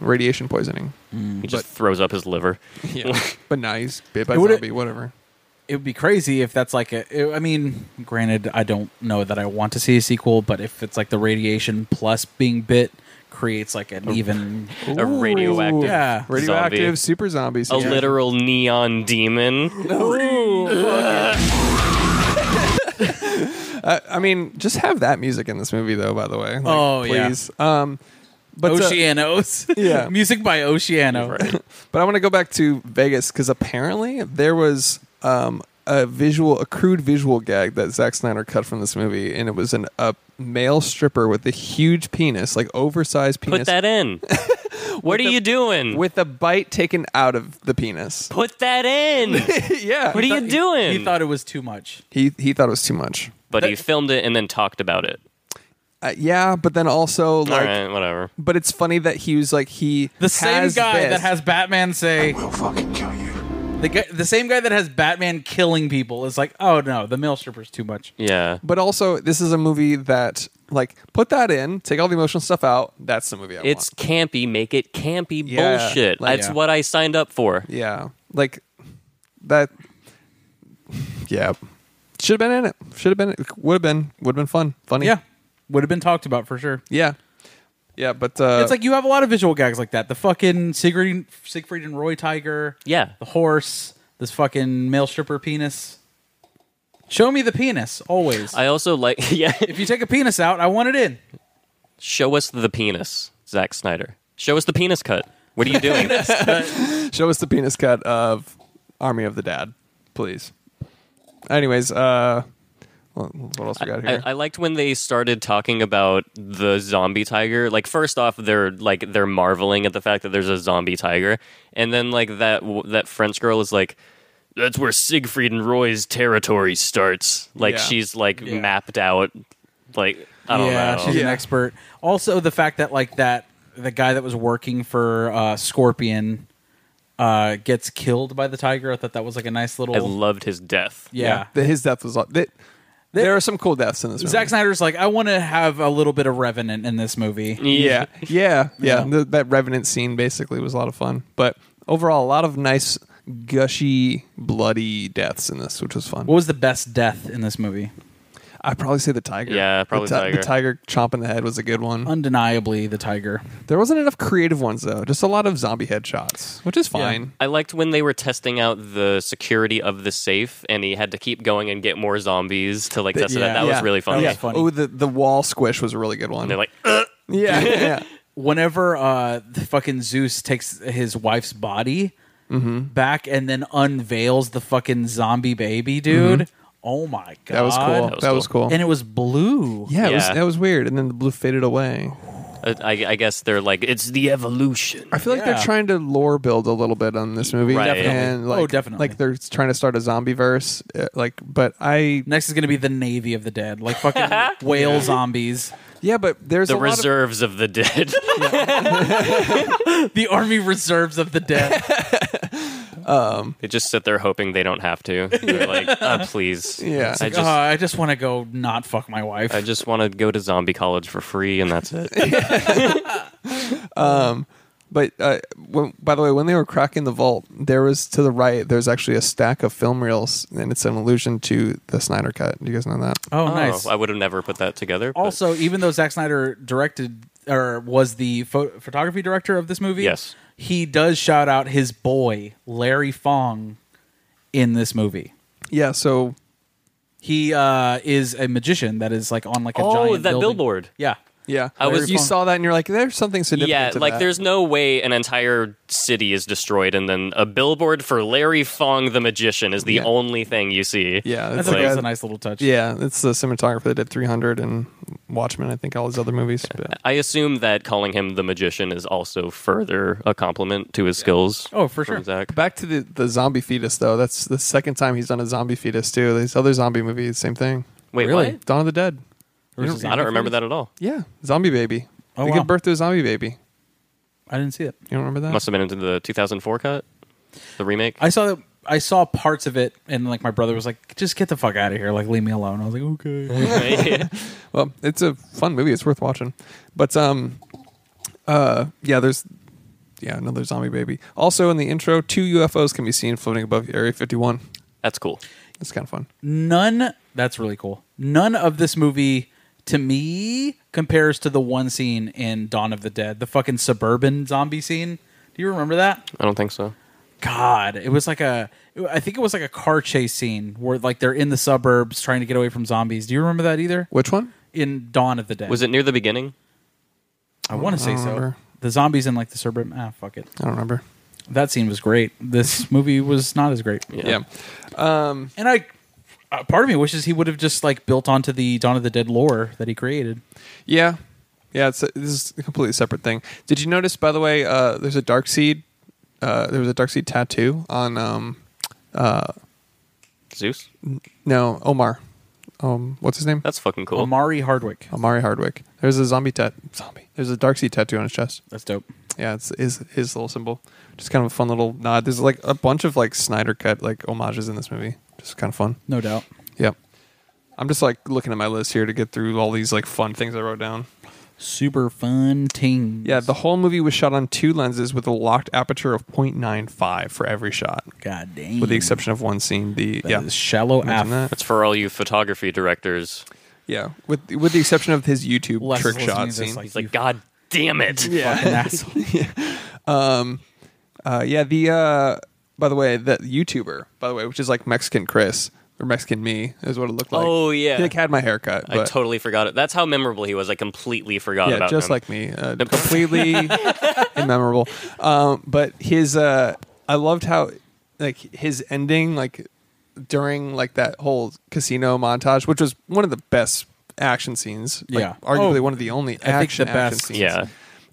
[SPEAKER 3] radiation poisoning.
[SPEAKER 2] he just throws up his liver.
[SPEAKER 3] Yeah. but now he's bit by
[SPEAKER 1] It would've-
[SPEAKER 3] zombie, whatever.
[SPEAKER 1] It would be crazy if that's like a. it- I mean, granted, I don't know that I want to see a sequel, but if it's like the radiation plus being bit creates like
[SPEAKER 3] Oh.
[SPEAKER 1] an even.
[SPEAKER 2] A radioactive,
[SPEAKER 1] Yeah.
[SPEAKER 3] Radioactive
[SPEAKER 2] zombie.
[SPEAKER 3] super zombie.
[SPEAKER 2] a
[SPEAKER 3] situation.
[SPEAKER 2] literal neon demon.
[SPEAKER 3] I mean, just have that music in this movie, though. By the way, Like,
[SPEAKER 1] Oh, yeah.
[SPEAKER 3] please. Yeah. Um, but uh,
[SPEAKER 1] Oceanos.
[SPEAKER 3] Yeah.
[SPEAKER 1] Music by Oceano.
[SPEAKER 2] Right.
[SPEAKER 3] but I want to go back to Vegas because apparently there was um, a visual, a crude visual gag that Zack Snyder cut from this movie, and it was an a male stripper with a huge penis, like oversized penis,
[SPEAKER 2] Put that in. What are you doing?
[SPEAKER 3] with a bite taken out of the penis.
[SPEAKER 2] Put that in.
[SPEAKER 3] yeah,
[SPEAKER 2] What are you doing?
[SPEAKER 1] He thought it was too much.
[SPEAKER 3] he he thought it was too much.
[SPEAKER 2] but he filmed it and then talked about it.
[SPEAKER 3] Uh, yeah, but then also
[SPEAKER 2] All
[SPEAKER 3] like.
[SPEAKER 2] right, whatever.
[SPEAKER 3] But it's funny that he was like he
[SPEAKER 1] The same
[SPEAKER 3] has
[SPEAKER 1] guy
[SPEAKER 3] this-
[SPEAKER 1] that has Batman say.
[SPEAKER 4] We'll fucking kill you.
[SPEAKER 1] The guy, the same guy that has Batman killing people is like, oh no, the male stripper's too much.
[SPEAKER 2] Yeah.
[SPEAKER 3] But also, this is a movie that, like, put that in, take all the emotional stuff out. That's the movie I
[SPEAKER 2] It's
[SPEAKER 3] want.
[SPEAKER 2] campy. Make it campy
[SPEAKER 3] Yeah,
[SPEAKER 2] bullshit.
[SPEAKER 3] like-
[SPEAKER 2] That's
[SPEAKER 1] Yeah.
[SPEAKER 2] what I signed up for.
[SPEAKER 3] Yeah, like that. Yeah, should have been in it. Should have been. Would have been. Would have been fun. Funny.
[SPEAKER 1] Yeah, would have been talked about for sure.
[SPEAKER 3] Yeah. Yeah. But uh,
[SPEAKER 1] It's like you have a lot of visual gags like that. The fucking Siegfried, Siegfried and Roy tiger.
[SPEAKER 2] Yeah.
[SPEAKER 1] The horse. This fucking male stripper penis. Show me the penis always.
[SPEAKER 2] I also like, yeah,
[SPEAKER 1] if you take a penis out, I want it in.
[SPEAKER 2] show us the penis, Zack Snyder. Show us the penis cut. What are you doing?
[SPEAKER 3] show us the penis cut of Army of the Dad, please. Anyways, uh, what what else we got here?
[SPEAKER 2] I, I liked when they started talking about the zombie tiger. Like first off, they're like they're marveling at the fact that there's a zombie tiger, and then like that w- that French girl is like, "That's where Siegfried and Roy's territory starts." Like
[SPEAKER 3] Yeah.
[SPEAKER 2] she's like
[SPEAKER 1] Yeah.
[SPEAKER 2] mapped out. Like I don't
[SPEAKER 1] yeah,
[SPEAKER 2] know.
[SPEAKER 1] she's an
[SPEAKER 3] Yeah.
[SPEAKER 1] expert. Also, the fact that like that the guy that was working for uh, Scorpion uh, gets killed by the tiger. I thought that was like a nice little.
[SPEAKER 2] I loved his death.
[SPEAKER 1] yeah.
[SPEAKER 3] The- his death was. That, there are some cool deaths in this. movie.
[SPEAKER 1] Zack Snyder's like, I want to have a little bit of Revenant in this movie.
[SPEAKER 3] yeah, yeah, yeah.
[SPEAKER 1] Yeah.
[SPEAKER 3] Th- that Revenant scene basically was a lot of fun, but overall, a lot of nice, gushy, bloody deaths in this, which was fun.
[SPEAKER 1] What was the best death in this movie?
[SPEAKER 3] I'd probably say the tiger.
[SPEAKER 2] Yeah, probably
[SPEAKER 3] the, ti-
[SPEAKER 2] tiger.
[SPEAKER 3] The tiger chomping the head was a good one.
[SPEAKER 1] Undeniably, the tiger.
[SPEAKER 3] There wasn't enough creative ones though. Just a lot of zombie headshots, which is fine.
[SPEAKER 2] I liked when they were testing out the security of the safe, and he had to keep going and get more zombies to like test it out.
[SPEAKER 1] yeah.
[SPEAKER 2] That was really fun.
[SPEAKER 1] was
[SPEAKER 3] Yeah.
[SPEAKER 1] funny.
[SPEAKER 3] Oh, the the wall squish was a really good one.
[SPEAKER 2] They're like, "Uh,"
[SPEAKER 3] yeah, yeah.
[SPEAKER 1] Whenever uh, the fucking Zeus takes his wife's body
[SPEAKER 3] Mm-hmm.
[SPEAKER 1] back and then unveils the fucking zombie baby, dude. Oh my god,
[SPEAKER 3] Mm-hmm. That was cool. That was,
[SPEAKER 2] was
[SPEAKER 3] cool.
[SPEAKER 1] And it was blue.
[SPEAKER 3] yeah, It was,
[SPEAKER 2] Yeah.
[SPEAKER 3] that was weird. And then the blue faded away.
[SPEAKER 2] I, uh, I guess they're like, it's the evolution.
[SPEAKER 3] I feel like
[SPEAKER 1] Yeah.
[SPEAKER 3] they're trying to lore build a little bit on this movie,
[SPEAKER 2] Right. Definitely.
[SPEAKER 3] and like,
[SPEAKER 1] Oh, definitely.
[SPEAKER 3] like they're trying to start a zombie verse, uh, like. But I,
[SPEAKER 1] Next is gonna be the Navy of the Dead, like fucking whale zombies,
[SPEAKER 3] yeah, but there's
[SPEAKER 2] the
[SPEAKER 3] a lot of-
[SPEAKER 2] reserves of, the dead.
[SPEAKER 1] the Army Reserves of the Dead.
[SPEAKER 2] they just sit there hoping they don't have to. They're like, uh, please.
[SPEAKER 3] Yeah.
[SPEAKER 2] I
[SPEAKER 1] Uh,
[SPEAKER 2] just,
[SPEAKER 1] I just want to go not fuck my wife.
[SPEAKER 2] I just want to go to zombie college for free, and that's it.
[SPEAKER 3] But uh, when, by the way, when they were cracking the vault, there was to the right. There's actually a stack of film reels, and it's an allusion to the Snyder Cut. Do you guys know that?
[SPEAKER 1] Oh, nice.
[SPEAKER 2] I would have never put that together. but-
[SPEAKER 1] also, even though Zack Snyder directed or was the pho- photography director of this movie,
[SPEAKER 2] Yes.
[SPEAKER 1] he does shout out his boy Larry Fong in this movie.
[SPEAKER 3] Yeah. So
[SPEAKER 1] He uh, is a magician that is like on like a
[SPEAKER 2] Oh,
[SPEAKER 1] giant
[SPEAKER 2] that
[SPEAKER 1] building.
[SPEAKER 2] billboard.
[SPEAKER 1] Yeah,
[SPEAKER 3] yeah,
[SPEAKER 2] I was-
[SPEAKER 3] You saw that, and you're like, there's something significant.
[SPEAKER 2] yeah,
[SPEAKER 3] to
[SPEAKER 2] like
[SPEAKER 3] that.
[SPEAKER 2] there's no way an entire city is destroyed and then a billboard for Larry Fong the magician is the
[SPEAKER 3] Yeah.
[SPEAKER 2] only thing you see.
[SPEAKER 3] Yeah,
[SPEAKER 1] that's,
[SPEAKER 3] it's
[SPEAKER 1] a,
[SPEAKER 2] like-
[SPEAKER 1] that's a nice little touch.
[SPEAKER 3] Yeah, it's the cinematographer that did 300 and Watchmen. I think all his other movies. But-
[SPEAKER 2] I assume that calling him the magician is also further a compliment to his skills.
[SPEAKER 1] Oh, for
[SPEAKER 2] from
[SPEAKER 1] sure.
[SPEAKER 2] Zach.
[SPEAKER 3] Back to the, the zombie fetus though. That's the second time he's done a zombie fetus too. These other zombie movies, same thing.
[SPEAKER 2] Wait,
[SPEAKER 1] Really?
[SPEAKER 2] what?
[SPEAKER 3] Dawn of the Dead.
[SPEAKER 1] Versus
[SPEAKER 2] I don't remember that at all.
[SPEAKER 3] Yeah, zombie baby.
[SPEAKER 1] Oh,
[SPEAKER 3] they
[SPEAKER 1] wow.
[SPEAKER 3] give birth to a zombie baby.
[SPEAKER 1] I didn't see it.
[SPEAKER 3] You don't remember that?
[SPEAKER 2] Must have been into the 2004 cut, the remake.
[SPEAKER 1] I saw that. I saw parts of it, and like my brother was like, "Just get the fuck out of here! Like, leave me alone." I was like, "Okay."
[SPEAKER 3] Well, it's a fun movie. It's worth watching. But um, uh, yeah, there's yeah another zombie baby. Also in the intro, two UFOs can be seen floating above Area 51.
[SPEAKER 2] That's cool.
[SPEAKER 3] It's kind of fun.
[SPEAKER 1] None. That's really cool. None of this movie to me compares to the one scene in Dawn of the Dead, the fucking suburban zombie scene. Do you remember that?
[SPEAKER 2] I don't think so.
[SPEAKER 1] God, it was like a. I think it was like a car chase scene where like they're in the suburbs trying to get away from zombies. Do you remember that either?
[SPEAKER 3] Which one?
[SPEAKER 1] In Dawn of the Dead,
[SPEAKER 2] Was it near the beginning?
[SPEAKER 1] I want to say so.
[SPEAKER 3] remember.
[SPEAKER 1] The zombies in like the suburban. Ah, fuck it.
[SPEAKER 3] I don't remember.
[SPEAKER 1] That scene was great. This movie was not as great.
[SPEAKER 3] Yeah.
[SPEAKER 1] And I, uh, part of me wishes he would have just like built onto the Dawn of the Dead lore that he created.
[SPEAKER 3] Yeah, yeah. It's this is a completely separate thing. Did you notice, by the way? Uh, there's a dark seed. Uh, there was a dark seed tattoo on um,
[SPEAKER 2] Zeus?
[SPEAKER 3] no Omar. Um, what's his name?
[SPEAKER 2] That's fucking cool.
[SPEAKER 1] Amari Hardwick.
[SPEAKER 3] Omari Hardwick. There's a zombie tat zombie. There's a dark seed tattoo on his chest.
[SPEAKER 1] That's dope.
[SPEAKER 3] Yeah, it's his his little symbol. Just kind of a fun little nod. There's like a bunch of like Snyder cut like homages in this movie. Just kind of fun.
[SPEAKER 1] No doubt.
[SPEAKER 3] Yep. I'm just like looking at my list here to get through all these like fun things I wrote down.
[SPEAKER 1] Super fun team.
[SPEAKER 3] Yeah, the whole movie was shot on two lenses with a locked aperture of 0.95 for every shot,
[SPEAKER 1] God damn.
[SPEAKER 3] with the exception of one scene. The
[SPEAKER 1] Mm. That
[SPEAKER 3] yeah,
[SPEAKER 1] is shallow
[SPEAKER 3] Imagine
[SPEAKER 1] af.
[SPEAKER 3] that.
[SPEAKER 2] That's for all you photography directors.
[SPEAKER 3] yeah, with with the exception of his YouTube
[SPEAKER 1] Les is
[SPEAKER 3] trick
[SPEAKER 1] listening
[SPEAKER 3] shot
[SPEAKER 1] to this,
[SPEAKER 3] scene.
[SPEAKER 2] It's like, God damn it.
[SPEAKER 1] you fucking asshole.
[SPEAKER 3] Uh, yeah, the uh, by the way, that YouTuber, by the way, which is like Mexican Chris or Mexican me, is what it looked like.
[SPEAKER 2] Oh, yeah.
[SPEAKER 3] he like had my haircut.
[SPEAKER 2] I
[SPEAKER 3] but-
[SPEAKER 2] totally forgot it. That's how memorable he was. I completely forgot
[SPEAKER 3] yeah,
[SPEAKER 2] about
[SPEAKER 3] just
[SPEAKER 2] him.
[SPEAKER 3] like me, uh, completely immemorable. Um, but his, uh, I loved how like his ending, like during like that whole casino montage, which was one of the best action scenes. like,
[SPEAKER 1] Yeah.
[SPEAKER 3] arguably
[SPEAKER 1] Oh,
[SPEAKER 3] one of the only
[SPEAKER 1] the
[SPEAKER 3] action action
[SPEAKER 1] best.
[SPEAKER 3] scenes.
[SPEAKER 2] Yeah.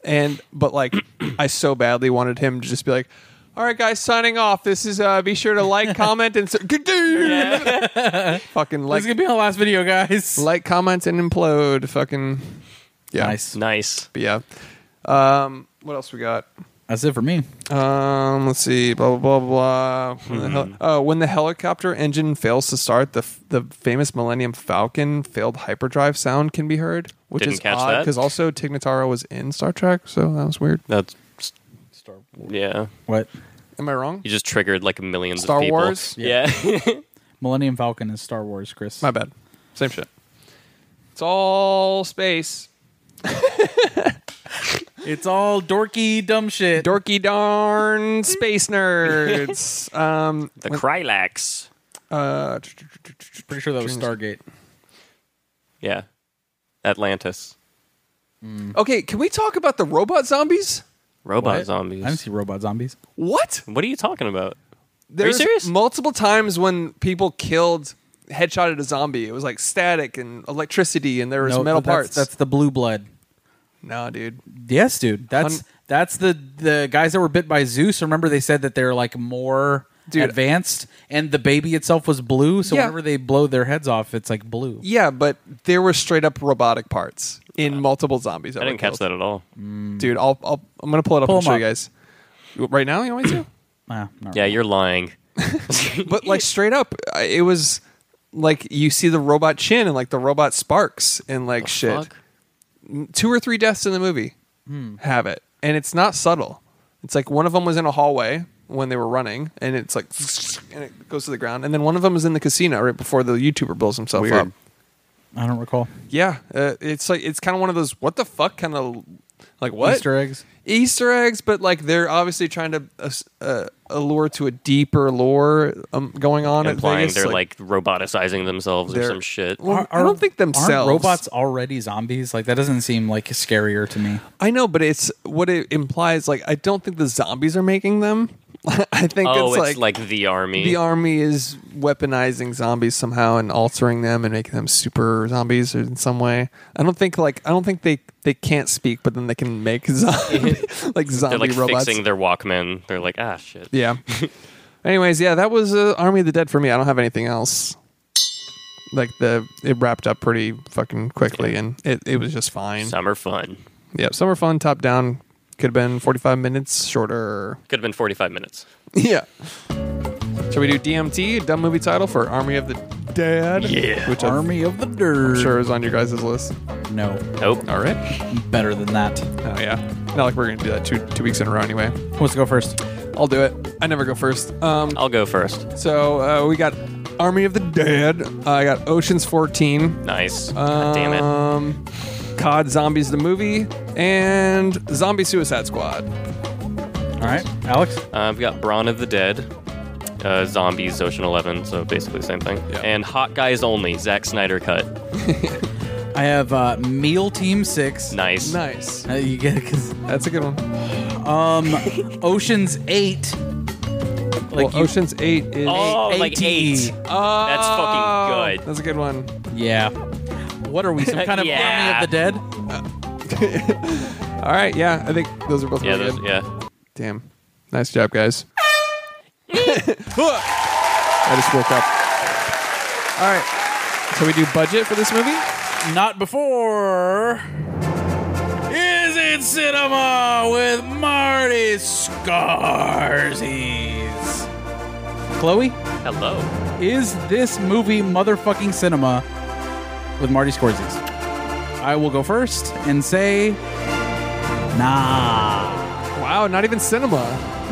[SPEAKER 3] and but like I so badly wanted him to just be like. All right, guys, signing off. This is uh, be sure to like, comment, and so- fucking
[SPEAKER 1] This
[SPEAKER 3] like,
[SPEAKER 1] is gonna be our last video, guys.
[SPEAKER 3] like, comment, and implode. Fucking yeah,
[SPEAKER 1] Nice.
[SPEAKER 2] Nice.
[SPEAKER 3] but yeah. Um, what else we got?
[SPEAKER 1] That's it for me.
[SPEAKER 3] Um, let's see. Blah blah blah blah. When the
[SPEAKER 1] Hmm.
[SPEAKER 3] hel- oh, when the helicopter engine fails to start, the f- the famous Millennium Falcon failed hyperdrive sound can be heard, which
[SPEAKER 2] Didn't
[SPEAKER 3] is
[SPEAKER 2] catch
[SPEAKER 3] odd
[SPEAKER 2] that.
[SPEAKER 3] because also Tignataro was in Star Trek, so that was weird.
[SPEAKER 2] That's. Yeah.
[SPEAKER 1] What?
[SPEAKER 3] Am I wrong?
[SPEAKER 2] You just triggered like millions
[SPEAKER 3] Star
[SPEAKER 2] of people.
[SPEAKER 3] Wars?
[SPEAKER 2] Yeah.
[SPEAKER 1] Millennium Falcon is Star Wars, Chris.
[SPEAKER 3] My bad. Same shit. It's all space.
[SPEAKER 1] It's all dorky dumb shit.
[SPEAKER 3] Dorky darn space nerds. Um,
[SPEAKER 2] the Krylax.
[SPEAKER 3] uh,
[SPEAKER 1] Pretty sure that was Stargate.
[SPEAKER 2] Yeah. Atlantis.
[SPEAKER 3] okay, can we talk about the robot zombies?
[SPEAKER 2] Robot
[SPEAKER 1] What?
[SPEAKER 2] zombies.
[SPEAKER 1] I didn't see robot zombies.
[SPEAKER 3] What?
[SPEAKER 2] What are you talking about?
[SPEAKER 3] There's
[SPEAKER 2] serious?
[SPEAKER 3] multiple times when people killed headshotted a zombie. It was like static and electricity and there was metal
[SPEAKER 1] oh, that's-
[SPEAKER 3] parts.
[SPEAKER 1] That's the blue blood.
[SPEAKER 3] no, dude.
[SPEAKER 1] Yes, dude. That's
[SPEAKER 3] Hun-
[SPEAKER 1] that's the the guys that were bit by Zeus. Remember, they said that they're like more
[SPEAKER 3] Dude.
[SPEAKER 1] advanced, and the baby itself was blue. So
[SPEAKER 3] Yeah.
[SPEAKER 1] whenever they blow their heads off, it's like blue.
[SPEAKER 3] Yeah, but there were straight up robotic parts in multiple zombies.
[SPEAKER 2] I didn't catch that at all.
[SPEAKER 3] that. Dude, I'll, I'll I'm going to pull it up
[SPEAKER 1] Pull
[SPEAKER 3] and show
[SPEAKER 1] 'em
[SPEAKER 3] you
[SPEAKER 1] up.
[SPEAKER 3] guys. Right now, you want me to?
[SPEAKER 1] Ah, not
[SPEAKER 2] Yeah,
[SPEAKER 1] really.
[SPEAKER 2] you're lying.
[SPEAKER 3] but like straight up, I- it was like you see the robot chin and like the robot sparks and like shit.
[SPEAKER 2] Fuck.
[SPEAKER 3] Two or three deaths in the movie have it, and it's not subtle. It's like one of them was in a hallway when they were running, and it's like, and it goes to the ground. And then one of them was in the casino right before the YouTuber blows himself up.
[SPEAKER 6] Weird.
[SPEAKER 1] I don't recall.
[SPEAKER 3] Yeah, uh, it's like it's kind of one of those what the fuck kind of like what
[SPEAKER 1] Easter eggs.
[SPEAKER 3] Easter eggs, but like they're obviously trying to uh, uh, allure to a deeper lore um, going on. at
[SPEAKER 2] implying
[SPEAKER 3] Vegas,
[SPEAKER 2] they're like, roboticizing themselves or
[SPEAKER 3] They're-
[SPEAKER 2] some shit.
[SPEAKER 3] Well, I don't think themselves.
[SPEAKER 1] Aren't robots already zombies? Like that doesn't seem like scarier to me.
[SPEAKER 3] I know, but it's what it implies. Like, I don't think the zombies are making them. I think
[SPEAKER 2] oh,
[SPEAKER 3] it's, like,
[SPEAKER 2] the army.
[SPEAKER 3] the army is weaponizing zombies somehow and altering them and making them super zombies or in some way. I don't think like I don't think they they can't speak, but then they can make zombie like zombie
[SPEAKER 2] they're like
[SPEAKER 3] robots.
[SPEAKER 2] fixing their Walkman. They're like, ah, shit.
[SPEAKER 3] yeah. Anyways, yeah, that was uh, Army of the Dead for me. I don't have anything else. Like the it wrapped up pretty fucking quickly and it, it was just fine.
[SPEAKER 2] Summer fun.
[SPEAKER 3] Yeah, summer fun, top down. Could have been 45 minutes shorter.
[SPEAKER 2] Could have been 45 minutes.
[SPEAKER 3] Yeah. Shall we do DMT, dumb movie title for Army of the Dead?
[SPEAKER 2] Yeah.
[SPEAKER 3] Which I'm
[SPEAKER 1] Army of the Dirt.
[SPEAKER 3] sure is on your guys' list.
[SPEAKER 1] No,
[SPEAKER 2] Nope.
[SPEAKER 3] All right.
[SPEAKER 1] better than that.
[SPEAKER 3] Oh, yeah. Not like we're going to do that two, two weeks in a row anyway.
[SPEAKER 1] Who wants to go first?
[SPEAKER 3] I'll do it. I never go first. Um,
[SPEAKER 2] I'll go first.
[SPEAKER 3] so uh, we got Army of the Dead. Uh, I got Ocean's 14.
[SPEAKER 2] Nice.
[SPEAKER 3] Um,
[SPEAKER 2] God damn it.
[SPEAKER 3] COD Zombies the movie. And Zombie Suicide Squad.
[SPEAKER 1] All right, Alex.
[SPEAKER 3] Uh,
[SPEAKER 2] I've got Brawn of the Dead, uh, Zombies, Ocean Eleven, so basically the same thing.
[SPEAKER 3] Yeah.
[SPEAKER 2] And Hot Guys Only, Zack Snyder cut.
[SPEAKER 1] I have uh, Meal Team Six.
[SPEAKER 2] Nice.
[SPEAKER 3] Nice.
[SPEAKER 1] Uh, you get it 'cause
[SPEAKER 3] That's a good one.
[SPEAKER 1] Ocean's Eight.
[SPEAKER 3] Like
[SPEAKER 1] you-
[SPEAKER 3] Ocean's 8 is. Oh,
[SPEAKER 2] Oh,
[SPEAKER 1] A- E.
[SPEAKER 2] like
[SPEAKER 1] ATE.
[SPEAKER 2] eight. That's fucking good.
[SPEAKER 3] That's a good one.
[SPEAKER 1] Yeah. What are we? Some kind of
[SPEAKER 2] Yeah.
[SPEAKER 1] Army of the Dead?
[SPEAKER 3] All right, yeah, I think those are both
[SPEAKER 2] Yeah,
[SPEAKER 3] really
[SPEAKER 2] those,
[SPEAKER 3] good.
[SPEAKER 2] yeah.
[SPEAKER 3] Damn, nice job, guys. I just woke up. All right, so we do budget for this movie.
[SPEAKER 1] Not before. Is it cinema with Marty Scarsies? Chloe,
[SPEAKER 2] Hello.
[SPEAKER 1] is this movie motherfucking cinema with Marty Scorsies? I will go first and say, nah,
[SPEAKER 3] Wow, not even cinema.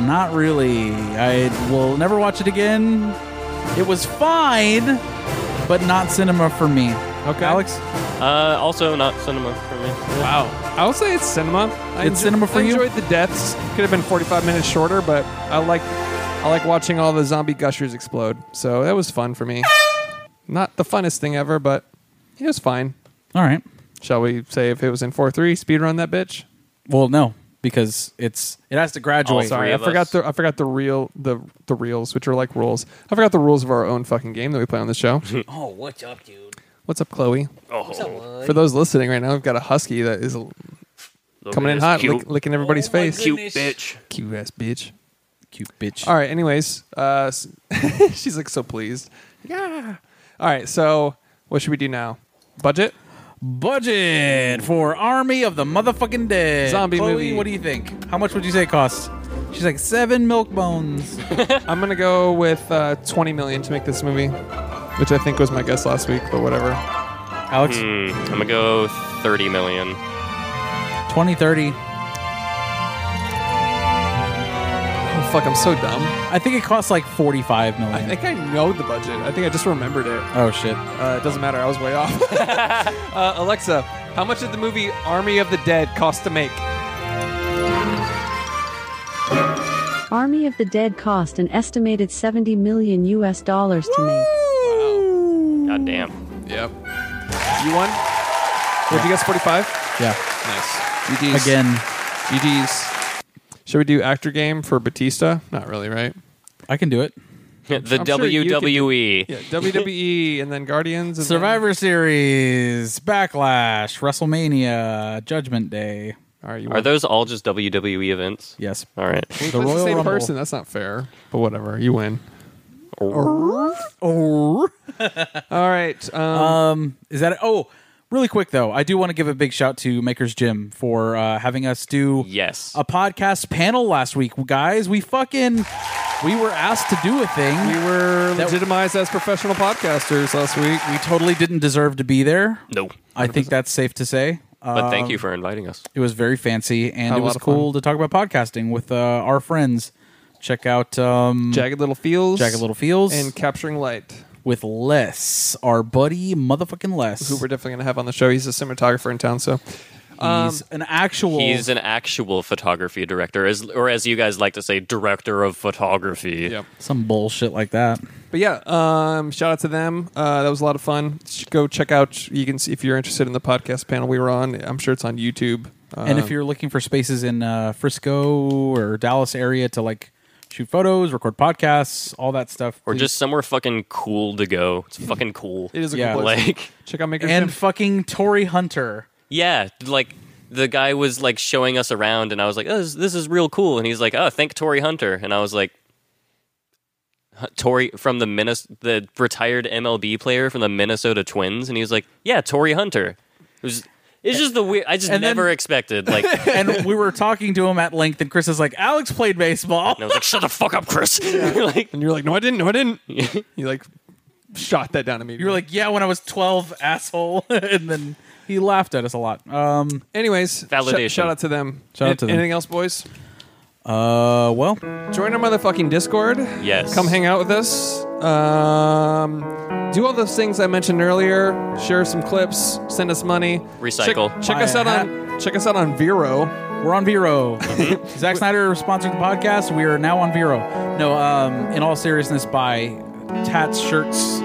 [SPEAKER 1] not really. I will never watch it again. It was fine, but not cinema for me. Okay, Alex.
[SPEAKER 2] Uh, also not cinema for me.
[SPEAKER 3] Wow, I would say it's cinema. I
[SPEAKER 1] It's cinema for
[SPEAKER 3] I
[SPEAKER 1] you?
[SPEAKER 3] Enjoyed the deaths. Could have been forty-five minutes shorter, but I like I like watching all the zombie gushers explode. So that was fun for me. Not the funnest thing ever, but it was fine.
[SPEAKER 1] All right.
[SPEAKER 3] Shall we say if it was in four-three, speed run that bitch?
[SPEAKER 1] Well, no, because it's it has to graduate.
[SPEAKER 2] All
[SPEAKER 3] Oh, Sorry,
[SPEAKER 2] three
[SPEAKER 3] I
[SPEAKER 2] of
[SPEAKER 3] forgot
[SPEAKER 2] us.
[SPEAKER 3] the I forgot the real the the reels, which are like rules. I forgot the rules of our own fucking game that we play on the show.
[SPEAKER 7] Oh, what's up, dude?
[SPEAKER 3] What's up, Chloe?
[SPEAKER 2] Oh,
[SPEAKER 7] What's up, bud?
[SPEAKER 3] For those listening right now, we've got a husky that is l-
[SPEAKER 2] Look
[SPEAKER 3] coming
[SPEAKER 2] at
[SPEAKER 3] in
[SPEAKER 2] this
[SPEAKER 3] hot,
[SPEAKER 2] Oh, Cute,
[SPEAKER 3] lick, licking everybody's face.
[SPEAKER 2] cute
[SPEAKER 7] goodness.
[SPEAKER 2] bitch.
[SPEAKER 3] cute ass bitch.
[SPEAKER 1] Cute bitch.
[SPEAKER 3] All right. Anyways, uh, s- she's like so pleased. Yeah. All right. So what should we do now? Budget.
[SPEAKER 1] Budget for Army of the Motherfucking Dead.
[SPEAKER 3] Zombie
[SPEAKER 1] Chloe,
[SPEAKER 3] movie.
[SPEAKER 1] What do you think? How much would you say it costs? She's like seven milk bones.
[SPEAKER 3] I'm gonna go with uh, 20 million to make this movie, which I think was my guess last week, but whatever.
[SPEAKER 1] Alex,
[SPEAKER 2] Hmm, I'm gonna go 30 million.
[SPEAKER 1] twenty thirty.
[SPEAKER 3] Oh fuck, I'm so dumb.
[SPEAKER 1] I think it costs like forty-five million.
[SPEAKER 3] I think I know the budget. I think I just remembered it.
[SPEAKER 1] oh shit!
[SPEAKER 3] Uh, it doesn't matter. I was way off. uh, Alexa, how much did the movie Army of the Dead cost to make?
[SPEAKER 5] Army of the Dead cost an estimated 70 million US dollars to make.
[SPEAKER 2] God damn.
[SPEAKER 3] Yep. You won? What, you guess 45?
[SPEAKER 1] Yeah.
[SPEAKER 3] Nice. GG's.
[SPEAKER 1] Again,
[SPEAKER 3] GG's. Should we do actor game for Batista? Not really, right?
[SPEAKER 1] I can do it.
[SPEAKER 2] the E.
[SPEAKER 3] sure you could-
[SPEAKER 2] WWE.
[SPEAKER 3] Yeah, WWE and then Guardians. And
[SPEAKER 1] Survivor Series, Backlash, WrestleMania, Judgment Day.
[SPEAKER 3] Then, all right, you
[SPEAKER 2] Are
[SPEAKER 3] won.
[SPEAKER 2] those all just WWE events?
[SPEAKER 1] Yes.
[SPEAKER 2] All right.
[SPEAKER 3] We
[SPEAKER 1] the
[SPEAKER 3] put
[SPEAKER 1] Royal
[SPEAKER 3] same
[SPEAKER 1] Rumble.
[SPEAKER 3] person. That's not fair, but whatever. You win. All right. Um,
[SPEAKER 1] Um, is that it? Oh, really quick though, I do want to give a big shout to Maker's Gym for uh, having us do
[SPEAKER 2] Yes.
[SPEAKER 1] a podcast panel last week, guys. We fucking we were asked to do a
[SPEAKER 3] we
[SPEAKER 1] thing.
[SPEAKER 3] were
[SPEAKER 1] that-
[SPEAKER 3] legitimized as professional podcasters last week.
[SPEAKER 1] We totally didn't deserve to be there.
[SPEAKER 2] No.
[SPEAKER 1] I think that's safe to say.
[SPEAKER 2] But
[SPEAKER 3] Um,
[SPEAKER 2] thank you for inviting us.
[SPEAKER 1] It was very fancy, and
[SPEAKER 3] Had a
[SPEAKER 1] it
[SPEAKER 3] lot
[SPEAKER 1] was
[SPEAKER 3] of
[SPEAKER 1] cool to talk about podcasting with uh, our friends. Check out um,
[SPEAKER 3] Jagged Little Fields.
[SPEAKER 1] Jagged Little Fields
[SPEAKER 3] And Capturing Light,
[SPEAKER 1] with Les, our buddy, motherfucking Les,
[SPEAKER 3] who we're definitely going to have on the show. He's a cinematographer in town, so.
[SPEAKER 1] he's Um, an actual.
[SPEAKER 2] He's an actual photography director, as or as you guys like to say, director of photography.
[SPEAKER 3] Yep.
[SPEAKER 1] some bullshit like that.
[SPEAKER 3] But yeah, um, shout out to them. Uh, that was a lot of fun. Sh- Go check out. You can see if you're interested in the podcast panel we were on. I'm sure it's on YouTube. Uh,
[SPEAKER 1] and if you're looking for spaces in uh, Frisco or Dallas area to like shoot photos, record podcasts, all that stuff,
[SPEAKER 2] Or
[SPEAKER 1] please-
[SPEAKER 2] just somewhere fucking cool to go. It's fucking cool.
[SPEAKER 3] it is a
[SPEAKER 1] Yeah.
[SPEAKER 3] cool place.
[SPEAKER 2] like
[SPEAKER 3] check out Maker
[SPEAKER 1] and
[SPEAKER 3] Jim.
[SPEAKER 1] fucking Tory Hunter.
[SPEAKER 2] yeah, like the guy was like showing us around, and I was like, oh, this, this is real cool. And he's like, oh, thank Tory Hunter, and I was like. "Huh, Tory from the Minnes- the retired MLB player from the Minnesota Twins, and he was like, "Yeah, Tory Hunter." It was it's just the weird. I just
[SPEAKER 1] And then-
[SPEAKER 2] never expected like. and
[SPEAKER 1] and we were talking to him at length, and Chris is like, "Alex played baseball."
[SPEAKER 2] I was like, "Shut the fuck up, Chris!" like,
[SPEAKER 3] And you're like, no, I didn't. No, I didn't. you like shot that down at me.
[SPEAKER 1] You were like, "Yeah, when I was twelve, asshole," and then he laughed at us a lot. Um,
[SPEAKER 3] anyways, sh-
[SPEAKER 2] Validation.
[SPEAKER 3] shout out to them.
[SPEAKER 1] Shout out to them.
[SPEAKER 3] Anything else, boys?
[SPEAKER 1] uh, well,
[SPEAKER 3] Join our motherfucking Discord.
[SPEAKER 2] Yes.
[SPEAKER 3] Come hang out with us. Um, do all those things I mentioned earlier. Share some clips. Send us money.
[SPEAKER 2] Recycle.
[SPEAKER 3] Check, check
[SPEAKER 1] Buy
[SPEAKER 3] us
[SPEAKER 1] a
[SPEAKER 3] out on check us out on Vero.
[SPEAKER 1] we're on Vero. Zack Snyder sponsored the podcast. We are now on Vero. No, um, in all seriousness, buy tats, shirts,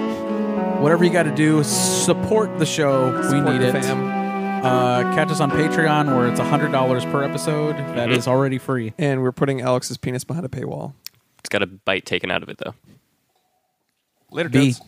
[SPEAKER 1] whatever you got to do. Support the show. we
[SPEAKER 3] Support
[SPEAKER 1] need
[SPEAKER 3] the
[SPEAKER 1] it.
[SPEAKER 3] fam.
[SPEAKER 1] Uh, catch us on Patreon, where it's hundred dollars per episode. That is already free.
[SPEAKER 3] and we're putting Alex's penis behind a paywall.
[SPEAKER 2] It's got a bite taken out of it though.
[SPEAKER 3] Later,
[SPEAKER 1] B.
[SPEAKER 3] dudes.